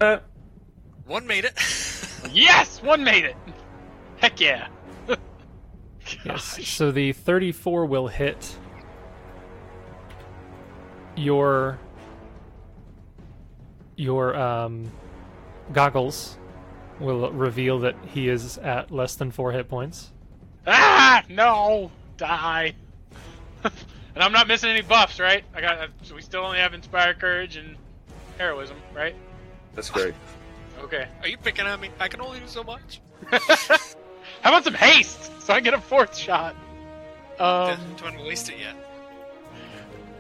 go. one made it. Yes, one made it. Heck yeah. Yes. So the 34 will hit your your um, goggles will reveal that he is at less than four hit points. Ah, no, die. and I'm not missing any buffs, right? I got. So we still only have inspire courage and heroism, right? That's great. Okay. Are you picking on me? I can only do so much. How about some haste, so I get a fourth shot. Um, Don't want to waste it yet.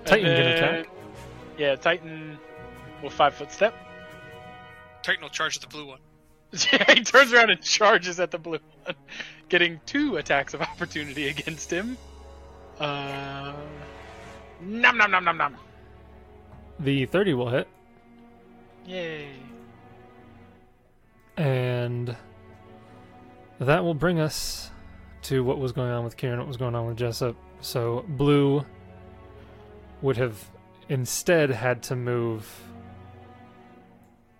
and Titan can then- attack. Yeah, Titan will five foot step. Titan will charge the blue one. Yeah, he turns around and charges at the blue one, getting two attacks of opportunity against him. Uh, nom nom nom nom nom. The 30 will hit, Yay! and that will bring us to what was going on with Kieran, what was going on with Jessup. So blue would have instead had to move.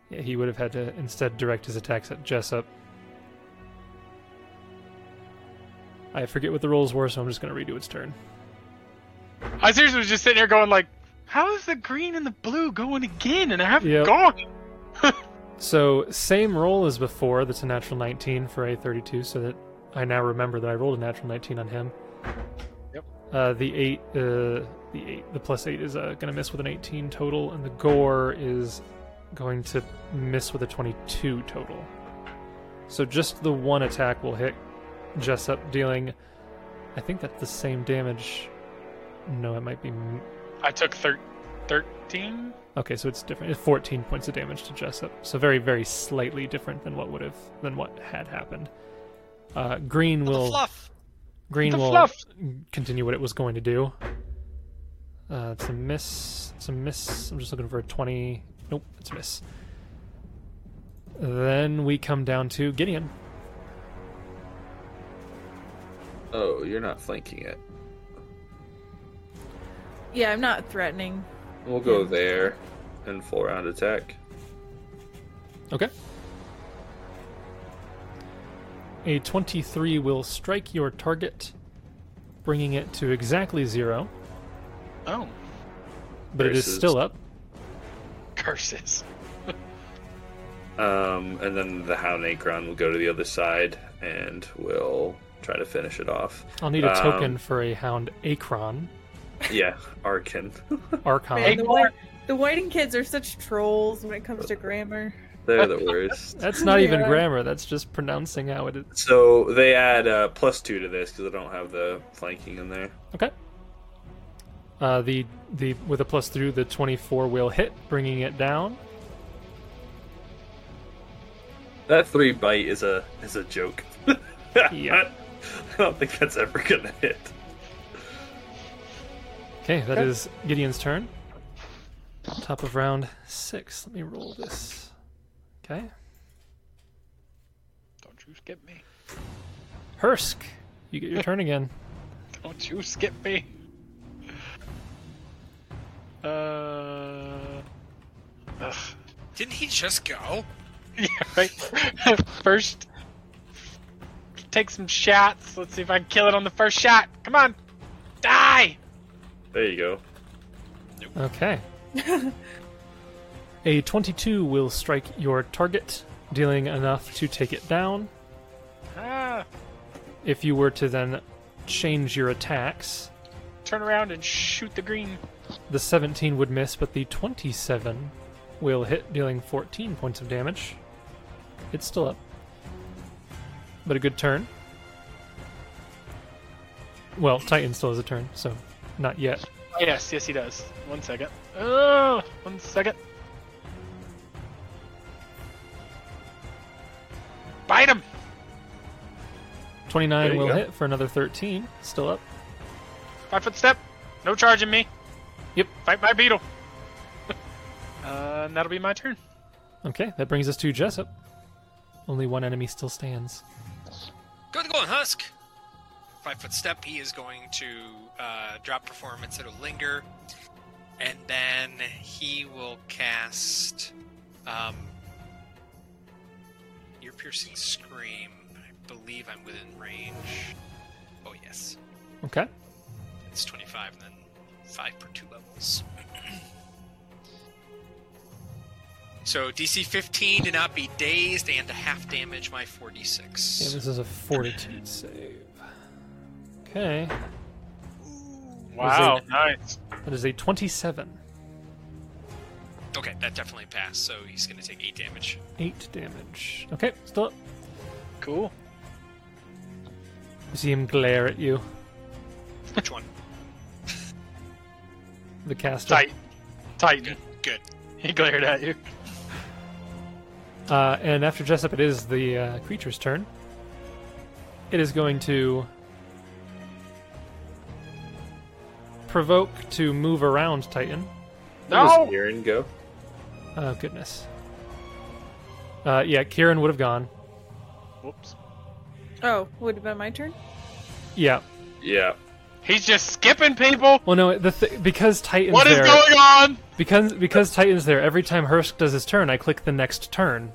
Yeah, he would have had to instead direct his attacks at Jessup. I forget what the rolls were, so I'm just going to redo its turn. I seriously was just sitting here going like, how is the green and the blue going again? And I haven't Yep. gone. So same roll as before. That's a natural 19 for a 32. So that I now remember that I rolled a natural 19 on him. Yep. Uh, the eight, uh, the eight, the plus eight is uh, going to miss with an 18 total, and the gore is going to miss with a 22 total. So just the one attack will hit Jessup, dealing. I think that's the same damage. No, it might be. m- I took thir- thirteen. Okay, so it's different. It's 14 points of damage to Jessup. So very, very slightly different than what would have than what had happened. Uh, Green The will fluff. Green The will fluff. continue what it was going to do. Uh, it's a miss. It's a miss. I'm just looking for a 20. Nope, it's a miss. Then we come down to Gideon. Oh, you're not flanking it. Yeah, I'm not threatening. We'll go there and full round attack. Okay. A 23 will strike your target, bringing it to exactly zero, Oh, but it is Versus- still up. curses! Um, and then the Hound Acron will go to the other side and we'll try to finish it off. I'll need a token Um, for a hound Akron. Yeah, Arkin. Man, Archon. the, White, the Whiting kids are such trolls when it comes to grammar. They're the worst. That's not even Yeah. grammar, that's just pronouncing how it is. So they add uh, plus two to this because I don't have the flanking in there. Okay. Uh, the the with a plus through the 24 will hit, bringing it down. That three bite is a is a joke. Yeah. I don't think that's ever gonna hit. Okay, that is Gideon's turn. Top of round six. Let me roll this. Okay. Don't you skip me! Hursk, you get your turn again. Don't you skip me! Uh. Ugh. Didn't he just go? Yeah, right. first, take some shots. Let's see if I can kill it on the first shot. Come on, die! There you go. Okay. a 22 will strike your target, dealing enough to take it down. Ah, If you were to then change your attacks, turn around and shoot the green. the 17 would miss, but the 27 will hit, dealing 14 points of damage. It's still up. But a good turn. Well, Titan still has a turn, so not yet. Oh, yes, yes, he does. One second. Oh, one second. Bite him. 29 There you will go. hit for another 13. Still up. Five foot step. No charging me. Yep. Fight my beetle. uh, and that'll be my turn. Okay, that brings us to Jessup. Only one enemy still stands. Good going, Husk. Five foot step. He is going to uh, drop performance. It'll linger, and then he will cast um, ear piercing scream. I believe I'm within range. Oh yes, Okay. it's 25, and then five per two levels. so DC 15 to not be dazed and to half damage my 46. Yeah, this is a fortitude save. Okay, Wow, it- nice. that is a 27. Okay, that definitely passed, so he's going to take 8 damage. 8 damage. Okay, still up. Cool. You see him glare at you. Which one? The caster. Tight. Titan. Good. He glared at you. Uh, and after Jessup, it is the uh, creature's turn. It is going to provoke to move around Titan. No! Does Kieran go? Oh goodness. Uh, yeah, Kieran would have gone. Whoops. Oh, would have been my turn. Yeah. Yeah. He's just skipping people. Well, no, the th- because Titan's What is there, going on? because because Titan's there. Every time Hursk does his turn, I click the next turn, and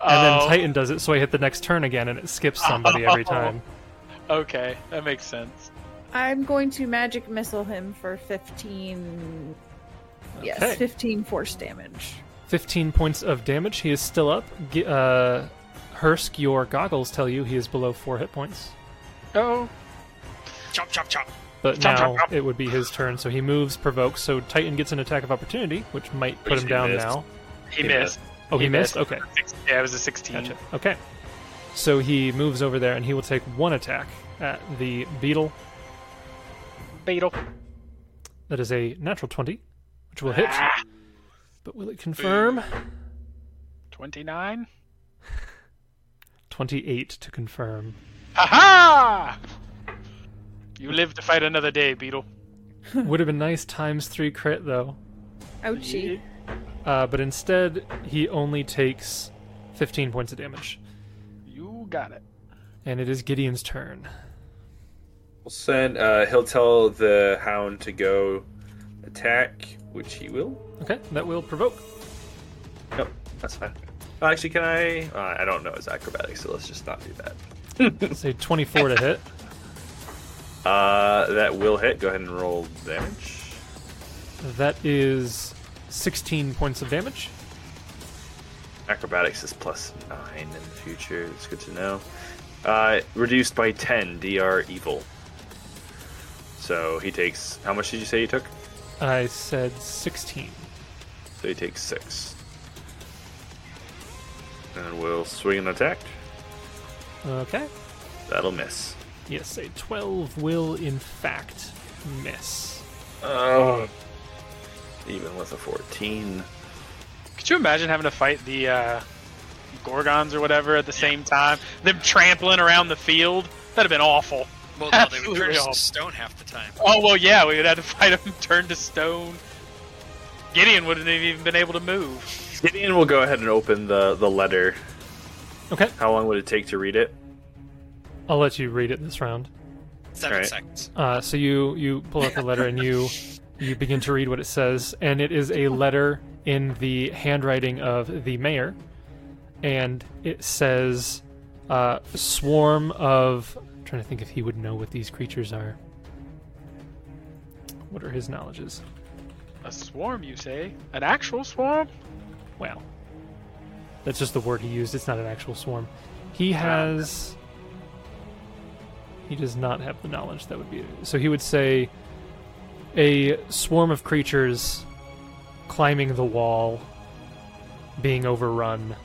Oh, then Titan does it, so I hit the next turn again, and it skips somebody every time. Okay, that makes sense. I'm going to magic missile him for 15. Okay. Yes, 15 force damage. 15 points of damage. He is still up. G- uh, Hursk, your goggles tell you he is below four hit points. Oh, Chop, chop, chop. But now Chop, chop, chop. it would be his turn, so he moves, provokes. So Titan gets an attack of opportunity, which might put Which him he down missed. now. he, He missed. Oh, he, He missed? missed. Okay. Six- Yeah, it was a 16. Gotcha. Okay. So he moves over there and he will take one attack at the beetle. Beetle. That is a natural 20, which will hit. Ah. But will it confirm? 29. 28 to confirm. Aha! You live to fight another day, Beetle. Would have been nice times 3 crit though. Ouchie. Uh, but instead, he only takes 15 points of damage. You got it. And it is Gideon's turn. We'll send. Uh, he'll tell the hound to go attack, which he will. Okay, that will provoke. Nope, that's fine. Uh, Actually, can I? Uh, I don't know his acrobatics, so let's just not do that. Say 24 to hit. Uh, that will hit. Go ahead and roll damage. That is 16 points of damage. Acrobatics is plus nine in the future. It's good to know. Uh, reduced by ten. Dr. Evil. So he takes. How much did you say he took? I said 16. So he takes six. And we'll swing an attack. Okay. That'll miss. Yes, a 12 will in fact miss. Oh. Even with a 14. Could you imagine having to fight the uh, Gorgons or whatever at the same time? Them trampling around the field? That'd have been awful. Well, no, they would turn Absolutely us awful. to stone half the time. Oh, well, yeah, we would have to fight them turned to stone. Gideon wouldn't have even been able to move. Gideon will go ahead and open the, the letter. Okay. How long would it take to read it? I'll let you read it this round. Seven Right. seconds. Uh, so you you pull out the letter and you you begin to read what it says, and it is a letter in the handwriting of the mayor, and it says, uh, "Swarm of." I'm trying to think if he would know what these creatures are. What are his knowledges? A swarm, you say? An actual swarm? Wow. That's just the word he used. It's not an actual swarm. He has. He does not have the knowledge that would be. So he would say a swarm of creatures climbing the wall, being overrun.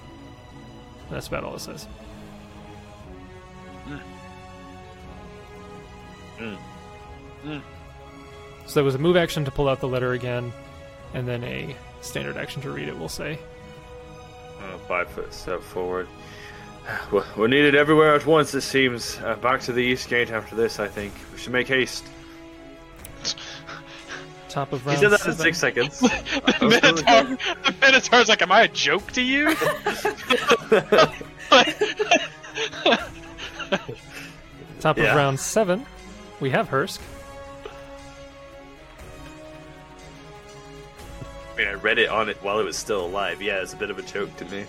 That's about all it says. Mm. Mm. So there was a move action to pull out the letter again, and then a standard action to read it, we'll say. Uh, five foot step forward. We're- We're needed everywhere at once, it seems. Uh, back to the east gate after this, I think. We should make haste. Top of He round said that in seven. six seconds. That The was really Minotaur, good. the Minotaur's like, am I a joke to you? Top Yeah. of round seven, we have Hursk. I mean, I read it on it while it was still alive. Yeah, it's a bit of a joke to me.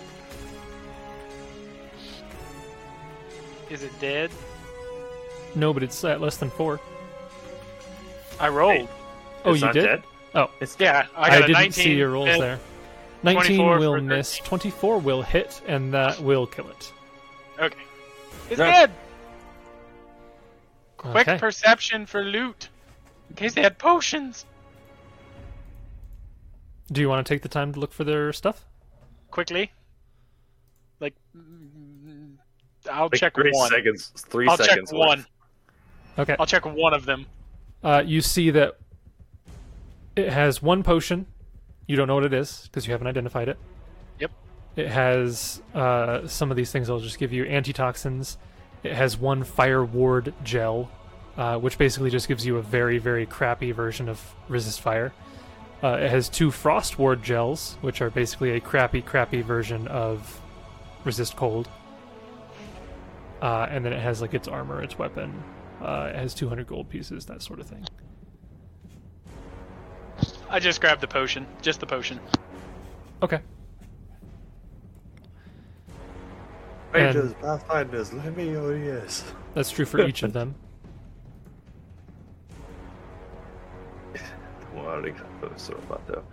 Is it dead? No, but it's at less than four. I rolled. Oh, It's you not did? dead. Oh, Yeah, I I, got a didn't 19. see your rolls and- there. 19 24 will for miss, 13. 24 will hit, and that will kill it. Okay. It's No. dead. Quick Okay. perception for loot. In case they had potions. Do you want to take the time to look for their stuff? Quickly. Like, mm, I'll Like check three one. seconds. 3 I'll check seconds. left. one. Okay. I'll check one of them. Uh, you see that it has one potion. You don't know what it is because you haven't identified it. Yep. It has uh, some of these things I'll just give you antitoxins. It has one fire ward gel, uh, which basically just gives you a very, very crappy version of resist fire. Uh, it has two frost ward gels, which are basically a crappy, crappy version of resist cold. Uh, and then it has like its armor, its weapon. Uh, it has 200 gold pieces, that sort of thing. I just grabbed the potion. Just the potion. Okay. Rangers, Pathfinders, let me your ears. That's true for each of them. Well, I don't exactly know what about though.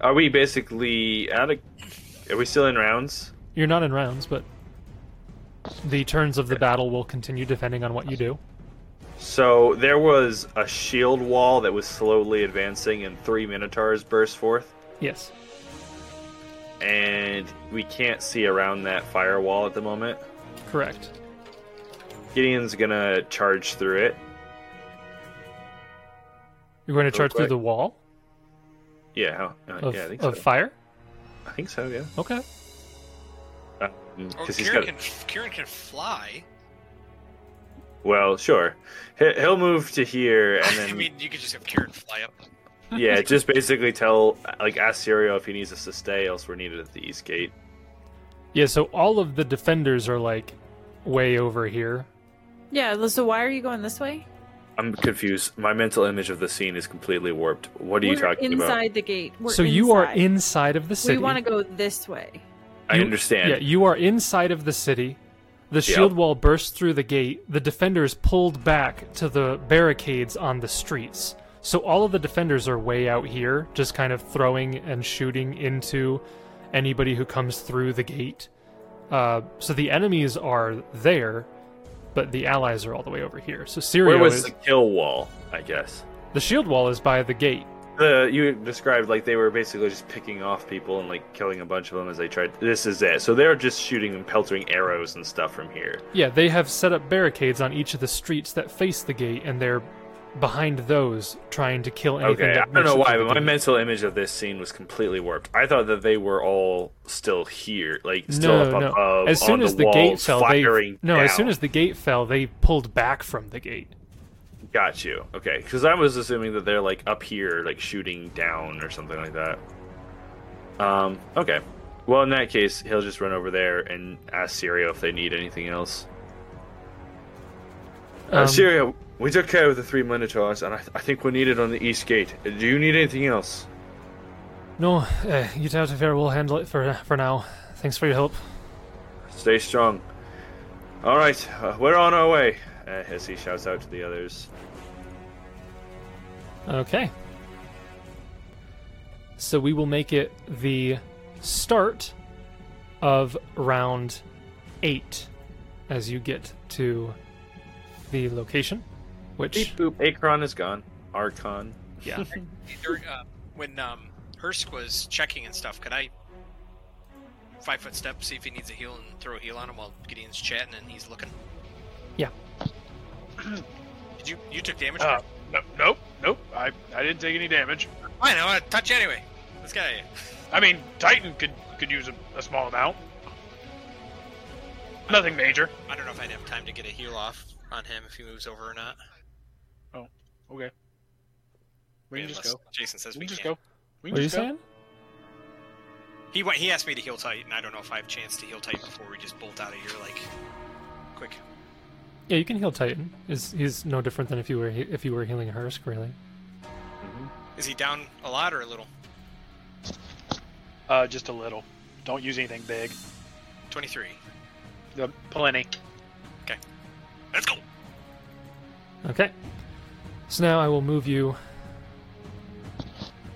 Are we basically out of? Are we still in rounds? You're not in rounds, but the turns of the battle will continue depending on what you do. So there was a shield wall that was slowly advancing, and three minotaurs burst forth, Yes. and we can't see around that firewall at the moment. Correct. Gideon's gonna charge through it. You're going to Real charge through quick. the wall Yeah, huh? Uh, of, yeah, I think so. of fire? I think so. Yeah, Okay. Oh, because he's Kieran got. can, Kieran can fly. Well, sure. He- He'll move to here, and then I mean, you could just have Kieran fly up. yeah, just basically tell like ask Sirio if he needs us to stay, else we're needed at the east gate. Yeah, so all of the defenders are like way over here. Yeah, so why are you going this way? I'm confused. My mental image of the scene is completely warped. What are you We're talking inside about? the gate. We're so you are inside. inside of the city. We want to go this way. I You- understand. Yeah, you are inside of the city. The shield wall bursts through the gate. The defenders pulled back to the barricades on the streets. So all of the defenders are way out here, just kind of throwing and shooting into anybody who comes through the gate. Uh, so the enemies are there, but the allies are all the way over here. So Where Syria was is the kill wall? I guess the shield wall is by the gate. the you described like they were basically just picking off people and like killing a bunch of them as they tried. This is it. So they're just shooting and peltering arrows and stuff from here. Yeah, they have set up barricades on each of the streets that face the gate, and they're behind those trying to kill anything. Okay, that I don't makes know it why, through but the my gate. mental image of this scene was completely warped. I thought that they were all still here, like still no, up no. above, as soon on as the, the gate walls, fell, they firing no. As soon down. as the gate fell, they pulled back from the gate. Got you. Okay, because I was assuming that they're like up here, like shooting down or something like that. Um. Okay. Well, in that case, he'll just run over there and ask Sirio if they need anything else. uh, Um, Sirio, we took care of the three minotaurs, and I, I think we're needed on the east gate. Do you need anything else? no, uh, you doubt if we'll handle it for for now. Thanks for your help. Stay strong. All right, uh, we're on our way. Uh, as he shouts out to the others. Okay. So we will make it the start of round eight as you get to the location, which Beep boop. Akron is gone. Archon. yeah. During, uh, when um, Hursk was checking and stuff, could I five foot step, see if he needs a heal, and throw a heal on him while Gideon's chatting and he's looking? Yeah. Did you you took damage? Uh, no, nope, nope. I, I didn't take any damage. Fine, I want to touch you anyway. Let's get out of here. I mean, Titan could could use a, a small amount. Nothing major. I don't know if I'd have time to get a heal off on him if he moves over or not. Okay. We can just Unless go. Jason says We we, can just can. go. We What can are you just go. saying? He went, he asked me to heal tight, and I don't know if I have chance to heal tight before we just bolt out of here like quick. Yeah, you can heal Titan. Is he's no different than if you were he- if you were healing Hursk, really. Is he down a lot or a little? Uh, just a little. Don't use anything big. Twenty three. Uh, Plenty. Let's go. Okay. So now I will move you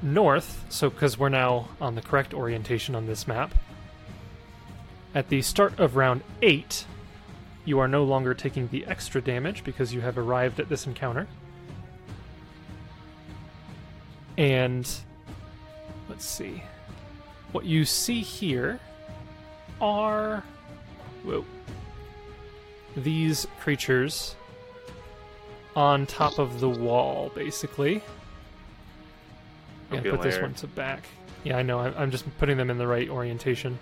north, so because we're now on the correct orientation on this map. At the start of round 8, you are no longer taking the extra damage because you have arrived at this encounter. And let's see. What you see here are. Whoa. These creatures on top of the wall, basically. Yeah, Okay, put this layer. one to back. Yeah, I know. I- I'm just putting them in the right orientation.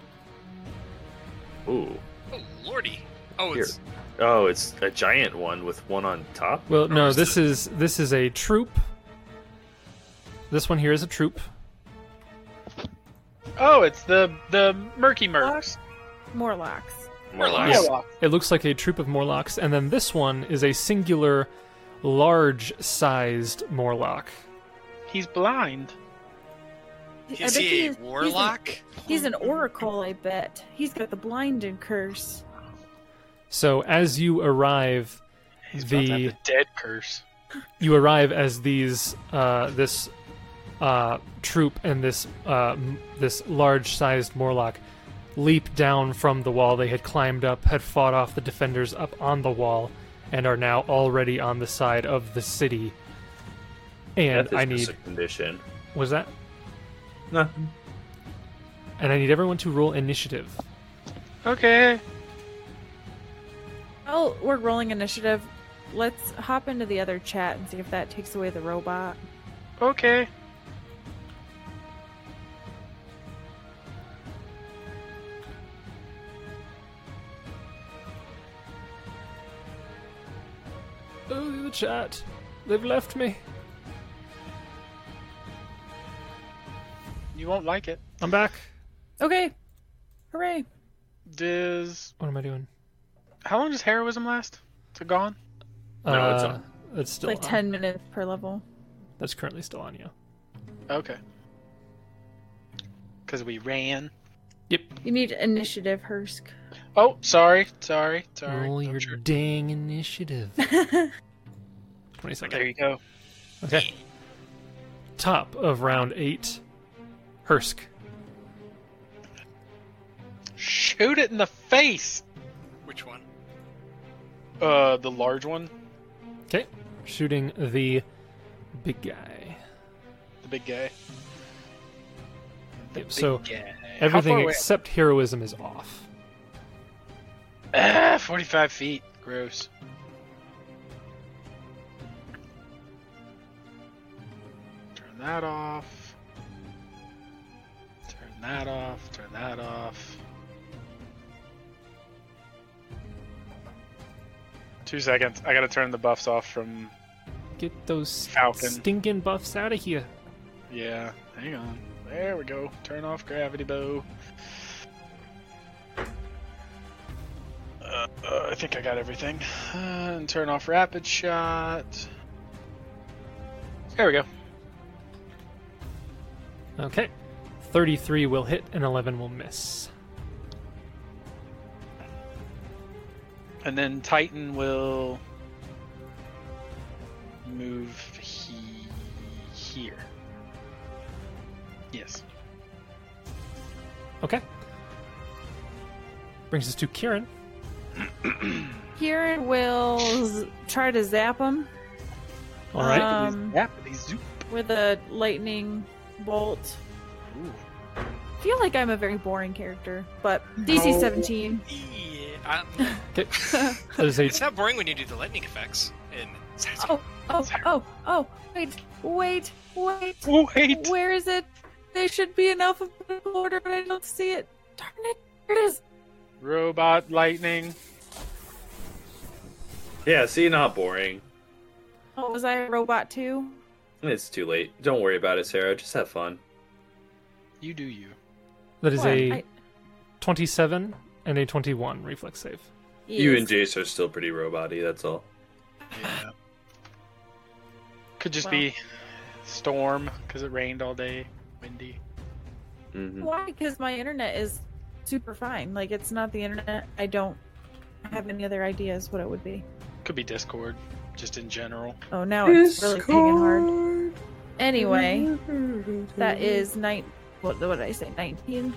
Ooh. Oh lordy! Oh, Here. it's Oh, it's a giant one with one on top. Well, no, is this is this is a troop. This one here is a troop. Oh, it's the the murky mercs. Morlocks? Morlocks. Morlocks. Yes. It looks like a troop of Morlocks, and then this one is a singular, large-sized Morlock. He's blind. I bet is he a he's- he's an- warlock? He's an oracle, I bet. He's got the blinded curse. So as you arrive, He's about to have the the dead curse. you arrive as these uh, this uh, troop and this uh, m- this large-sized Morlock leap down from the wall they had climbed up, had fought off the defenders up on the wall, and are now already on the side of the city. And Death is I just need a condition. was that, Nah. and I need everyone to roll initiative. Okay. Oh, we're rolling initiative. Let's hop into the other chat and see if that takes away the robot. Okay. Oh, the chat. They've left me. You won't like it. I'm back. Okay. Hooray. Does What am I doing? how long does heroism last? It's gone. No, it's on. Uh, It's still like on. 10 minutes per level. That's currently still on you. Okay. Because we ran. You need initiative, Hursk. Oh, sorry, sorry, sorry. Roll I'm your sure- dang initiative. Twenty There second. you go. Okay. Top of round eight. Hursk. Shoot it in the face. Which one? Uh, the large one, Okay. Shooting the big guy. the big guy. Yep, so guy. everything away? except heroism is off. Ah, forty-five feet. Gross. Turn that off. Turn that off. Turn that off. Two seconds. I gotta turn the buffs off from. Get those Falcon. stinking buffs out of here. Yeah, hang on. There we go. Turn off gravity bow. Uh, uh, I think I got everything. Uh, and turn off rapid shot. There we go. Okay. Thirty three will hit and eleven will miss. And then Titan will move he- here. Yes. Okay. Brings us to Kieran. Kieran will z- try to zap him All right. Uh. Um, Rapidly zoop. with a lightning bolt. Ooh. I feel like I'm a very boring character, but DC No. 17. Yeah, um, Okay. That is a it's not boring when you do the lightning effects. In Assassin's Oh, oh, oh, oh, wait, wait, wait. Wait. Where is it? They should be in alphabetical order, but I don't see it. Darn it. Here it is. Robot lightning. Yeah, see, not boring. Oh, was I a robot too? It's too late. Don't worry about it, Sarah. Just have fun. You do you. that is What? a I- 27 and a 21 reflex save. You Yes. and Jace are still pretty robot-y, That's all. Yeah. Could just Well. be storm because it rained all day, windy. Mm-hmm. hmm Why? Because my internet is super fine. Like, it's not the internet. I don't have any other ideas what it would be. Could be Discord, just in general. Oh, now it's really pinging hard. Anyway, that is nine. What, what did I say? 19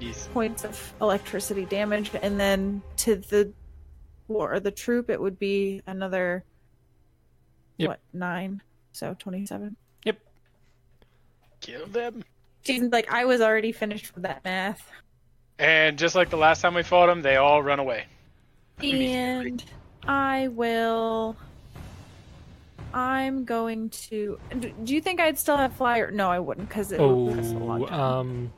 Yes. points of electricity damage. And then to the or the troop, it would be another, Yep. what, nine? So 27. Yep. Kill them. Seems like I was already finished with that math. And just like the last time we fought them, they all run away. And I will. I'm going to. d- Do you think I'd still have flyer? No, I wouldn't because it would last a long Oh, time. um,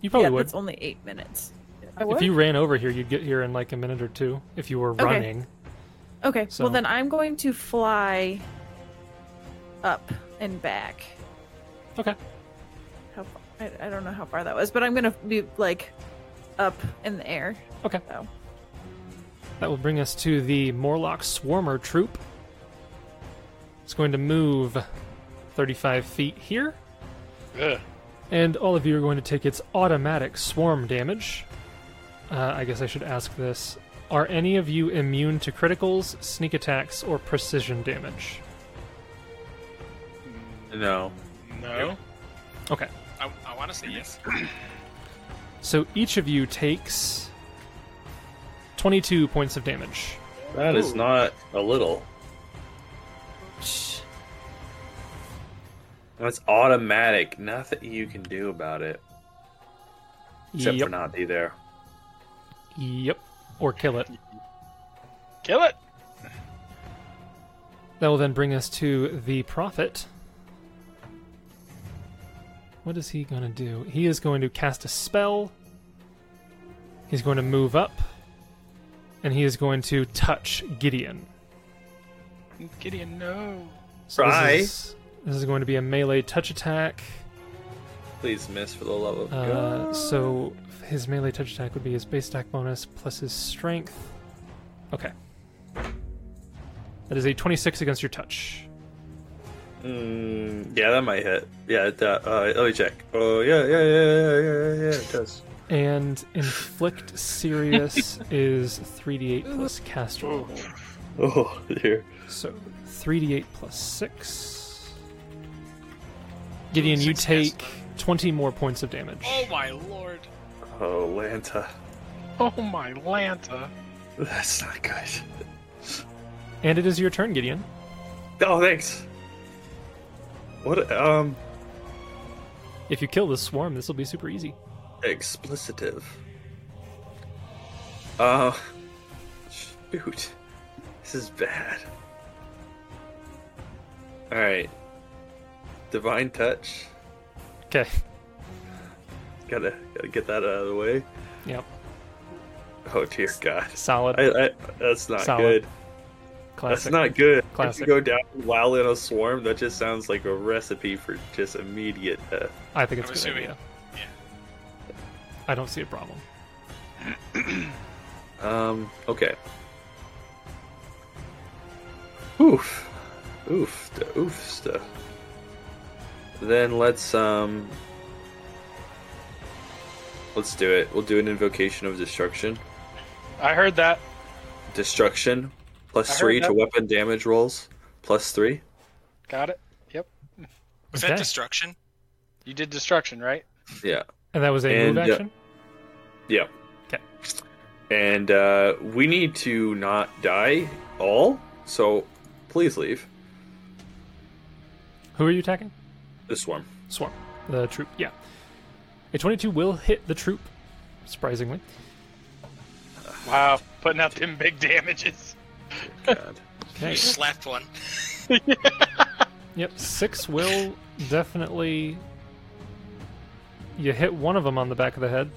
you probably yeah, would. that's only eight minutes. I If would? you ran over here, you'd get here in like a minute or two if you were running. Okay, So- well then I'm going to fly up and back. Okay. How far, I, I don't know how far that was, but I'm gonna be like up in the air. Okay. So That will bring us to the Morlock Swarmer troop. It's going to move 35 feet here, Ugh. and all of you are going to take its automatic swarm damage. Uh, I guess I should ask this. Are any of you immune to criticals, sneak attacks, or precision damage? No. No. Okay. I, I want to say yes. So each of you takes 22 points of damage. That is not a little. That's automatic. Nothing you can do about it. Except yep. for not be there. Yep. Or kill it. Kill it. That will then bring us to the Prophet. What is he going to do? He is going to cast a spell. He's going to move up. And he is going to touch Gideon. Gideon, no. So Try. This is, this is going to be a melee touch attack. Please miss for the love of God. Uh, so his melee touch attack would be his base attack bonus plus his strength. Okay. That is a 26 against your touch. Mm, yeah, that might hit. Yeah, it, uh, uh, let me check. Oh, yeah, yeah, yeah, yeah, yeah, yeah, it does. And inflict serious is 3d8 plus caster level. Oh, dear. So 3d8 plus 6. Gideon, you Six caster take 20 more points of damage. Oh my lord. Oh, Lanta. Oh my Lanta. That's not good. And it is your turn, Gideon. Oh, thanks. What, um, If you kill this swarm, this will be super easy. explicitive. Uh, shoot. This is bad. Alright. Divine touch. Okay. Gotta, gotta get that out of the way. Yep. Oh, dear God. Solid. I, I, that's not Solid. good. Classic. That's not good. If Classic. you go down while in a swarm, that just sounds like a recipe for just immediate death. I think it's a I'm good assuming- idea. yeah. I don't see a problem. Um, okay. Oof. Oof. The oof stuff. Then let's, um. Let's do it. We'll do an invocation of destruction. I heard that. Destruction. plus I heard three to that. weapon damage rolls. Plus three. Got it. Yep. Was Okay. that destruction? You did destruction, right? Yeah. And that was a And, move uh, action? Yeah. 'Kay. And uh, we need to not die all, so please leave. Who are you attacking? This one. Swarm. The troop, yeah. A 22 will hit the troop, surprisingly. Wow. Putting out them big damages. God. Okay. You slapped one. Yep, six will definitely. You hit one of them on the back of the head.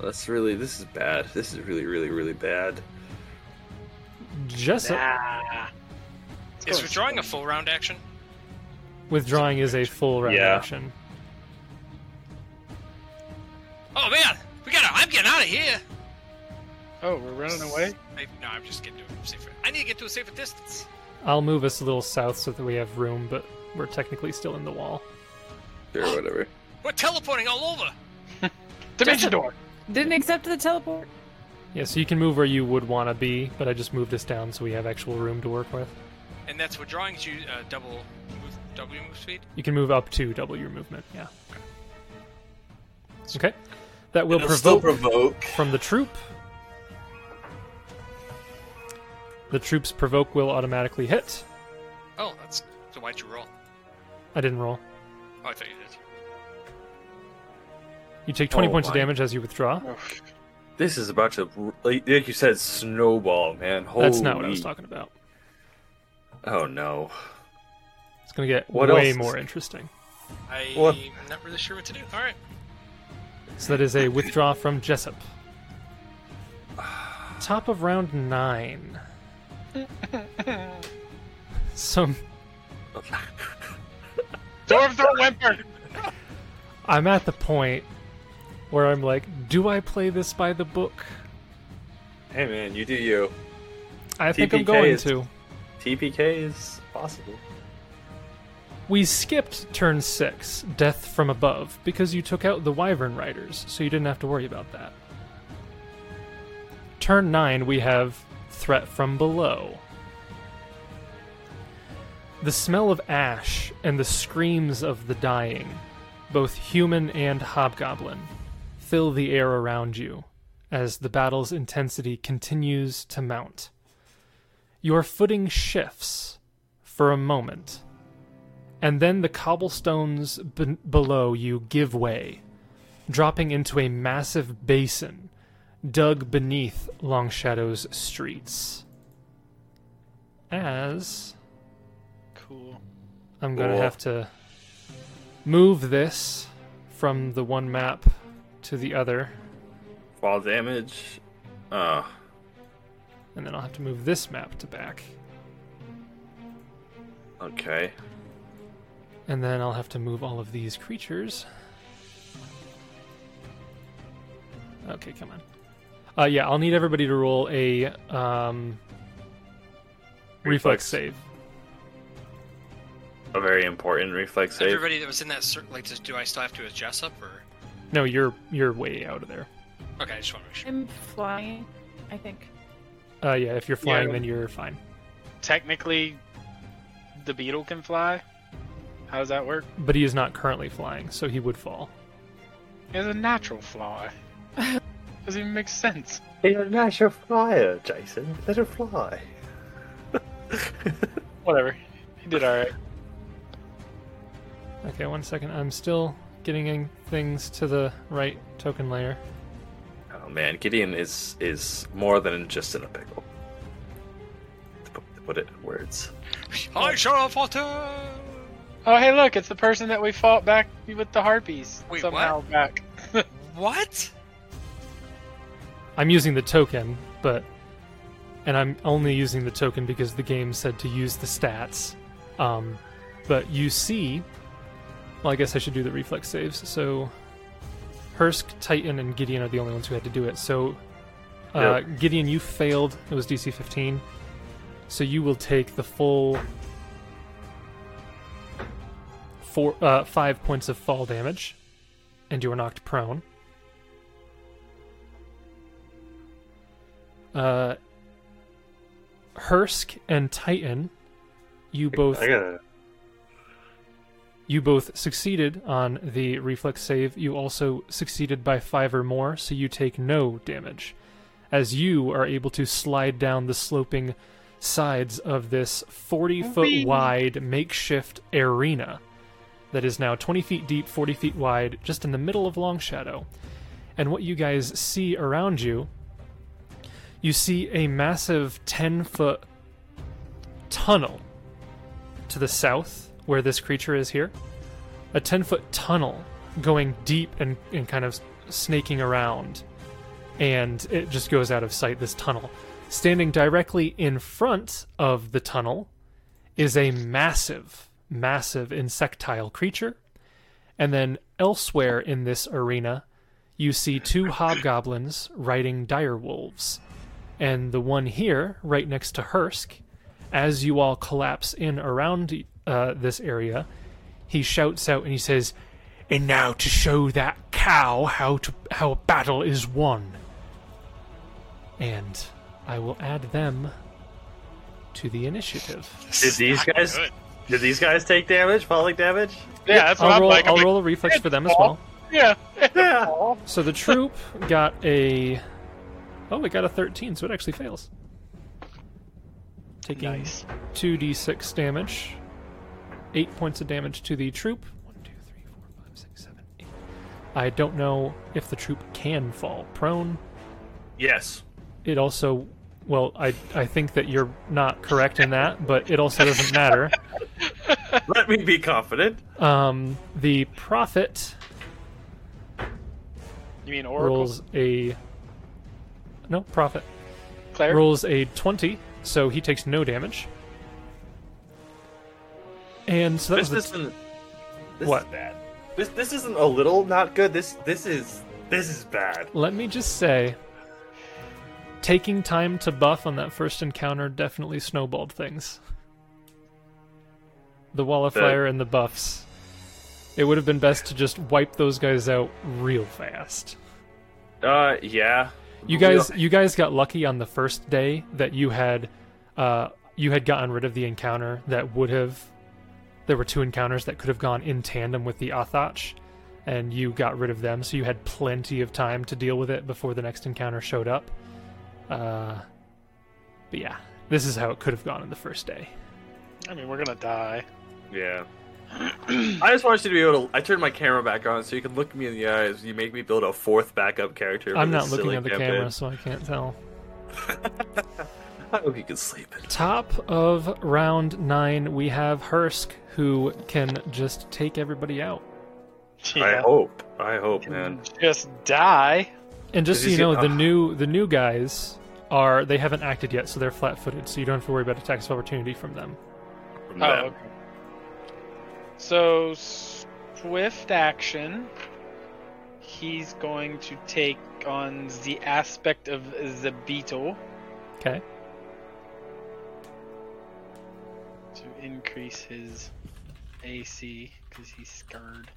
That's really. This is bad. This is really, really, really bad. Jessup Is Ah. withdrawing a full round action? withdrawing is a full round Yeah. action. Oh man, we gotta. I'm getting out of here. Oh, we're running away. I, no, I'm just getting to a safer. I need to get to a safer distance. I'll move us a little south so that we have room, but we're technically still in the wall. Sure, whatever. We're teleporting all over. Dimension door. didn't accept the teleport. Yeah, so you can move where you would want to be, but I just moved us down so we have actual room to work with. And that's withdrawing's you uh, double move, double your move speed. You can move up to double your movement. Yeah. Okay. That will It'll still provoke provoke. from the troop. The troop's provoke will automatically hit. Oh, that's so. Why'd you roll? I didn't roll. Oh, I thought you did. You take 20 Oh points of my. damage as you withdraw. This is about to, like, like you said, snowball, man. Holy. That's not what I was talking about. Oh no. It's going to get What way else? more interesting. I'm What? not really sure what to do. All right. So that is a withdraw from Jessup. top of round nine. so Storm throw whimper. I'm at the point where I'm like, do I play this by the book? Hey man, you do you. I think I'm TPK going is- to. TPK is possible. We skipped turn six, Death from Above, because you took out the Wyvern Riders, so you didn't have to worry about that. Turn nine, we have Threat from Below. The smell of ash and the screams of the dying, both human and hobgoblin, fill the air around you as the battle's intensity continues to mount. Your footing shifts for a moment and then the cobblestones b- below you give way, dropping into a massive basin dug beneath Long Shadow's streets. As Cool. I'm going to Cool. have to move this from the one map to the other, Fall damage. Uh and then I'll have to move this map to back, okay. and then I'll have to move all of these creatures. Okay, come on. Uh, yeah, I'll need everybody to roll a um, reflex save. A very important reflex save. Everybody that was in that, cer- like, does- do I still have to adjust up or? No, you're you're way out of there. Okay, I just want to make sure. I'm flying, I think. Uh, yeah, if you're flying, Yeah. then you're fine. Technically, the beetle can fly. How does that work? But he is not currently flying, so he would fall. It's a natural fly. Doesn't even make sense. It's a natural flyer, Jason. Let it fly. Whatever. He did all right. Okay, one second. I'm still getting in things to the right token layer. Oh man, Gideon is is more than just in a pickle. To put, to put it in words. Hi, Sheriff Otto! Oh, hey, look, it's the person that we fought back with the harpies. Wait, somehow back. What? I'm using the token, but and I'm only using the token because the game said to use the stats. Um, but you see, well, I guess I should do the reflex saves. So, Hursk, Titan, and Gideon are the only ones who had to do it. So, uh, Gideon, you failed. It was DC 15. So you will take the full four, uh, five points of fall damage, and you are knocked prone. Uh, Hursk and Titan, you both I gotta. you both succeeded on the reflex save. You also succeeded by five or more, so you take no damage, as you are able to slide down the sloping sides of this 40 foot wide makeshift arena that is now 20 feet deep, 40 feet wide, just in the middle of Long Shadow. And what you guys see around you, you see a massive 10 foot tunnel to the south where this creature is here a 10 foot tunnel going deep and, and kind of snaking around and it just goes out of sight this tunnel standing directly in front of the tunnel is a massive massive insectile creature and then elsewhere in this arena you see two hobgoblins riding dire wolves and the one here right next to Hursk as you all collapse in around uh, this area, he shouts out and he says, "And now to show that cow how to how a battle is won." And I will add them to the initiative. Did these guys good. did these guys take damage? Falling damage? Yeah, that's what I'll am roll, like. I'm I'll like, roll a reflex for them as well. fall. Yeah. Yeah. So the troop got a oh, it got a thirteen, so it actually fails. Taking Nice. 2d6 damage. 8 points of damage to the troop. One, two, three, four, five, six, seven, eight. I don't know if the troop can fall prone. Yes. It also, well, I, I think that you're not correct in that, but it also doesn't matter. Let me be confident. Um, the prophet You mean Oracle? rolls a. No, prophet. Claire? rolls a 20, so he takes no damage. And so that This was the isn't. This What? is bad. This this isn't a little not good. This this is this is bad. Let me just say, taking time to buff on that first encounter definitely snowballed things. The wall of That- fire and the buffs. It would have been best to just wipe those guys out real fast. Uh, yeah. You Real- guys, you guys got lucky on the first day that you had, uh, you had gotten rid of the encounter that would have. There were two encounters that could have gone in tandem with the Athach, and you got rid of them, so you had plenty of time to deal with it before the next encounter showed up. Uh, but yeah, this is how it could have gone in the first day. I mean, we're gonna die. Yeah. I just want you to be able to. I turned my camera back on so you can look me in the eyes. You make me build a fourth backup character. for I'm this not looking silly at the campaign. camera, so I can't tell. I hope you can sleep. Top of round nine, we have Hursk, who can just take everybody out. I Yeah. hope. I hope, man. Just die. And just so you Did you know, see- the Ugh. new the new guys are they haven't acted yet, so they're flat-footed, so you don't have to worry about attacks of opportunity from them. From Oh, them. okay. So swift action. He's going to take on the aspect of the beetle Okay. to increase his AC because he's scared.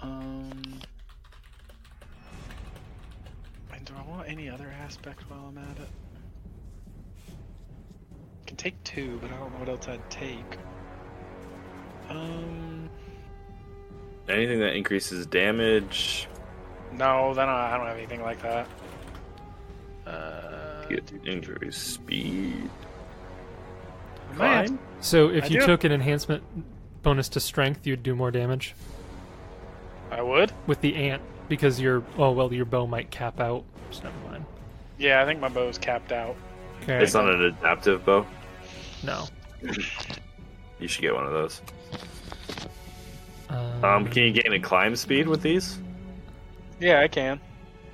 Um. And do I want any other aspect while I'm at it? I can take two, but I don't know what else I'd take. Um. Anything that increases damage, No, then I I don't have anything like that. Uh, get injury speed. I might have to- So if I you do. took an enhancement bonus to strength, you'd do more damage I would. with the ant because your oh well your bow might cap out. So never mind. Yeah, I think my bow's capped out. Okay. It's not an adaptive bow. no. You should get one of those. Um, Um, can you gain a climb speed with these? Yeah, I can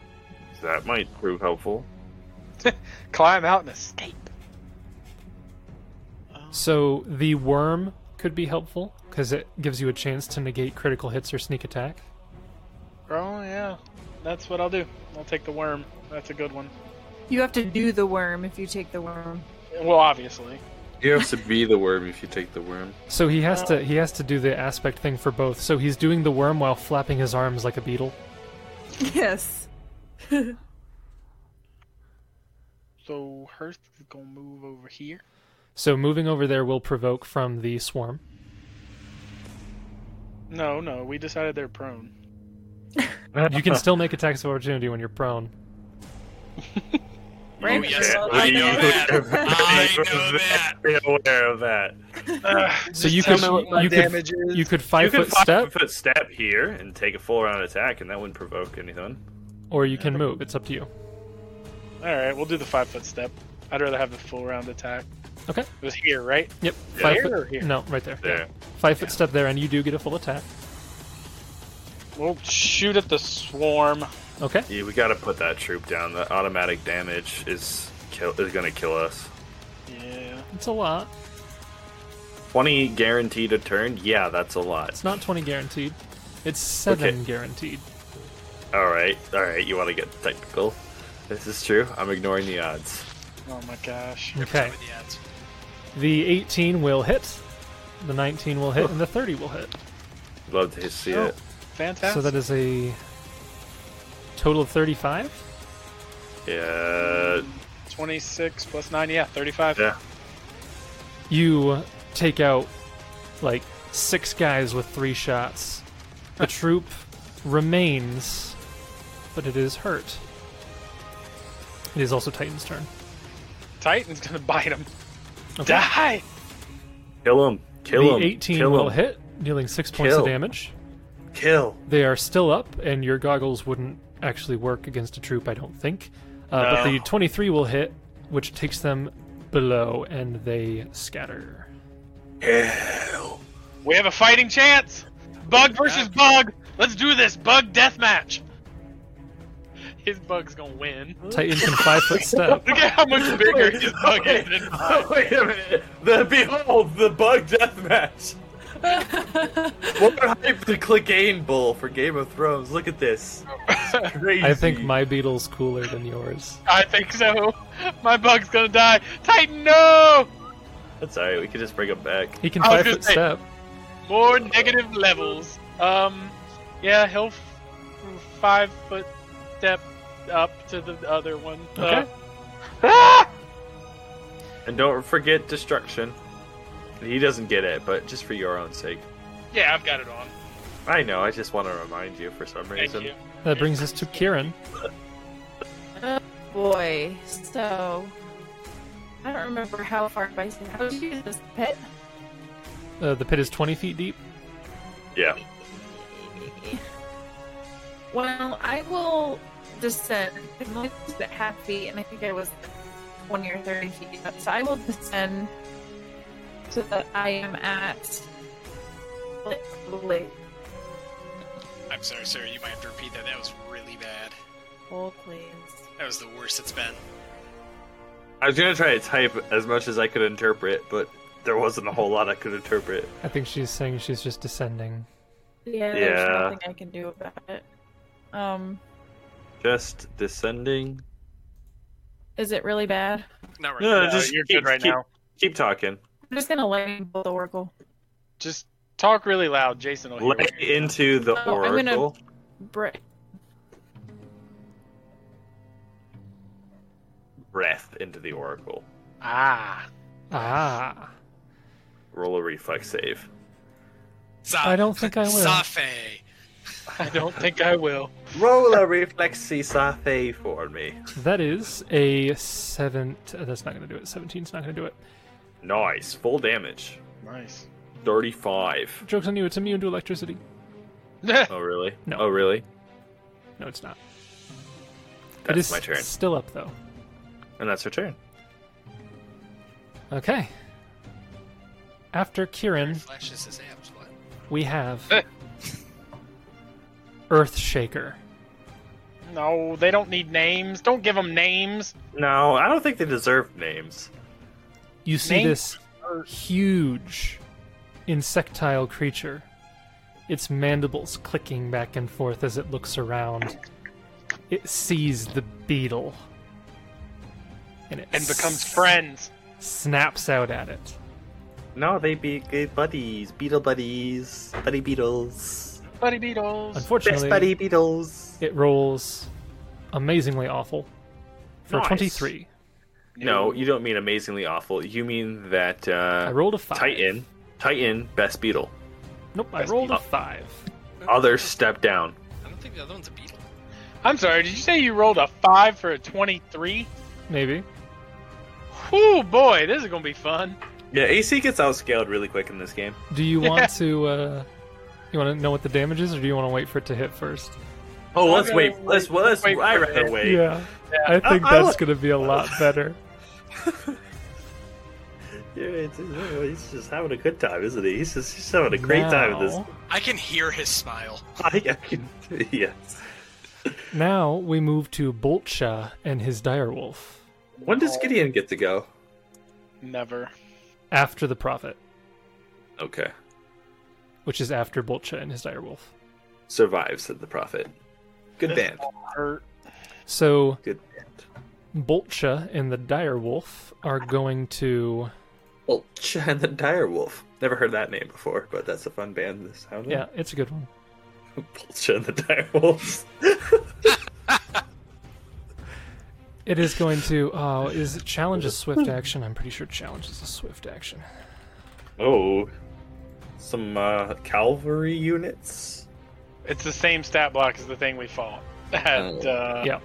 That might prove helpful. climb out and escape. So the worm could be helpful because it gives you a chance to negate critical hits or sneak attack. Oh yeah, that's what I'll do. I'll take the worm. That's a good one. You have to do the worm if you take the worm. Well, obviously. You have to be the worm if you take the worm. So he has to he has to do the aspect thing for both. So he's doing the worm while flapping his arms like a beetle. Yes. So Hearth is gonna move over here. So moving over there will provoke from the swarm. No, no, we decided they're prone. You can still make attacks of opportunity when you're prone. Right? yes. Well, I I know know. that. I know that. Be aware of that. So you could you could you could five you can foot step foot step here and take a full round attack, and that wouldn't provoke anything. or you can move. It's up to you. All right, we'll do the five foot step. I'd rather have the full round attack. Okay. It was here, right? Yep. Five Here foot. or here? No, right there. There. Yeah. Five foot step there, and you do get a full attack. We'll shoot at the swarm. Okay. Yeah, we gotta put that troop down. The automatic damage is kill is gonna kill us. Yeah. It's a lot. Twenty guaranteed a turn. Yeah, that's a lot. It's not twenty guaranteed. It's seven Okay. guaranteed. All right, all right. You want to get technical? This is true. I'm ignoring the odds. Oh my gosh. Okay. With the ads. The eighteen will hit. The nineteen will hit, and the thirty will hit. Love to see Oh, it. fantastic. So that is a total of thirty-five. Yeah, 26 plus 9, yeah, 35. yeah. you take out like six guys with three shots. The troop remains, but it is hurt. It is also Titan's turn. Titan's gonna bite him. Okay. Die! Kill him. Kill the him. 18 kill will him. hit, dealing six points Kill. of damage. Kill. They are still up, and your goggles wouldn't actually work against a troop, I don't think. Uh, But No. the 23 will hit, which takes them below, and they scatter. Kill. We have a fighting chance! Bug versus bug! Let's do this! Bug deathmatch! his bug's gonna win. Titan can five foot step. Look at how much bigger his bug is. than mine. Wait a minute. The behold the bug deathmatch. what hype the Clegane Bull for Game of Thrones? Look at this. It's crazy. I think my beetle's cooler than yours. I think so. My bug's gonna die. Titan, no! That's alright. We could just bring him back. He can I was five foot gonna say- step. More negative levels. Um, yeah, he'll f- five foot step up to the other one. Uh, Okay. ah! And don't forget destruction. He doesn't get it, but just for your own sake. Yeah, I've got it on. I know. I just want to remind you for some Thank reason. you. That brings us to Kieran. Boy, so I don't remember how far Bison. How did you use this pit? Uh, the pit is 20 feet deep. Yeah. Well, I will descend. I'm only at half feet, and I think I was twenty or thirty feet up. So I will descend so that I am at. Wait, I'm sorry, sir. You might have to repeat that. That was really bad. hold please. That was the worst it's been. I was gonna try to type as much as I could interpret, but there wasn't a whole lot I could interpret. I think she's saying she's just descending. Yeah, there's Yeah. nothing I can do about it. Um, Just descending. is it really bad? Not right. No, Uh, just you're keep, good right keep- now. Keep talking. I'm just gonna lay both Oracle. Just talk really loud. Jason will hear Lay it. into the Oh, I'm gonna- oracle. Brit. Breath into the oracle. Ah. Ah. Roll a reflex save. Za- I don't think I will. Zafe. I don't think I will. Roll a reflex save for me. That is a 7. That's not going to do it. 17's not going to do it. Nice. Full damage. Nice. 35. Joke's on you. It's immune to electricity. Oh, really? No. Oh, really? No, it's not. it That's is my turn. still up, though. And that's her turn. Okay. After Kieran, Flashes his abs. What? we have Earthshaker. no, they don't need names. Don't give them names. No, I don't think they deserve names. You see Name- this huge insectile creature, its mandibles clicking back and forth as it looks around. It sees the beetle. And it And becomes s- friends. Snaps out at it. No, they be good buddies. Beetle buddies. Buddy beetles. Buddy Beatles. Unfortunately, Best buddy beetles. it rolls amazingly awful for Nice. 23. No, you don't mean amazingly awful. You mean that I uh, rolled a 5. Titan, Titan, best beetle. Nope, I Best rolled a beetle. 5. Others step down. I don't think the other one's a beetle. I'm sorry, did you say you rolled a 5 for a 23? Maybe. Whoo, boy, this is gonna be fun. Yeah, AC gets outscaled really quick in this game. Do you want to uh you want to know what the damage is or do you want to wait for it to hit first? Oh, let's Okay, wait. Let's well, let's. wait I for rather it. wait. Yeah. I think I- I that's like- going to be a lot better. Yeah, it's, he's just having a good time, isn't he? He's just he's having a Now- I can hear his smile. I, I can, yes. Now we move to Boltsha and his direwolf When does Gideon get to go? Never. after the prophet, Okay, which is after Boltsha and his direwolf. survives said the prophet. Good band. Hurt. So Good band. Boltsha and the direwolf are going to Well, Ch- and the direwolf. Never heard that name before, but that's a fun band. This sound. yeah, it's a good one. Bolcha and the direwolves. It is going to oh, is it challenge a swift Hmm. action? I'm pretty sure challenge is a swift action. Oh, Uh. some uh, cavalry units. It's the same stat block as the thing we fought. And, uh, Yeah.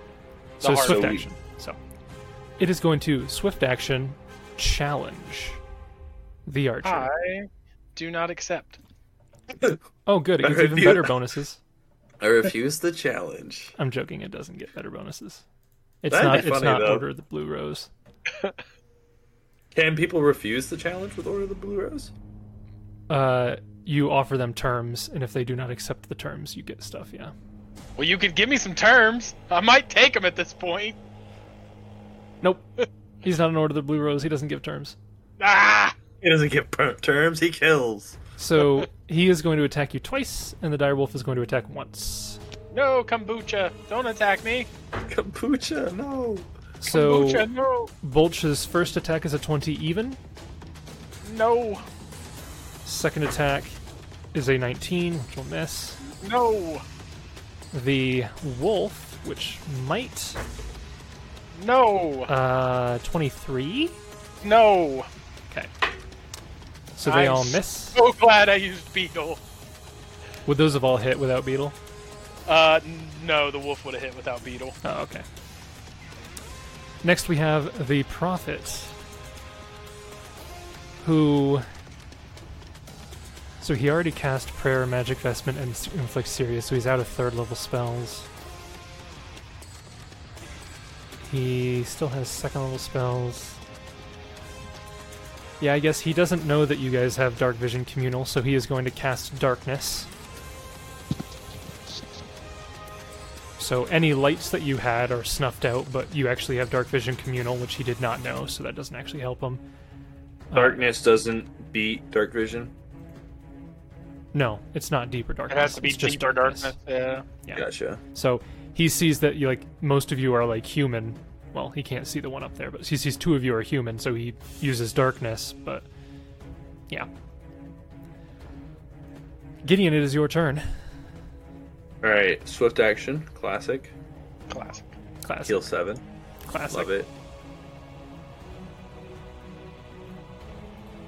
So hard- swift so we- action. So it is going to swift action challenge the archer. I do not accept. oh, good. It gives even Review. better bonuses. I refuse the challenge. I'm joking. It doesn't get better bonuses. It's That'd not. be it's funny, not though. Order of the Blue Rose. Can people refuse the challenge with Order of the Blue Rose? Uh, you offer them terms, and if they do not accept the terms, you get stuff. Yeah. Well, you could give me some terms. I might take them at this point. Nope. He's not an Order of the Blue Rose. He doesn't give terms. Ah! He doesn't get per- terms. He kills. So he is going to attack you twice, and the direwolf is going to attack once. No, kombucha. Don't attack me. Kombucha, no. So Kombucha, no. Bolch's first attack is a 20 even. No. Second attack is a 19, which will miss. No. The wolf, which might, No. uh, 23. No. Okay. So they I'm all miss. So glad I used Beetle. Would those have all hit without Beetle? Uh, n- no, the wolf would have hit without Beetle. Oh, okay. Next, we have the Prophet, who. So he already cast Prayer, Magic Vestment, and s- Inflict Serious, so he's out of third level spells. He still has second level spells. Yeah, I guess he doesn't know that you guys have Dark Vision Communal, so he is going to cast Darkness. So any lights that you had are snuffed out, but you actually have dark vision communal, which he did not know, so that doesn't actually help him. Darkness doesn't beat dark vision. No, it's not deeper It darkness. has to be it's just deeper darkness. Yeah. Yeah. Gotcha. So he sees that you like most of you are like human. Well, he can't see the one up there, but he sees two of you are human, so he uses darkness. But yeah, Gideon, it is your turn. All right, swift action, classic. Classic. Classic. Heal seven. Classic. Love it.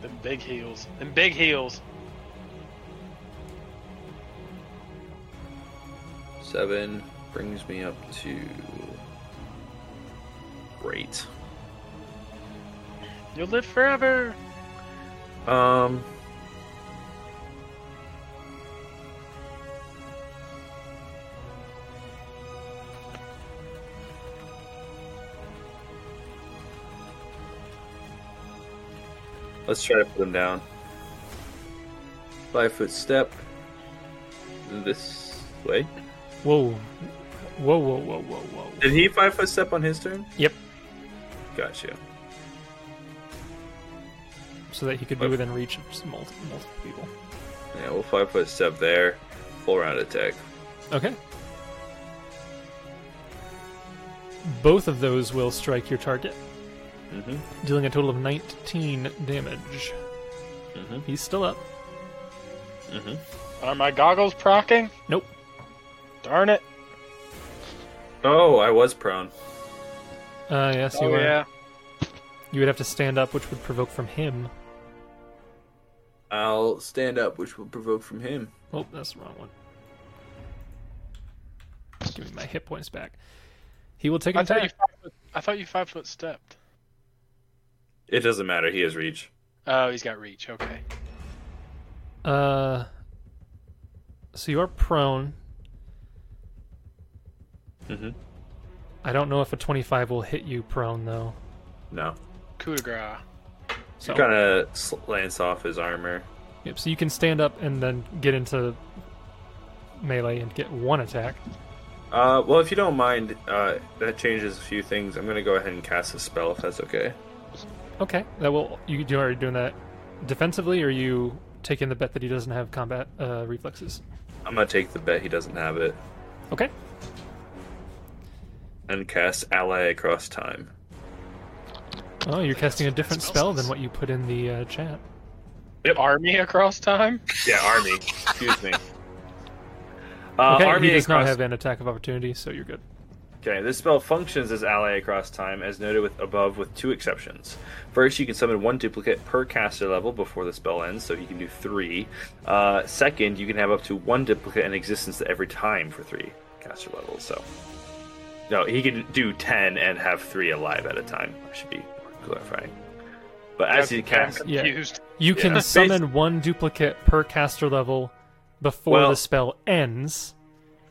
The big heels. Them big heels. Seven brings me up to great. You'll live forever. Um. Let's try to put him down. Five foot step. This way. Whoa, whoa, whoa, whoa, whoa, whoa. Did he five foot step on his turn? Yep. Gotcha. So that he could be within reach of multiple, multiple people. Yeah, we'll five foot step there. Full round attack. Okay. Both of those will strike your target, Mm-hmm. dealing a total of 19 damage. Mhm. He's still up. Mm-hmm. Are my goggles procking? Nope. Darn it. Oh, I was prone. Uh, yes, you oh, are. yeah. You would have to stand up, which would provoke from him. I'll stand up, which will provoke from him. Oh, that's the wrong one. Give me my hit points back. He will take an I thought, you attack. five foot, I thought you five foot stepped. It doesn't matter. He has reach. Oh, he's got reach. Okay. Uh, so you are prone. Mhm. I don't know if a 25 will hit you prone, though. No. Coup de grace. So, Kind of slants off his armor. Yep, so you can stand up and then get into melee and get one attack. Uh, well, if you don't mind, uh, that changes a few things. I'm gonna go ahead and cast a spell if that's okay. Okay, that will. You, you are doing that defensively, or are you taking the bet that he doesn't have combat uh, reflexes? I'm gonna take the bet he doesn't have it Okay, and cast ally across time. oh, you're casting a different Spell spell than slots. what you put in the uh, chat. Army across time? Yeah, army. Excuse me. Uh, Okay, army he does across not have an attack of opportunity, so you're good. Okay, this spell functions as ally across time, as noted with above, with two exceptions. First, you can summon one duplicate per caster level before the spell ends, so you can do three. Uh, second, you can have up to one duplicate in existence every time for three caster levels. So, no, he can do ten and have three alive at a time. I should be clarifying. But as he casts, I'm Yeah. confused. You can Yeah. summon one duplicate per caster level before Well- the spell ends,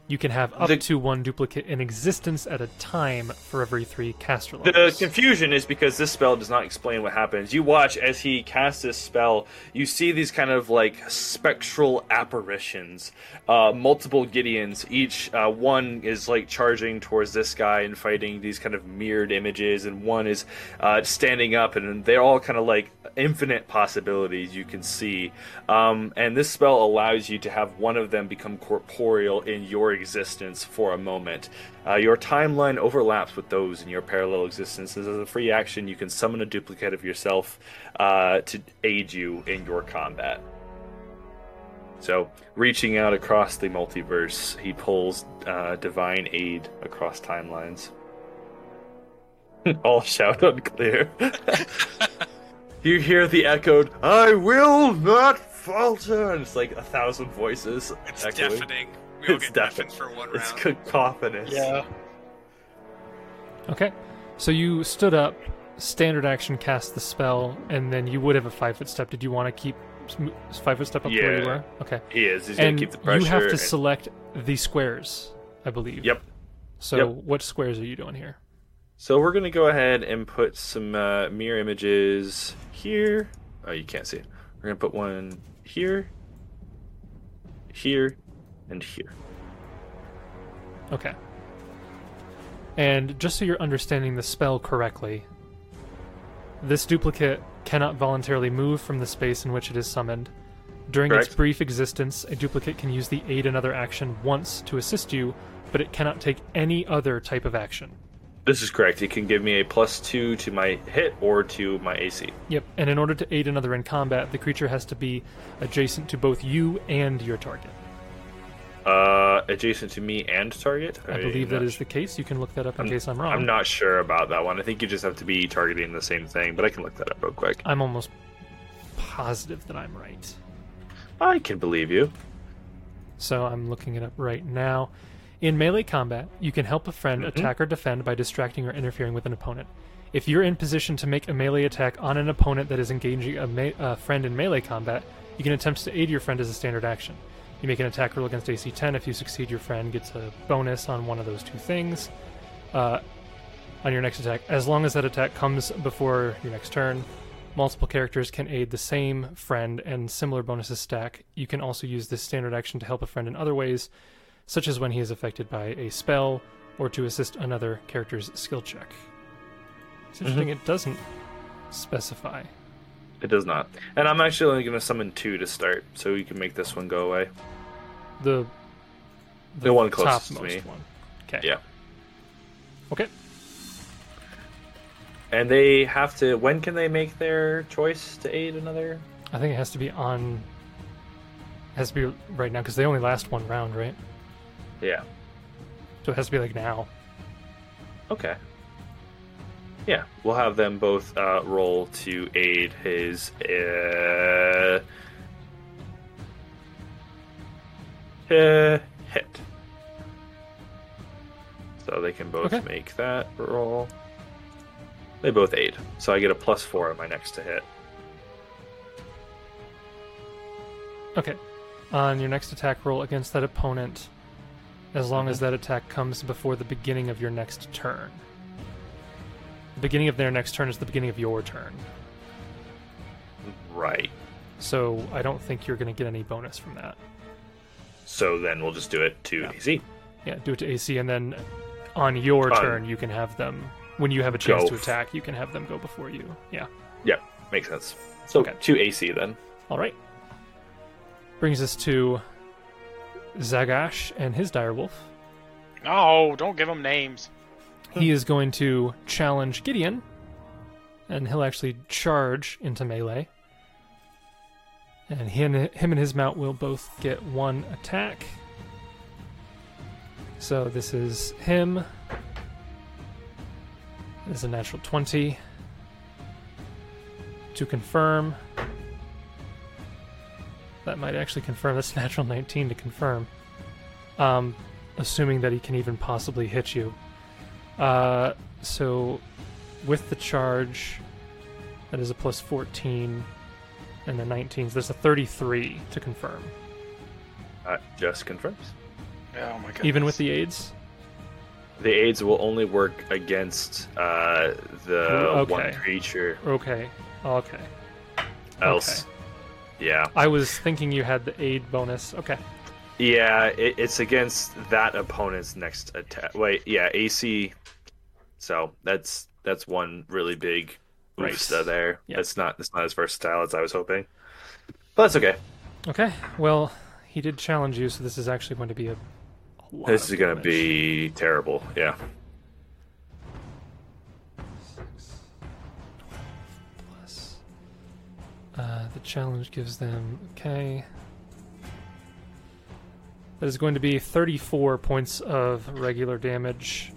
You can have up The- to one duplicate in existence at a time for every three caster The levels. confusion is because this spell does not explain what happens. You watch as he casts this spell, you see these kind of like spectral apparitions, uh, multiple Gideons. Each uh, one is like charging towards this guy and fighting these kind of mirrored images, and one is uh, standing up, and they're all kind of like infinite possibilities you can see. Um, and this spell allows you to have one of them become corporeal in your existence for a moment. Uh, your timeline overlaps with those in your parallel existences. As a free action, you can summon a duplicate of yourself uh, to aid you in your combat. So, reaching out across the multiverse, he pulls uh, divine aid across timelines. All shout unclear. you hear the echoed, I will not falter! And it's like a thousand voices. It's echoing. deafening. We all It's get deafened deafening. for one It's round. cacophonous. Okay. So you stood up, standard action cast the spell, and then you would have a five foot step. Did you want to keep sm- five foot step up to where Yeah. you were? Okay. He is. He's and gonna keep the pressure. you have to and- select the squares, I believe. Yep. So yep. what squares are you doing here? So we're gonna go ahead and put some uh, mirror images here. Oh, you can't see. it. We're gonna put one here, here, and here. Okay. And just so you're understanding the spell correctly, this duplicate cannot voluntarily move from the space in which it is summoned. During its Correct. brief existence, a duplicate can use the aid another action once to assist you, but it cannot take any other type of action. This is correct. It can give me a plus two to my hit or to my AC. Yep, and in order to aid another in combat, the creature has to be adjacent to both you and your target. Uh, adjacent to me and target. I believe that is the case. You can look that up in case I'm wrong. I'm not sure about that one. I think you just have to be targeting the same thing, but I can look that up real quick. I'm almost positive that I'm right. I can believe you. So I'm looking it up right now. In melee combat, you can help a friend attack or defend by distracting or interfering with an opponent. If you're in position to make a melee attack on an opponent that is engaging a, me- a friend in melee combat, you can attempt to aid your friend as a standard action. You make an attack roll against AC 10. If you succeed, your friend gets a bonus on one of those two things uh, on your next attack. As long as that attack comes before your next turn, Multiple characters can aid the same friend and similar bonuses stack. You can also use this standard action to help a friend in other ways, such as when he is affected by a spell or to assist another character's skill check. It's Mm-hmm. interesting, it doesn't specify. It does not. And I'm actually only going to summon two to start, so you can make this one go away. The The one closest to topmost me. one. Okay. Yeah. Okay. And they have to. When can they make their choice to aid another? I think it has to be on. Has to be right now because they only last one round, right? Yeah. So it has to be like now. Okay. Yeah, we'll have them both uh, roll to aid his uh, uh, hit. So they can both Okay. make that roll. They both aid, so I get a plus four on my next to hit. Okay. On your next attack roll against that opponent, as long as that attack comes before the beginning of your next turn. The beginning of their next turn is the beginning of your turn. Right. So I don't think you're going to get any bonus from that. So then we'll just do it to AC. Yeah, do it to AC, and then on your On- turn, you can have them. When you have a chance Go to f- attack, you can have them go before you. Yeah. Yeah, makes sense. So Okay. to AC then. All right. Brings us to Zagash and his direwolf. No, don't give them names. he is going to challenge Gideon, and he'll actually charge into melee. And he and him and his mount will both get one attack. So this is him. This is a natural twenty. To confirm, that might actually confirm. That's a natural nineteen to confirm. Um, assuming that he can even possibly hit you. Uh, so with the charge, that is a plus 14 and the 19s. There's a 33 to confirm. Uh, just confirms. Oh my god. even with the aids. The aids will only work against uh, the Oh, one okay. creature Okay, okay. else. Yeah. I was thinking you had the aid bonus. Okay. Yeah, it, it's against that opponent's next attack. Wait, yeah, AC. So that's that's one really big Right. right there. Yeah. That's not that's not as versatile as I was hoping, but that's okay. Okay. Well, he did challenge you, so this is actually going to be a. a lot This of is gonna damage. be terrible. Yeah, Plus, uh, the challenge gives them okay. That is going to be 34 points of regular damage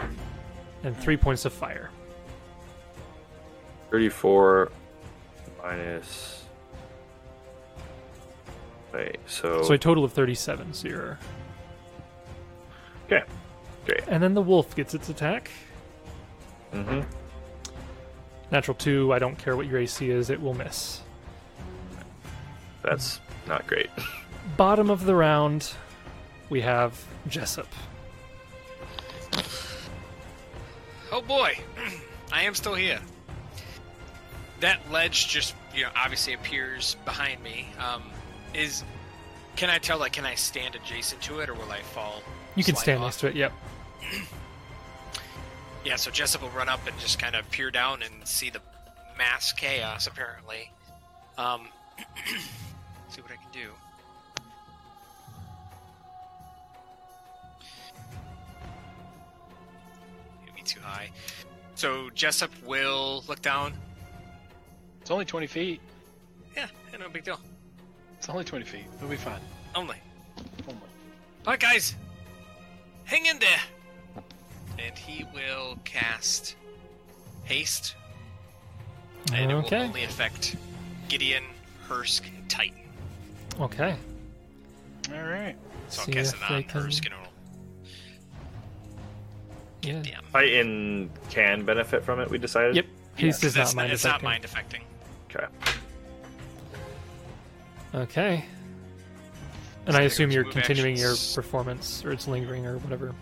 and three points of fire. thirty-four minus. Wait, so, So a total of 37. So you're. okay, great. And then the wolf gets its attack. hmm Natural two. I don't care what your AC is; it will miss. That's not great. Bottom of the round, we have Jessup. Oh boy, I am still here. That ledge just, you know, obviously appears behind me. Um, is can I tell? Like, can I stand adjacent to it, or will I fall? You can slide stand off? next to it. Yep. Yeah, so Jessup will run up and just kind of peer down and see the mass chaos, apparently. Um, see what I can do. It'd be too high. So Jessup will look down. It's only 20 feet. Yeah, yeah, no big deal. It's only 20 feet. It'll be fine. Only. Only. All right, guys, hang in there. And he will cast haste, and it will Okay. only affect Gideon, Hursk, and Titan. Okay. All right. So See I'll cast if it they on can- Hursk and it'll Yeah. damn. Titan can benefit from it. We decided. Yep. Haste is That's not mind it's not affecting. mind affecting. Okay. Okay. And I So there assume goes you're move continuing actions. your performance, or it's lingering, or whatever.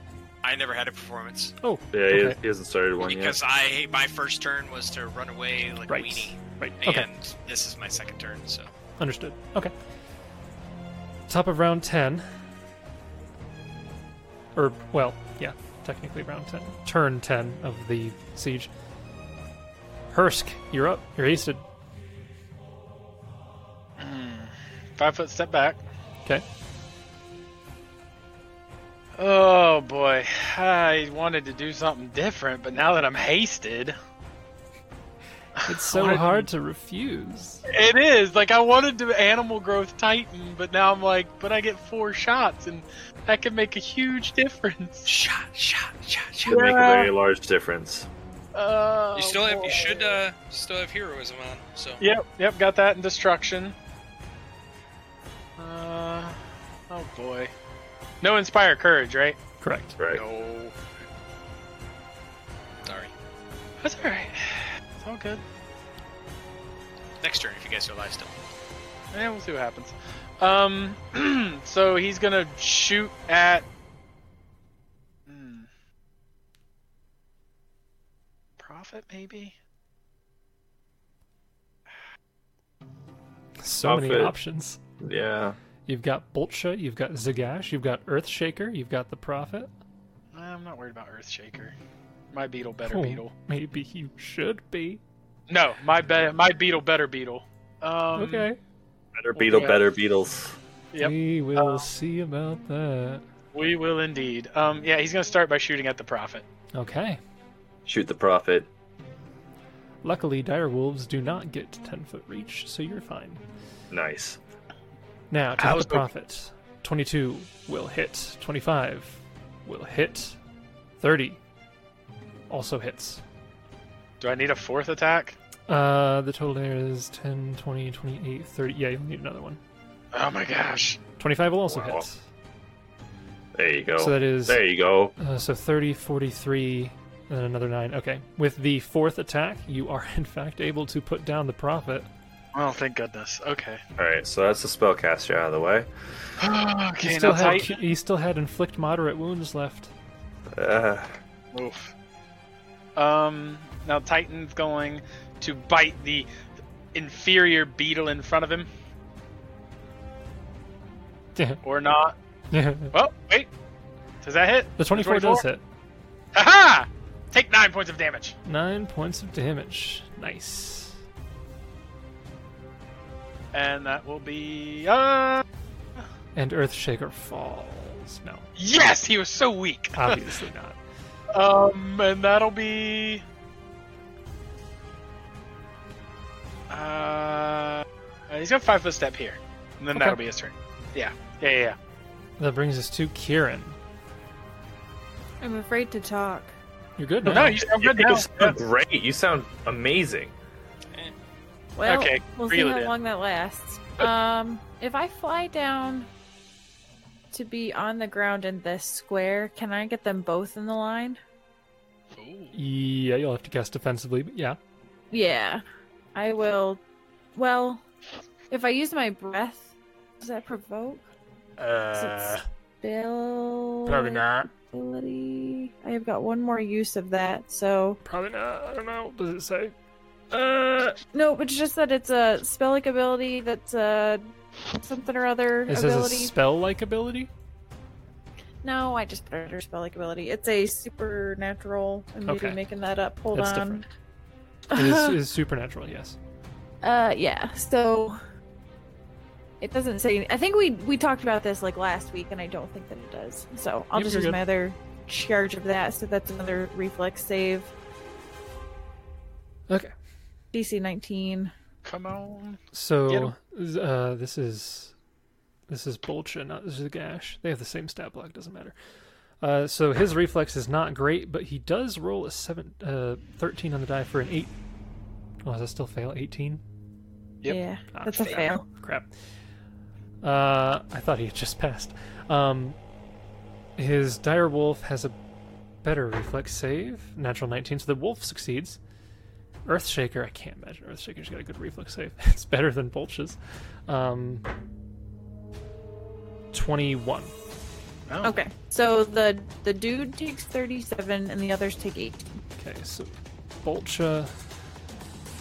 I never had a performance Oh. Yeah, he- Okay. he, hasn't started one because I my first turn was to run away like Right. a weenie, Right. and Okay. this is my second turn. So Understood. Okay. Top of round 10. Or, well, yeah, technically round 10. Turn 10 of the siege. Hursk, you're up. You're hasted. Five foot step back. Okay. Oh boy. I wanted to do something different, but now that I'm hasted. It's so What? hard to refuse. It is. Like, I wanted to animal growth Titan, but now I'm like, but I get four shots, and that can make a huge difference. shot, shot, shot, shot. yet. Could make a Yeah. very large difference. Oh, You still have boy. you should uh still have heroism on. So Yep, yep, got that in destruction. Uh, oh boy. No inspire courage, right? Correct. Right. no. Sorry. That's alright. It's all good. Next turn, if you guys are alive still. Yeah, we'll see what happens. Um, so he's gonna shoot at. Hmm. Prophet, maybe? So Stop many it. options. Yeah. You've got Boltsha, you've got Zagash, you've got Earthshaker, you've got the Prophet. Nah, I'm not worried about Earthshaker. My beetle better Oh, beetle. Maybe you should be. No, my be- my beetle better beetle. Um, okay. Better beetle, yeah. better beetles. Yep. Um, We will see about that. We will indeed. Um, yeah, he's gonna start by shooting at the prophet. Okay. Shoot the prophet. Luckily, dire wolves do not get to 10 foot reach, so you're fine. Nice. Now, to I hit was the profit. 22 will hit. 25 will hit. 30 also hits. Do I need a fourth attack? Uh, the total there is 10, 20, 28, 30. Yeah, you'll need another one. Oh my gosh. 25 will also Wow. hit. There you go. So that is There you go. uh, so 30, 43, and then another 9. Okay. With the fourth attack, you are in fact able to put down the profit Oh, thank goodness. Okay. All right, so that's the spellcaster out of the way. okay, he, now still had, Titan- he still had inflict moderate wounds left. Uh, Oof. Um, now Titan's going to bite the inferior beetle in front of him. Or not. the Well, wait. Does that hit? 24 does hit. Aha! Take nine points of damage. Nine points of damage. Nice. And that will be. Uh, And Earthshaker falls. No, yes! He was so weak. Ah. obviously not. Um, and that'll be. Uh, he's got five foot step here, and then Okay. that'll be his turn. Yeah, yeah, yeah. yeah. That brings us to Kieran. I'm afraid to talk. You're good No, now. no, you sound you good now. sound great. You sound amazing. Well, Okay, we'll reel see it how in. long that lasts. Um, if I fly down to be on the ground in this square, can I get them both in the line? Yeah, you'll have to guess defensively, but yeah. Yeah, I will. Well, if I use my breath, does that provoke? Does it spill? Uh, Probably not. Ability. I have got one more use of that, so Probably not. I don't know. Does it say? Uh, no. But it's just that it's a spell like ability that's a something or other it says a ability. spell-like ability. No, I just put it under spell like ability. It's a supernatural. I'm maybe Okay. making that up. Hold That's on. It is, it is supernatural. Yes. uh, yeah. So it doesn't say. I think we we talked about this like last week, and I don't think that it does. So I'll Yep, just you're use good. my other charge of that. So that's another reflex save. Okay. DC 19. Come on. So uh, this is this is Bolcha, not Zugash. They have the same stat block. Doesn't matter. Uh, so his reflex is not great, but he does roll a seven, uh, 13 on the die for an eight. Oh, does that still fail? Eighteen. Yep. Yeah, Ah, that's a shit. fail. Crap. Uh, I thought he had just passed. Um, his dire wolf has a better reflex save, natural 19, so the wolf succeeds. Earthshaker, I can't imagine Earthshaker's got a good reflex save. it's better than Bolch's. Um, 21. No. Okay, so the the dude takes 37, and the others take 8. Okay, so Bolcha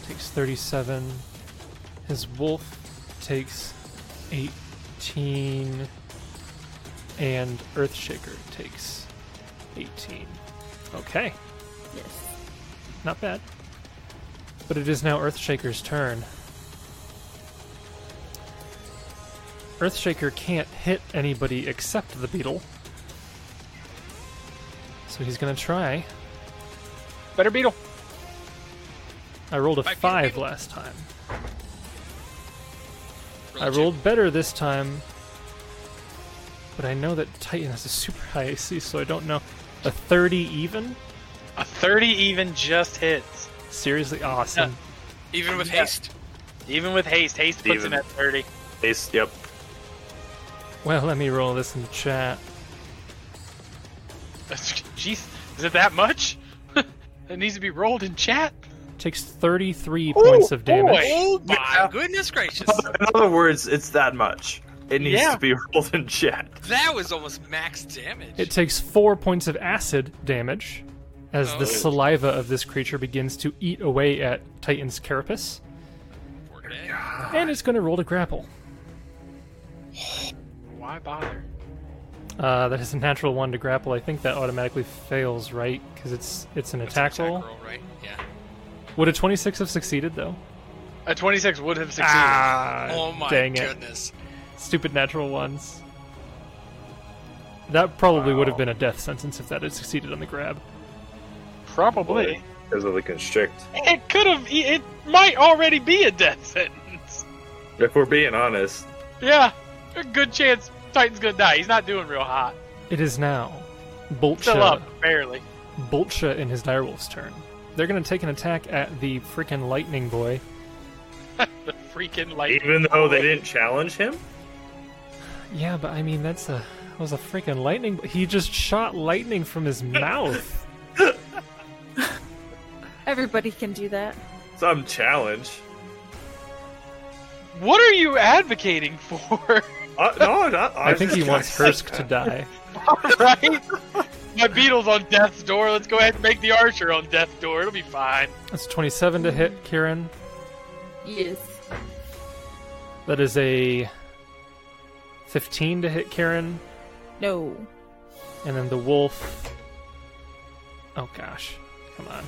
takes 37. His wolf takes 18. And Earthshaker takes 18. Okay, Yes. not bad. But it is now Earthshaker's turn. Earthshaker can't hit anybody except the beetle. So he's gonna try. Better beetle. I rolled a Might be the five beetle. last time. Roll I two. rolled better this time, but I know that Titan has a super high AC, so I don't know. A 30 even? A thirty even just hits. Seriously, awesome. even with Yeah. haste. Even with haste, haste puts Even. him at thirty. It's, yep. Well, let me roll this in the chat. Jeez, is it that much? it needs to be rolled in chat. Takes 33 points of damage. boy. Oh my goodness gracious! In other words, it's that much. It needs Yeah. to be rolled in chat. That was almost max damage. It takes four points of acid damage as Oh. the saliva of this creature begins to eat away at Titan's carapace, Poor guy. and it's going to roll to grapple. Why bother? Uh, that is a natural one to grapple. I think that automatically fails, right? Because it's it's an That's an attack, roll. right? Yeah. Would a 26 have succeeded though? A twenty-six would have succeeded. Ah, oh my dang it. goodness. Stupid natural ones. That probably would have been a death sentence if that had succeeded on the grab. Probably. Because of the constrict. It could have. e, It might already be a death sentence. If we're being honest, Yeah, a good chance Titan's gonna die. He's not doing real hot. It is now Still Bolcha, up, barely. Bolcha in his direwolf's turn. They're going to take an attack at the freaking lightning boy. The freaking light. even though they didn't challenge him, Yeah, but I mean that's a that was a freaking lightning. He just shot lightning from his mouth. Everybody can do that. some challenge. What are you advocating for? Uh, no, not, I think he wants Hursk to die. right? My beetle's on death's door. Let's go ahead and make the archer on death's door. It'll be fine. That's 27 to hit, Kieran. Yes. That is a 15 to hit, Kieran. No. And then the wolf. Oh gosh, come on.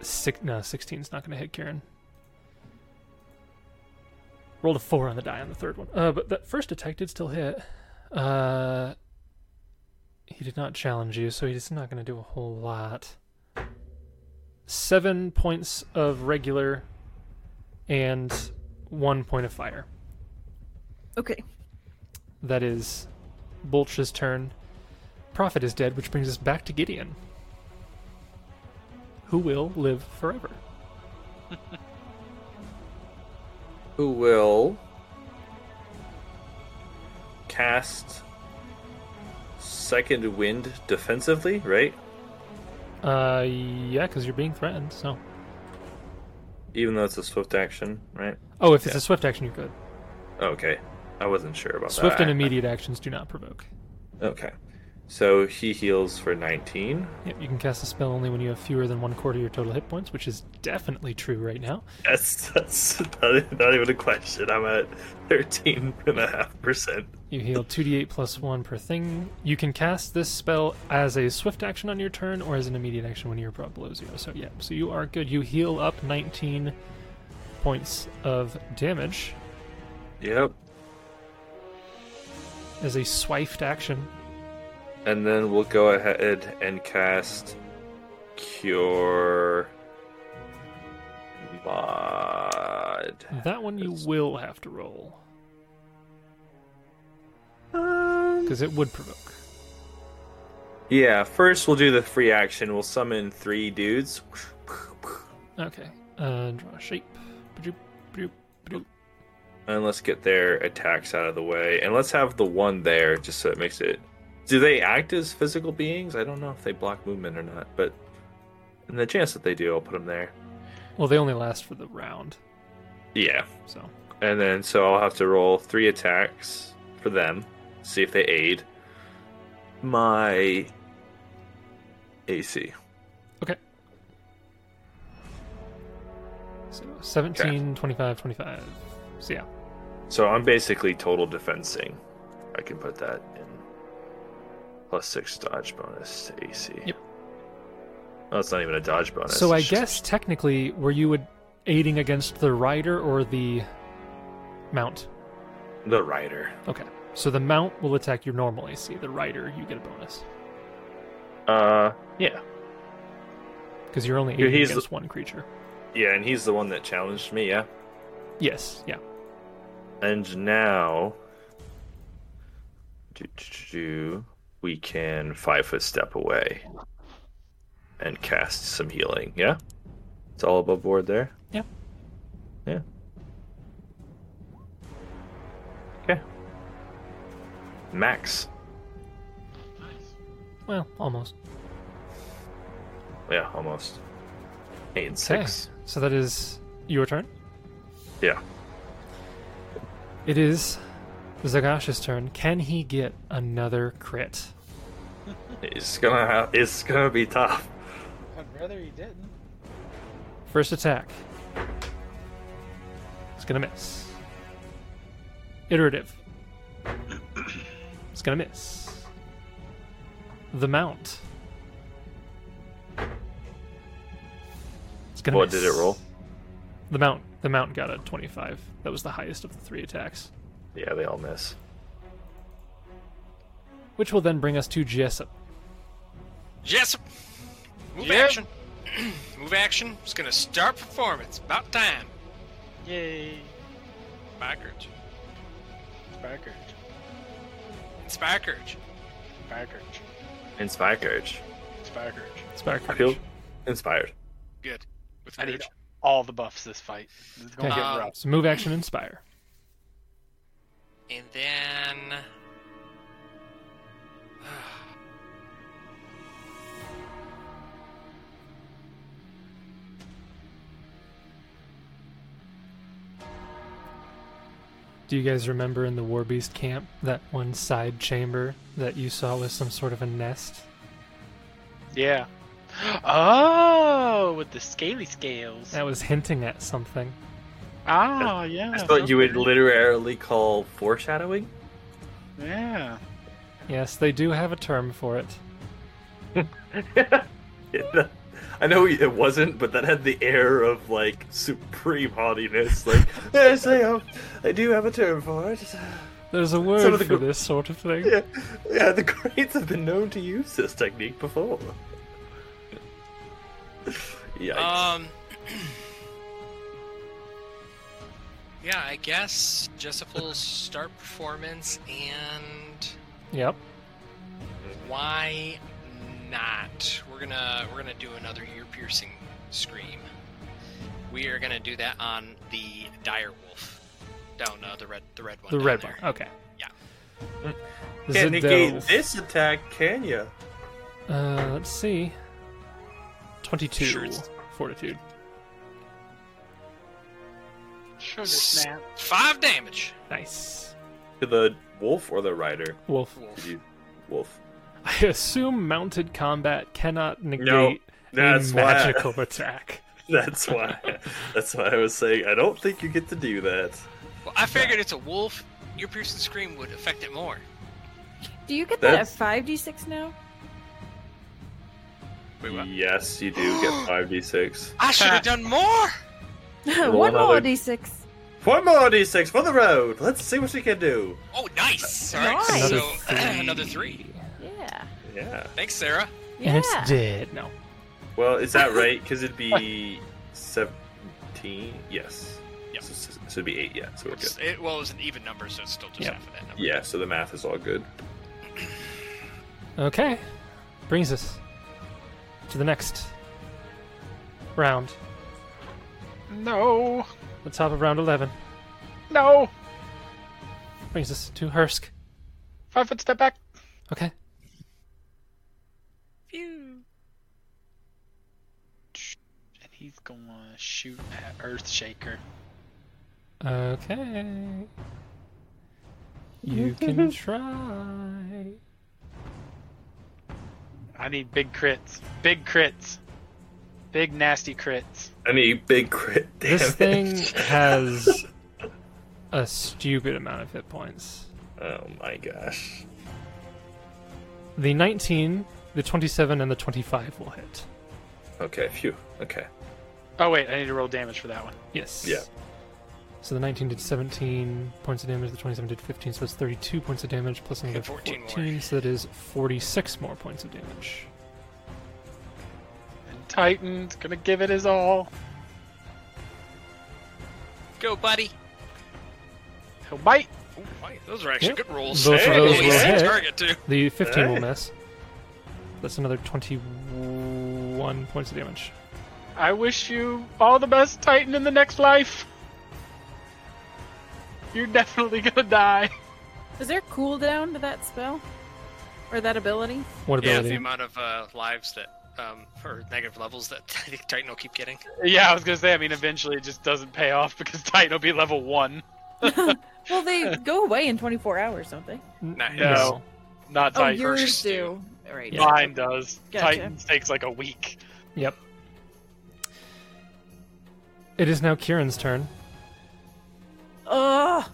Six, no, 16's not going to hit Kieran. Rolled a four on the die on the third one. Uh, but that first attack did still hit. Uh, he did not challenge you, so he's not going to do a whole lot. Seven points of regular, and one point of fire. Okay. That is Bolch's turn. Prophet is dead, which brings us back to Gideon, who will live forever. Who will cast second wind defensively? Right, Uh, yeah, because you're being threatened, so. even though it's a swift action, right? Oh, if it's a swift action, you're good. Okay, I wasn't sure about that. Swift and immediate actions do not provoke. Okay, so he heals for 19. Yep, you can cast a spell only when you have fewer than one quarter of your total hit points, which is definitely true right now. Yes, that's not, not even a question. I'm at 13.5%. You heal 2d8 plus 1 per thing. You can cast this spell as a swift action on your turn or as an immediate action when you're brought below zero. So, yeah, so you are good. You heal up 19 points of damage Yep. as a swifed action. And then we'll go ahead and cast Cure Mod. That one you will have to roll. Because it would provoke. Yeah, first we'll do the free action. We'll summon three dudes. Okay. Uh, draw a shape. Ba-doop, ba-doop, ba-doop. And let's get their attacks out of the way. And let's have the one there just so it makes it. Do they act as physical beings? I don't know if they block movement or not, but in the chance that they do, I'll put them there. Well, they only last for the round, Yeah. so. And then so I'll have to roll three attacks for them, see if they aid my AC. Okay. So 17, 25, 25. So yeah. So I'm basically total defensing. I can put that in. Plus six dodge bonus to AC. Yep. Oh, it's not even a dodge bonus. so I It's just- guess technically, were you ad- aiding against the rider or the mount? the rider. Okay. So the mount will attack your normal AC. The rider, you get a bonus. Uh, yeah, Because you're only Yeah, aiding he's the- against one creature. yeah, and he's the one that challenged me. Yeah, Yes, yeah. and now, do, do, do, do, we can five foot step away and cast some healing. Yeah, it's all above board there. Yeah. yeah. Okay, max. Well, almost. Yeah, almost eight and Okay. six. So that is your turn. Yeah. It is Zagash's turn. Can he get another crit? It's gonna have. It's gonna be tough. I'd rather he didn't. First attack. It's gonna miss. Iterative. It's gonna miss. The mount. It's gonna What miss. did it roll? The mount. The mount got a twenty-five. That was the highest of the three attacks. Yeah, they all miss. Which will then bring us to Jessup. Yes. Move Yep. action. Move action. It's gonna start performance. About time. Yay. Inspire courage. Fire courage. Inspire courage. Fire courage. Inspire courage. Fire courage. Spark. I feel inspired. Good. With I need courage. all the buffs this fight. This is going to Okay. get Um, rough. Uh, So move action inspire. And then. Do you guys remember in the Warbeast camp that one side chamber that you saw was some sort of a nest? Yeah. Oh, with the scaly scales. That was hinting at something. Ah, yeah. I thought you would okay. literally call foreshadowing. Yeah. Yes, they do have a term for it. I know it wasn't, but that had the air of like supreme haughtiness. Like, yes, I, have, I do have a term for it. There's a word Some of the for gr- this sort of thing. Yeah, yeah, the greats have been known to use this technique before. Yikes. Um. yeah, I guess Jessical's start performance and Yep. why not? We're gonna we're gonna do another ear piercing scream. We are gonna do that on the dire wolf down uh, the red the red one. The down red one. there. Okay. Mm. Yeah. Can't Zidel. negate this attack, can ya? Uh, let's see. 22 Sure it's- fortitude. Sugar snap. Five damage. Nice. to the wolf or the rider? Wolf. Did you- Wolf. I assume mounted combat cannot negate that's a why- magical attack. That's why. that's why I was saying I don't think you get to do that. Well, I figured it's a wolf. Your piercing scream would affect it more. Do you get That's- that at 5d6 now? Wait, what? Yes, you do get five d six. I should have done more. One more another- d6. One more d6 for the road. Let's see what she can do. Oh, nice. All right, Nice. Another so uh, another three. Yeah. Yeah. Thanks, Sarah. Yeah. And it's dead. No. Well, is that right? Because it'd be seventeen. Yes. Yep. So, so it'd be eight. Yeah. So we're good. It's- It, well, it was an even number, so it's still just Yep. half of that number. Yeah. So the math is all good. Okay. Brings us to the next round. No. The top of round 11 No. brings us to Hursk. Five foot step back. Okay. And he's gonna shoot at Earthshaker. Okay. You can try. I need big crits. Big crits. Big nasty crits. I need big crit damage. This thing has a stupid amount of hit points. Oh my gosh. The 19, the 27, and the 25 will hit. Okay. Phew. Okay. Oh wait, I need to roll damage for that one. Yes. Yeah. So the 19 did 17 points of damage, the 27 did 15, so that's 32 points of damage, plus another And 14 more. so that is 46 more points of damage. And Titan's gonna give it his all. Go, buddy. He'll bite. Ooh, hi, those are actually Yep. good rolls. Both of those Holy will shit, hit. target too. The 15 will Alright. miss. That's another 21 points of damage. I wish you all the best, Titan, in the next life. You're definitely gonna die. Is there cooldown to that spell? Or that ability? What Yeah, the ability? amount of uh, lives that, um, or negative levels that I think Titan will keep getting. Yeah, I was gonna say. I mean, eventually it just doesn't pay off because Titan will be level one. Well, they go away in 24 hours, don't they? Nice. No. Not Oh, Titan. yours first do. All right. Yeah. Mine does. Gotcha. Titan's takes like a week. Yep. It is now Kieran's turn. Ugh.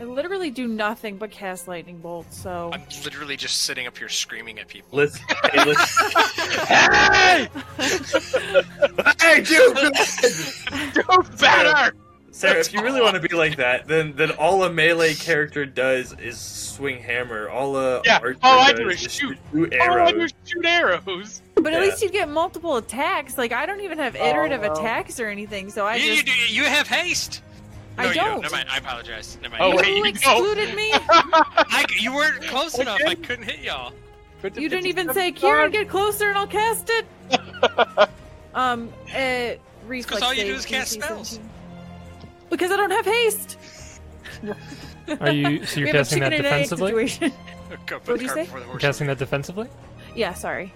I literally do nothing but cast lightning bolt, so I'm literally just sitting up here screaming at people. Let's. Hey, let's Hey, Hey, Duke! do better. Sarah, if you really want to be like that, then then all a melee character does is swing hammer. All a Yeah, archer all I does do is is shoot. shoot Oh, I arrows. just shoot arrows. but at yeah. least you get multiple attacks. Like I don't even have iterative well. attacks or anything, so I you, just you, do, you have haste. I no, You don't. don't. Never mind. I apologize. Never mind. Oh, you wait, all you excluded me. I, you weren't close enough. I couldn't hit y'all. You didn't even say, Kieran, get closer and I'll cast it. um, uh, reflex all you do save, is cast DC spells. 17. Because I don't have haste. Are you so We you're have a casting that chicken and egg defensively? situation. Go put do the you cart say? before the You're horse. casting that defensively? yeah, sorry.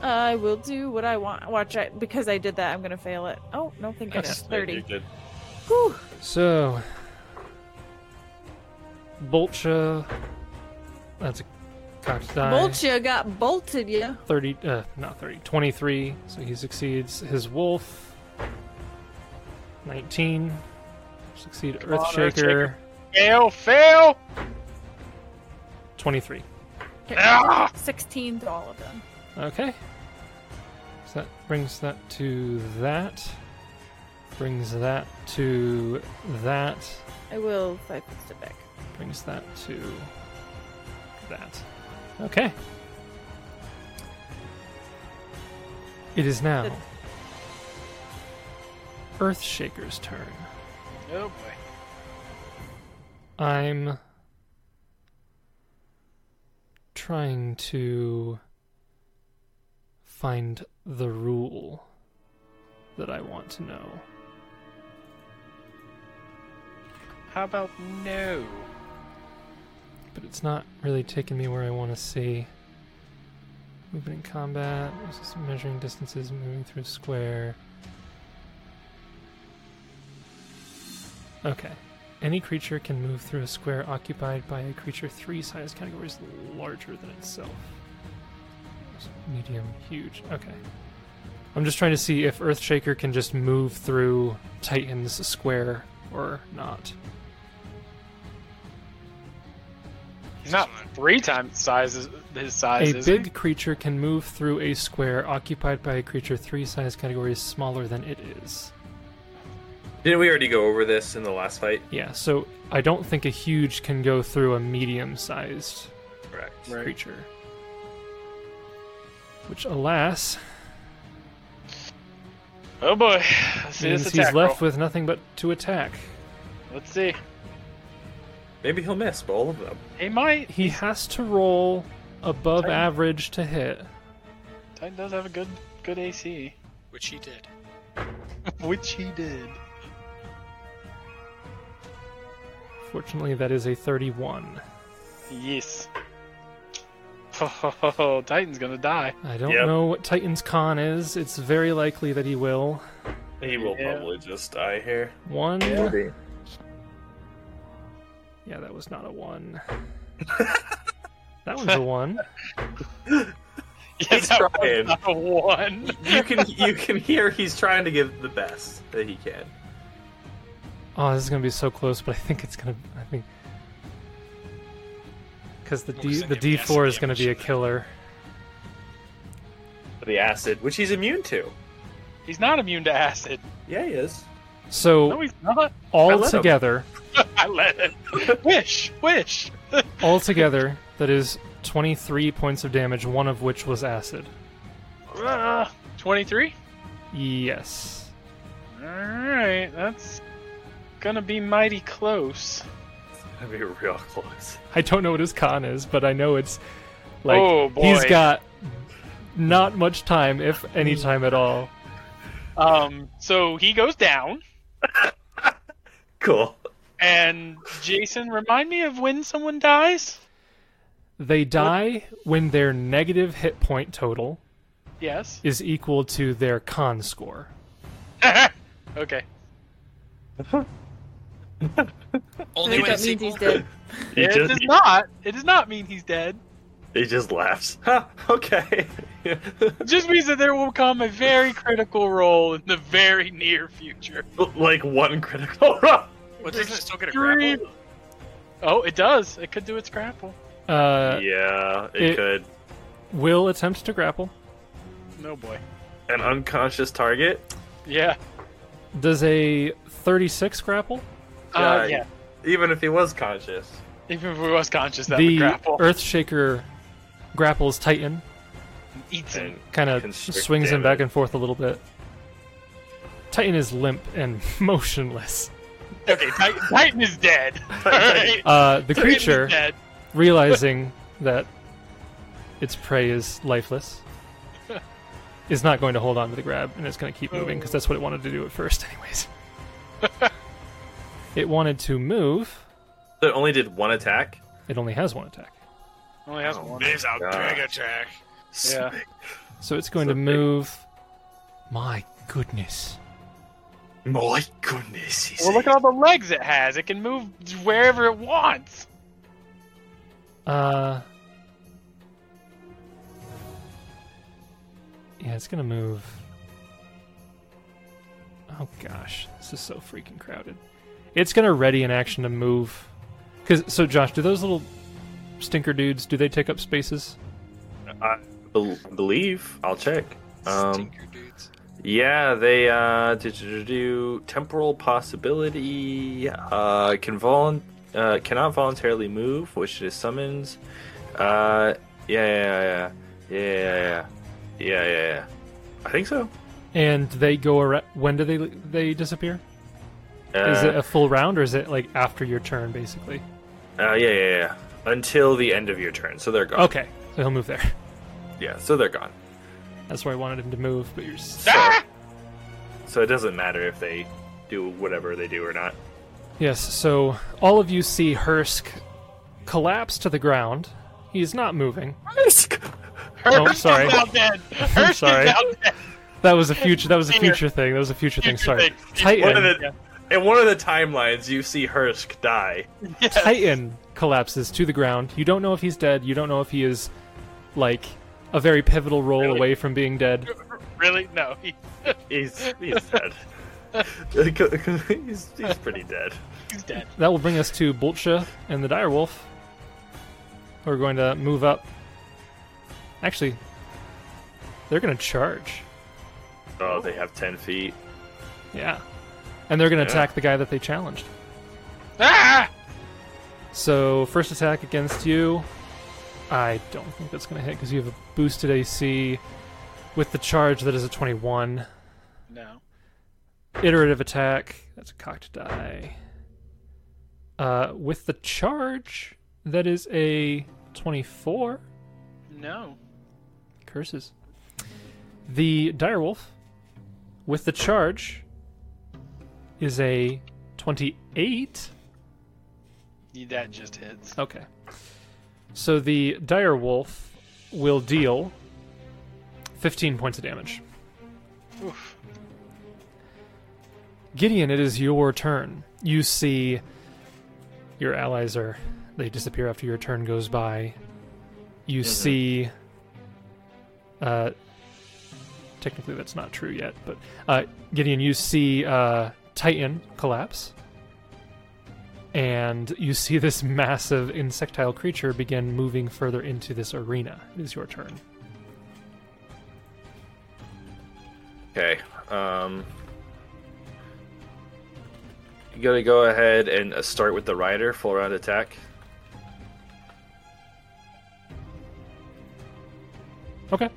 I will do what I want. Watch, I, because I did that, I'm gonna fail it. Oh no, thank goodness. There, you Thirty. did. Whew. So Bolcha. That's a cocked die. Bolcha got bolted, yeah. 30, uh, not 30, 23. So he succeeds his wolf. 19. Succeed on, Earthshaker. Earthshaker. Fail, fail! 23. 16 to all of them. Okay. So that brings that to that. Brings that to that. I will five foot step back. Brings that to that. Okay. It is now Earthshaker's turn. Oh boy. I'm trying to find the rule that I want to know. How about no? but it's not really taking me where I want to see. Movement in combat, it's just measuring distances, moving through square. Okay. Any creature can move through a square occupied by a creature three size categories larger than itself. So Medium, huge. Okay. I'm just trying to see if Earthshaker can just move through Titan's square or not. Not three times sizes his size. A is big creature can move through a square occupied by a creature three size categories smaller than it is. Didn't we already go over this in the last fight? Yeah, so I don't think a huge can go through a medium sized Correct. creature. Which, alas, he? Oh boy. Let's see means this he's attack left with nothing but to attack. roll. Let's see. Maybe he'll miss all of them. He might. He has to roll above Titan. average to hit. Titan does have a good good AC. Which he did. Which he did. Fortunately, that is a 31. Yes. Oh, Titan's gonna die. I don't Yep. know what Titan's con is. It's very likely that he will. He will Yeah. probably just die here. One. Maybe. Yeah, that was not a one. that was a one. Yeah, He's that was trying. not a one. You can you can hear he's trying to give the best that he can. Oh, this is gonna be so close, but I think it's gonna. I think because the Well, D 'cause then the you D have four is acid gonna be a damage. killer. The acid, which he's immune to. He's not immune to acid. Yeah, he is. No, So he's not. all let him. together, I let it. Wish, wish. all together, that is twenty three points of damage, one of which was acid. Twenty-three. Yes. All right, that's gonna be mighty close. That'd be real close. I don't know what his con is, but I know it's like Oh, he's boy. got not much time, if any time at all. Um, so he goes down, Cool. and Jason, remind me of when someone dies. They die when their negative hit point total Yes. is equal to their con score. okay. Only when that it's means equal. he's dead. He it just does not. It does not mean he's dead. he just laughs. Huh, okay. It just means that there will come a very critical roll in the very near future. like one critical roll. Well, doesn't it still get a Three. grapple? Oh, it does. It could do its grapple. Uh, Yeah, it, it- could. Will attempts to grapple. No boy. An unconscious target? Yeah. Does a 36 grapple? Yeah. Uh, yeah. Even if he was conscious. Even if he was conscious, that would the grapple. Earthshaker grapples Titan, eats him. And kind of Constrict swings him back damage. and forth a little bit. Titan is limp and motionless. Okay, Titan, Titan is dead. Alright. Uh, the Titan is creature, dead. realizing that its prey is lifeless, is not going to hold on to the grab and it's going to keep moving because that's what it wanted to do at first, anyways. it wanted to move. it only did one attack? It only has one attack. Only has one. It's a God. big attack. Yeah. So it's going So to big. move. My goodness. My goodness, he's Well, look at all the legs it has. It can move wherever it wants. Uh. Yeah, it's gonna move. Oh gosh, this is so freaking crowded. It's gonna ready an action to move. Cause so, Josh, do those little stinker dudes do they take up spaces? I bel believe. I'll check. Um, Stinker dudes. yeah, they uh, do, do, do, do temporal possibility. Uh, can volun- uh, cannot voluntarily move, which is summons. Uh, yeah, yeah, yeah, yeah, yeah, yeah, yeah, yeah, yeah. I think so. And they go around. When do they they disappear? Uh, is it a full round or is it like after your turn, basically? uh, yeah, yeah, yeah. Until the end of your turn, so they're gone. Okay, so he'll move there. Yeah, so they're gone. That's where I wanted him to move, but you're. s- So, so it doesn't matter if they do whatever they do or not. Yes, so all of you see Hursk collapse to the ground. He is not moving. Oh, Hurst sorry. is now dead. Hurst sorry. is now dead. That was a future. That was a future thing. That was a future thing. Future Sorry. thing. One of Titan. the, In one of the timelines, you see Hursk die. Titan collapses to the ground. You don't know if he's dead. You don't know if he is, like, a very pivotal role Really? away from being dead. Really? No. He, He's he's dead. he's, he's pretty dead. he's dead. That will bring us to Boltcha and the Direwolf. who are going to move up. Actually, they're going to charge. Oh, they have ten feet. Yeah. And they're going to Yeah. attack the guy that they challenged. Ah! So, first attack against you. I don't think that's going to hit because you have a boosted AC with the charge that is a 21. No. Iterative attack. That's a cocked die. Uh, with the charge, that is a 24. No. Curses. The direwolf with the charge is a 28. That just hits. Okay. So the direwolf will deal 15 points of damage. Oof. Gideon, it is your turn. You see your allies are they disappear after your turn goes by. You see uh technically that's not true yet, but uh Gideon, you see uh Titan collapse. And you see this massive insectile creature begin moving further into this arena. It is your turn. Okay. Um. You gotta go ahead and uh, start with the rider full round attack. Okay.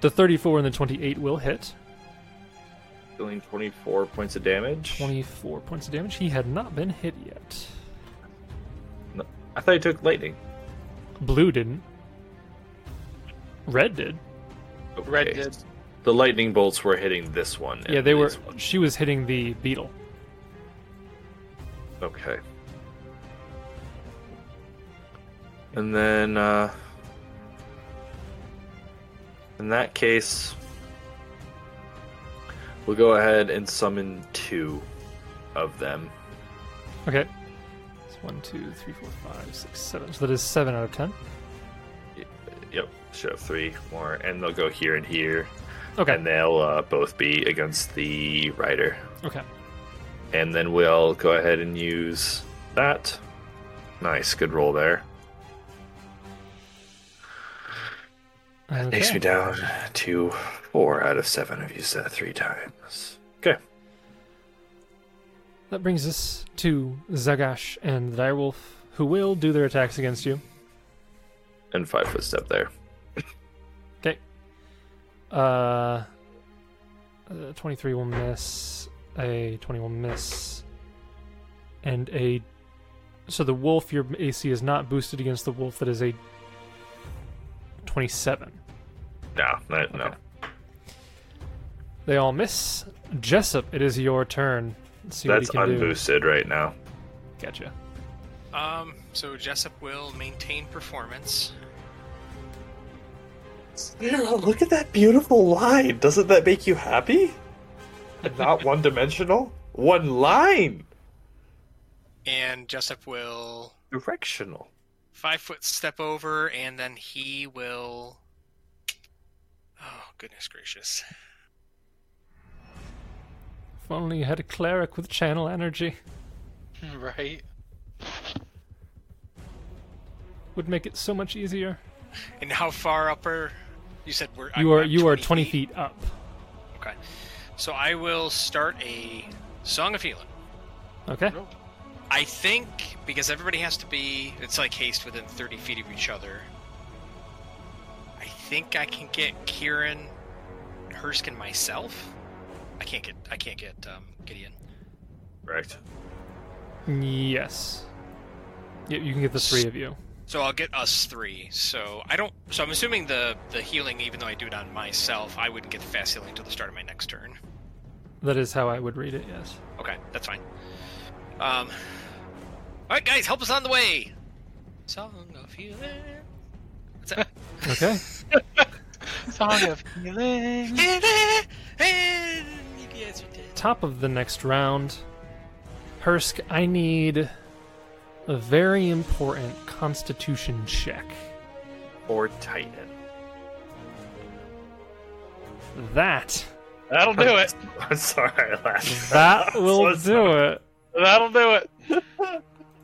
The 34 and the 28 will hit. Dealing twenty four points of damage. 24 points of damage. He had not been hit yet. No, I thought he took lightning. Blue didn't. Red did. Red Okay. did. The lightning bolts were hitting this one. and yeah, they were. these ones. She was hitting the beetle. Okay. And then, uh, in that case, we'll go ahead and summon two of them. Okay. It's one, two, three, four, five, six, seven. So that is 7 out of 10. Yep, should have three more, and they'll go here and here, Okay. and they'll uh, both be against the rider. okay. And then we'll go ahead and use that. Nice, good roll there. okay. Takes me down to four out of seven. I've used that three times. Okay. That brings us to Zagash and the Direwolf, who will do their attacks against you. and five foot step there. Okay. Uh, uh, 23 will miss. A 20 will miss. And a. So the wolf, your AC is not boosted against the wolf. That is a 27. No, no, no. They all miss. Jessup, it is your turn. Let's see That's what he can unboosted right now. do. Gotcha. Um, so Jessup will maintain performance. Sarah, look at that beautiful line. Doesn't that make you happy? And not one dimensional? One line! And Jessup will Directional. five foot step over, and then he will. Oh goodness gracious! If only you had a cleric with channel energy. right? Would make it so much easier. And how far upper? You said we're. You I'm- are I'm you are twenty feet. feet up. Okay. So I will start a song of healing. Okay. I think because everybody has to be, it's like haste within 30 feet of each other. I think I can get Kieran, Hursk, and myself. I can't get, I can't get um, Gideon. Correct. Yes. Yeah, you can get the three of you. So I'll get us three. So I don't. So I'm assuming the the healing, even though I do it on myself, I wouldn't get the fast healing until the start of my next turn. That is how I would read it. Yes. Okay, that's fine. Um. All right, guys, help us on the way. Song of healing. What's that? Okay. Song of healing. Top of the next round, Hersk, I need a very important Constitution check. Or Titan. That That'll do it. I'm sorry, I laughed. that will so do sorry. it. That'll do it.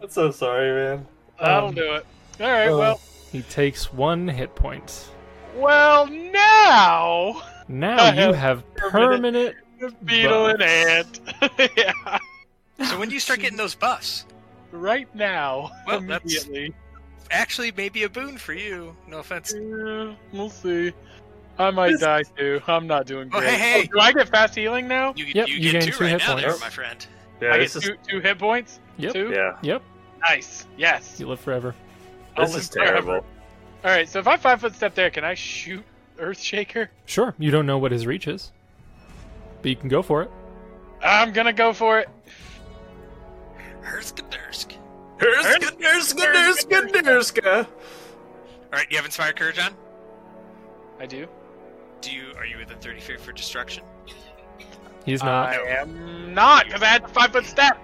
I'm so sorry, man. That'll Um, do it. All right. Oh. Well. He takes one hit point. Well, now Now I you have have permanent. permanent- the beetle and ant. yeah. So when do you start getting those buffs? Right now. Well, that's- immediately. Actually, maybe a boon for you. No offense. Yeah, we'll see. I might die too. I'm I'm not doing Oh, great. hey, hey. do I get fast healing now? You, Yep, you get gain two, two right hit now, there, points. my friend. I Yeah, get this is two, two hit points. Yep. Two. yeah. Yep. Nice. Yes. You live forever. I'll This is live forever. terrible. All right. So if I five foot step there, can I shoot Earthshaker? Sure. You don't know what his reach is, but you can go for it. I'm gonna go for it. Hersk Dursk. Ersk- Nerska, Nerska. All right, you have Inspire Courage on? I do. Do you are you within 30 feet for destruction? He's not. I am not because I had five foot step.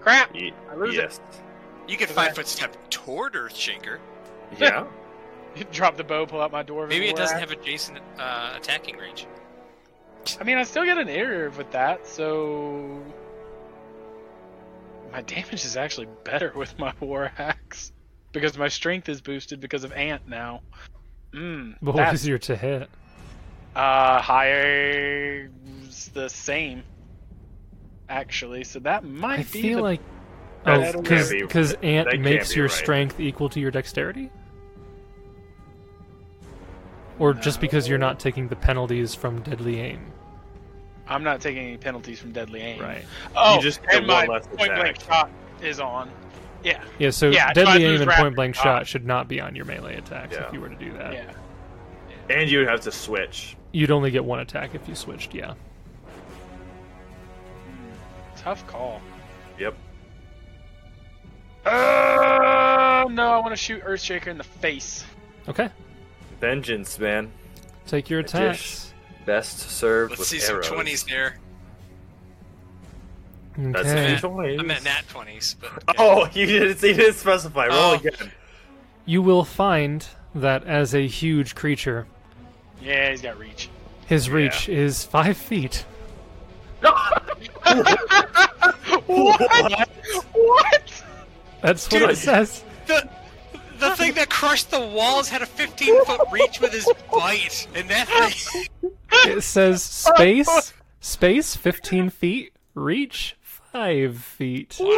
Crap. Ye- I lose yes. You can five foot step toward Earthshaker. Yeah. it. Drop the bow. Pull out my dwarven. Maybe it war doesn't axe. have adjacent uh, attacking range. I mean, I still get an error with that, so my damage is actually better with my war axe because my strength is boosted because of ant now. Mm, but what that's, is your to hit? uh, higher is the same actually, so that might I be. feel the- like. That Oh, can't because be- because that ant can't makes be your right. strength equal to your dexterity, or just because you're not taking the penalties from deadly aim. I'm not taking any penalties from deadly aim. Right. Oh, You just get and my one less point blank attack. shot is on. Yeah, Yeah. So Yeah, so I deadly aim lose and rapid point blank shot. shot should not be on your melee attacks Yeah. if you were to do that. yeah. And you would have to switch. You'd only get one attack if you switched. Yeah. Tough call. Yep. Uh, no, I want to shoot Earthshaker in the face. Okay. Vengeance, man. Take your dish. attacks. Best served Let's with see arrows. some 20s there. That's Okay. some 20s. I meant nat 20s, but Oh, you didn't, you didn't specify. Roll Oh. again. You will find that as a huge creature, Yeah, he's got reach. his reach is five feet. What? what? That's what it says. the the thing that crushed the walls had a 15 foot reach with his bite, and that thing. It says space, space, fifteen feet, reach five feet.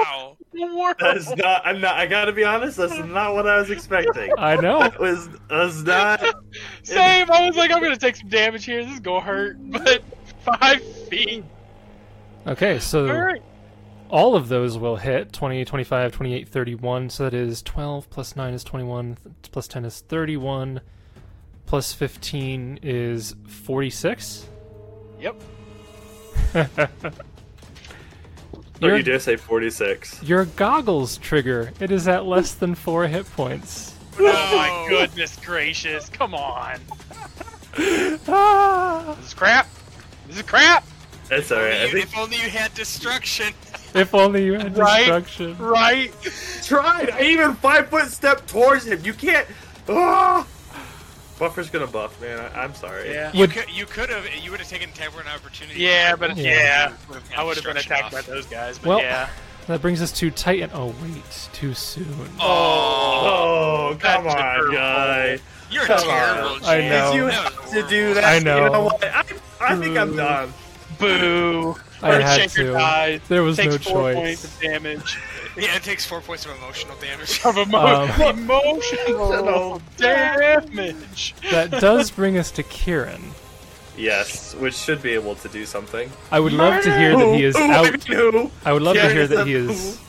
Wow. That's not. I'm not. I gotta be honest. That's not what I was expecting. I know. That was. That's not. Same. I was like, I'm gonna take some damage here. This is gonna hurt, but five feet. Okay, so Hurt. all of those will hit 20, 25, 28, 31. So that is 12 plus 9 is 21, th- plus 10 is 31, plus 15 is 46. Yep. No, Your- you did say 46. Your goggles trigger. It is at less than four hit points. Oh my goodness gracious! Come on. Ah. this is crap. This is crap. That's alright. I If think only you had destruction. If only you had Right? destruction. Right? Tried. I even five foot step towards him. You can't. Ah! Buffer's gonna buff, man. I, I'm sorry. Yeah. You Would- could, you could have you would have taken Tavern opportunity. Yeah, but Yeah. yeah, I would have Destruction been attacked by off. those guys. But Well- yeah, That brings us to Titan. Oh wait, too soon. Oh, Oh, come That's on, terrible. guy. you're come terrible. on. James. I know. Did you That have was to do that? I You know. know what? I, I think I'm done. boo. I had Earthshaker to. dies. There was Takes no four choice. points of damage Yeah, it takes four points of emotional damage. of emo- Um, emotional damage. That does bring us to Kieran. Yes, which should be able to do something. I would love to hear that he is Ooh, ooh, out. I mean, ooh. I would love to Kieran hear is that a he fool. is.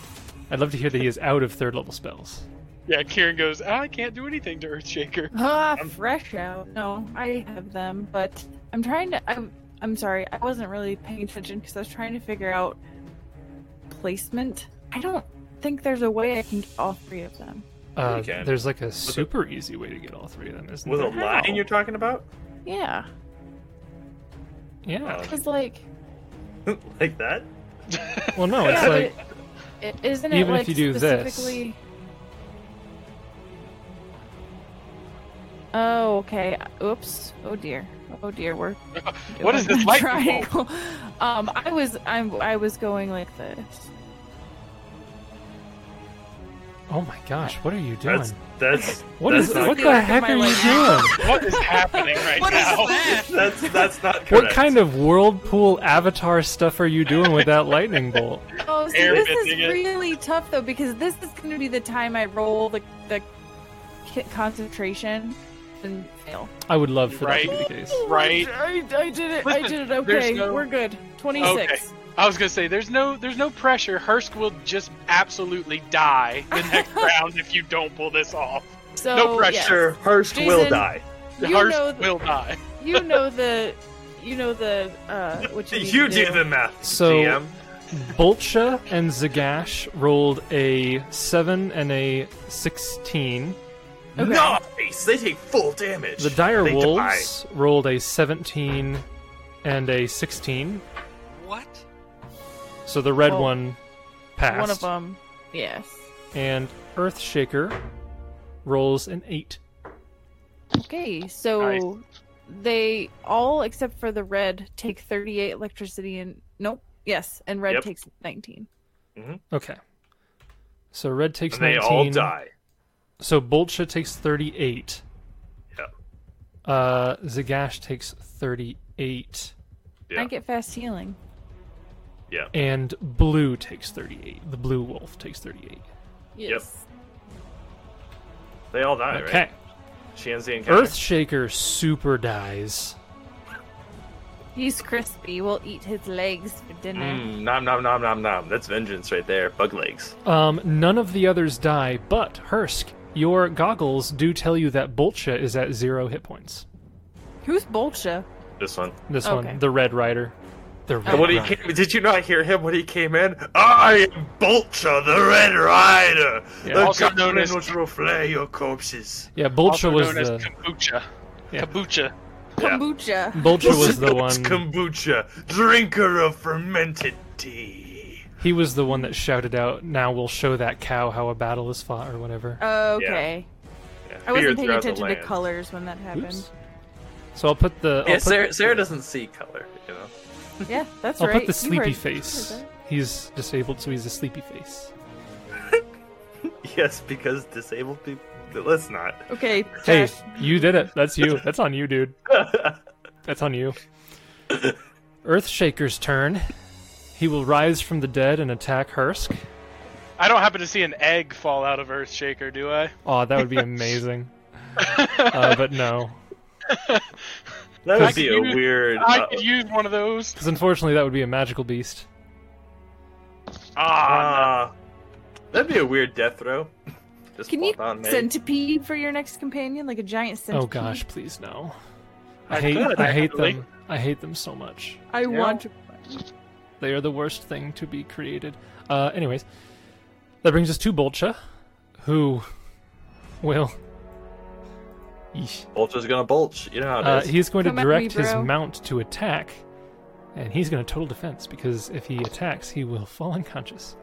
I'd love to hear that he is out of third level spells. Yeah, Kieran goes. "Ah, I can't do anything to Earthshaker. Ah, fresh out. No, I have them, but I'm trying to. I'm, I'm sorry, I wasn't really paying attention because I was trying to figure out placement. I don't think there's a way I can get all three of them. Uh, can. there's like a super easy way to get all three of them, isn't With a there? line you're talking about? Yeah, Yeah. because like, like that? Well, no, Oh, it's yeah, but like it, it, isn't it even if like you do this- specifically? Oh, okay. Oops. Oh dear. Oh dear. We're What is this light bulb? triangle? Um, I was I'm I was going like this. oh my gosh, what are you doing? That's that's What that's is? not What good. the heck are My you leg. doing? What is happening right What is now? that? that's that's not correct. What kind of whirlpool avatar stuff are you doing with that lightning bolt? Oh, see, Air this bending is it. really tough though because this is going to be the time I roll the the ki- concentration and fail. I would love for that to Right. be the case. Right. I, I did it. I Listen, did it. there's Okay, no- we're good. Twenty six. I was gonna say there's no there's no pressure. Hursk will just absolutely die the next round if you don't pull this off. So No pressure. Sure, Hurst will Jason- die. You Hursk know th- will die. yes. You know the. You know the. Uh, what you, need You to do the math, So- GM. Bolcha and Zagash rolled a 7 and a 16. Nice. They take full damage. The Dire They die. Wolves rolled a 17 and a 16. What? So the red Well, one passed. One of uh, them. Yes. And Earthshaker rolls an 8. Okay, so Nice. they all except for the red take thirty-eight electricity and nope. Yes, and red Yep. takes nineteen. Okay. So red takes And they 19. all die. So Bolcha takes 38. Yep. Uh, Zagash takes 38. Yeah. I get fast healing. Yeah. And Blue takes 38. The Blue Wolf takes 38. Yes. They all die, Okay. right? Shanzi and Earth. Earthshaker super dies. He's crispy. We'll eat his legs for dinner. Mm, nom nom nom nom nom. That's vengeance right there. Bug legs. Um, none of the others die, but Hursk, your goggles do tell you that Bolcha is at zero hit points. Who's Bolsha? This one. This Okay. one, the Red Rider. Oh, The Red When he Rider. came, did you not hear him when he came in? I am Bolter, the Red Rider. Yeah. The Also goblin known as- which will flay your corpses. yeah, Bolcha also was known as the kombucha. Yeah. Kombucha. Yeah. Kombucha. Bolcha was the It's one. kombucha, drinker of fermented tea. He was the one that shouted out, "Now we'll show that cow how a battle is fought," or whatever. Okay. Yeah, I wasn't feared paying throughout the attention to land. colors when that happened. Oops. So I'll put the. I'll Yeah, put- Sarah, Sarah doesn't see color, you know. Yeah, that's I'll right. put the You heard- sleepy you face. heard that. He's disabled, so he's a sleepy face. Yes, because disabled people. Let's not. Okay. Hey, Josh. you did it. That's you. That's on you, dude. That's on you. Earthshaker's turn. He will rise from the dead and attack Hursk. I don't happen to see an egg fall out of Earthshaker, do I? Aw, that would be amazing. uh, but no. That I would be could a use- weird. I uh, could use one of those. Because unfortunately, that would be a magical beast. Ah, uh, that'd be a weird death throw. Just Can you plop on, maybe. centipede for your next companion, like a giant centipede? Oh gosh, please no. I I hate could, I hate actually. them. I hate them so much. I want. They are the worst thing to be created. Uh, anyways, that brings us to Bolcha, who will. Yeesh. Vulture's gonna bulge. You know how it Uh, is. he is going to Come at me, direct his bro. mount to attack and he's going to total defense because if he attacks, he will fall unconscious.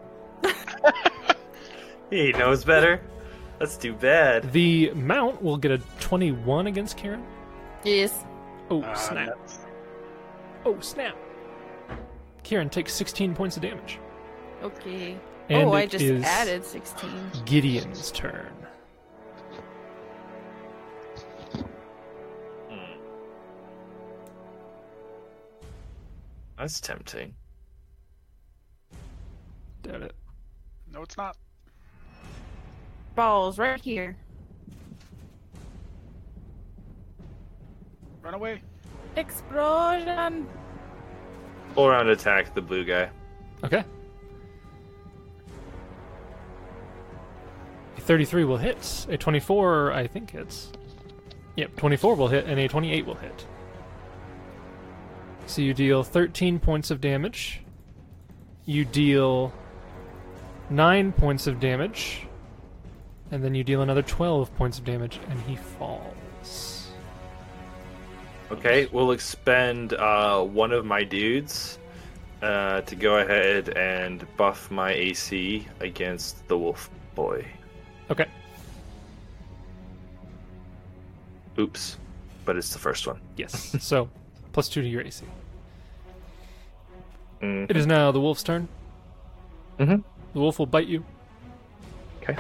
He knows better. That's too bad. The mount will get a 21 against Karen. Yes. Oh, Uh, snap. that's- Oh, snap. Karen takes 16 points of damage. Okay. And oh, I it just is added 16. Gideon's turn. That's tempting. Doubt it. No, it's not. Balls right here. Run away. Explosion. Full round attack the blue guy. Okay. A 33 will hit. A 24, I think, hits. Yep, 24 will hit, and a 28 will hit. So you deal 13 points of damage. You deal 9 points of damage. And then you deal another 12 points of damage, and he falls. Okay, we'll expend uh, one of my dudes uh, to go ahead and buff my AC against the wolf boy. Okay. Oops, but it's the first one. Yes. so, plus 2 to your AC. Mm. It is now the wolf's turn. Mhm. The wolf will bite you. Okay.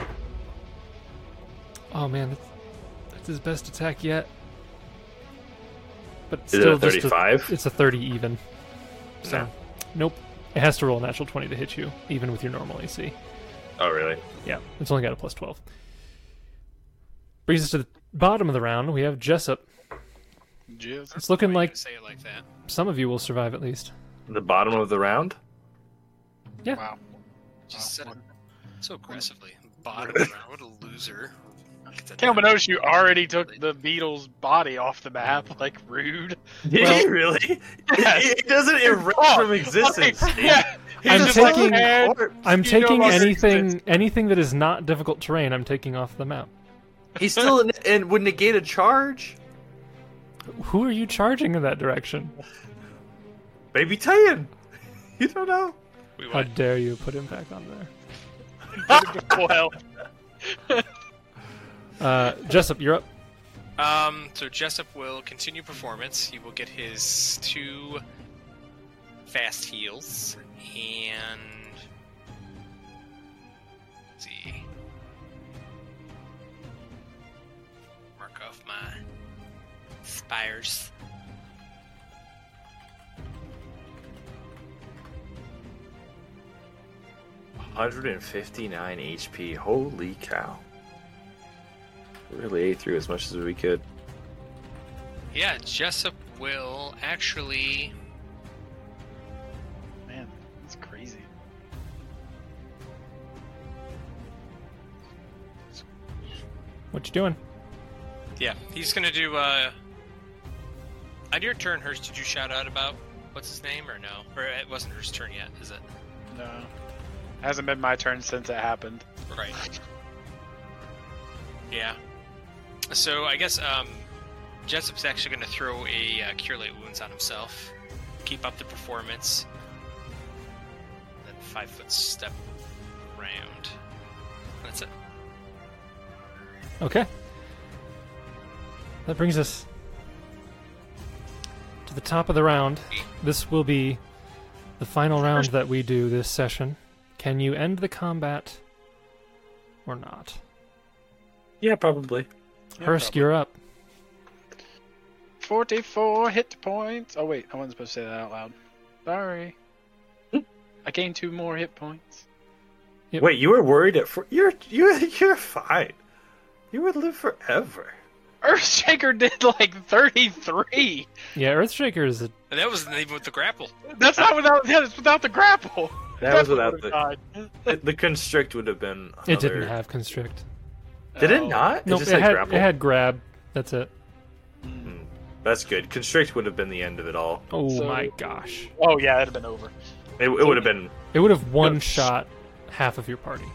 Oh man, that's, that's his best attack yet. But it a still, just 35? it's a thirty even. So, No. nope. It has to roll a natural twenty to hit you, even with your normal AC. Oh, really? Yeah, it's only got a plus twelve. Brings us to the bottom of the round. We have Jessup. Jizz. It's looking Why you like say it like that. some of you will survive at least. The bottom of the round? Wow. Just said it so aggressively. Bottom round. What a loser. Look at that Kel Minoche, you already took the Beatles' body off the map. Like, rude. Did Well- he really? Yes. It, it doesn't erase Oh, from existence. Like, yeah. He's I'm just taking- like, "Man, I'm you no taking longer anything exist." anything that is not difficult terrain. I'm taking off the map. He's still in, and would negate a charge. Who are you charging in that direction? Maybe Tayan. You don't know. We How won. dare you put him back on there? well, Uh, Jessup, you're up. Um, so Jessup will continue performance. He will get his two fast heals and let's see. Mark off my spires. One hundred and fifty-nine HP. Holy cow! Really ate through as much as we could. Yeah, Jessup will actually man, it's crazy. What you doing? Yeah, he's gonna do. uh On your turn, Hurst, did you shout out about what's his name or no? Or it wasn't Hurst's turn yet, is it? No, hasn't been my turn since it happened. Right. Yeah. So I guess um, Jessup's actually gonna throw a uh, cure light wounds on himself, keep up the performance. Then five foot step round. That's it. Okay. That brings us to the top of the round. This will be the final round that we do this session. Can you end the combat or not? Yeah, probably. Hursk, you're up. Forty-four hit points. Oh wait, I wasn't supposed to say that out loud. Sorry. I gained two more hit points. Yep. Wait, you were worried at for you're you you're fine. You would live forever. Earthshaker did like thirty-three. Yeah, Earthshaker is a. And that wasn't even with the grapple. That's not without. Yeah, that's without the grapple. That was without would've the died. the constrict would have been. Another... It didn't have constrict. Did Oh. it not? Nope, it it, just had had, grapple. it had grab. That's it. That's good. Constrict would have been the end of it all. Oh So- my gosh. Oh yeah, that'd have been over. It, it would have been. It would have one shot half of your party.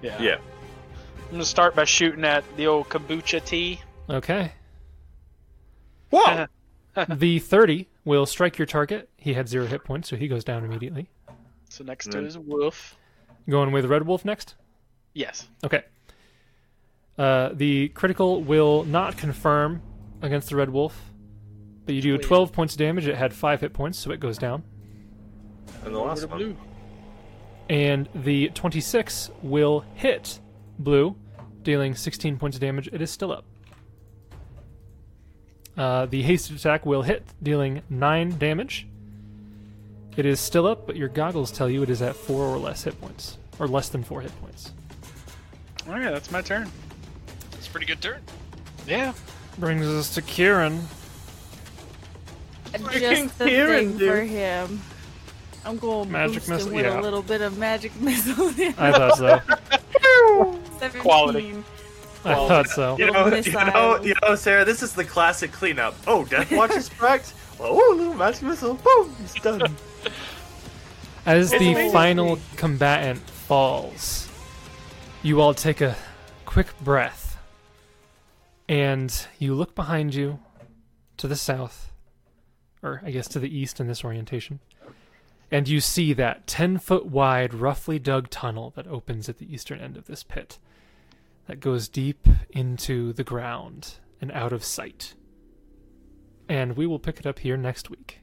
Yeah. Yeah. I'm gonna start by shooting at the old kombucha tea. Okay. Whoa! The 30 will strike your target. He had zero hit points, so he goes down immediately. So next And to then- is Wolf. Going with Red Wolf next. Yes. Okay. Uh, the critical will not confirm against the Red Wolf, but you do 12 points of damage. It had 5 hit points, so it goes down. And the last one. And the 26 will hit blue, dealing 16 points of damage. It is still up. Uh, the hasted attack will hit, dealing 9 damage. It is still up, but your goggles tell you it is at 4 or less hit points, or less than 4 hit points. All right, that's my turn. It's a pretty good turn. Yeah. Brings us to Kieran. Just the thing for him. I'm going Magic magic missile- missile with yeah. a little bit of magic missile. I thought so. Quality. I thought so. You know, Little you know, missile. you know, Sarah. This is the classic cleanup. Oh, Death Watch is cracked. Oh, little magic missile. Boom, it's done. As the amazing. final combatant falls, you all take a quick breath and you look behind you to the south, or I guess to the east in this orientation, and you see that 10 foot wide, roughly dug tunnel that opens at the eastern end of this pit that goes deep into the ground and out of sight. And we will pick it up here next week.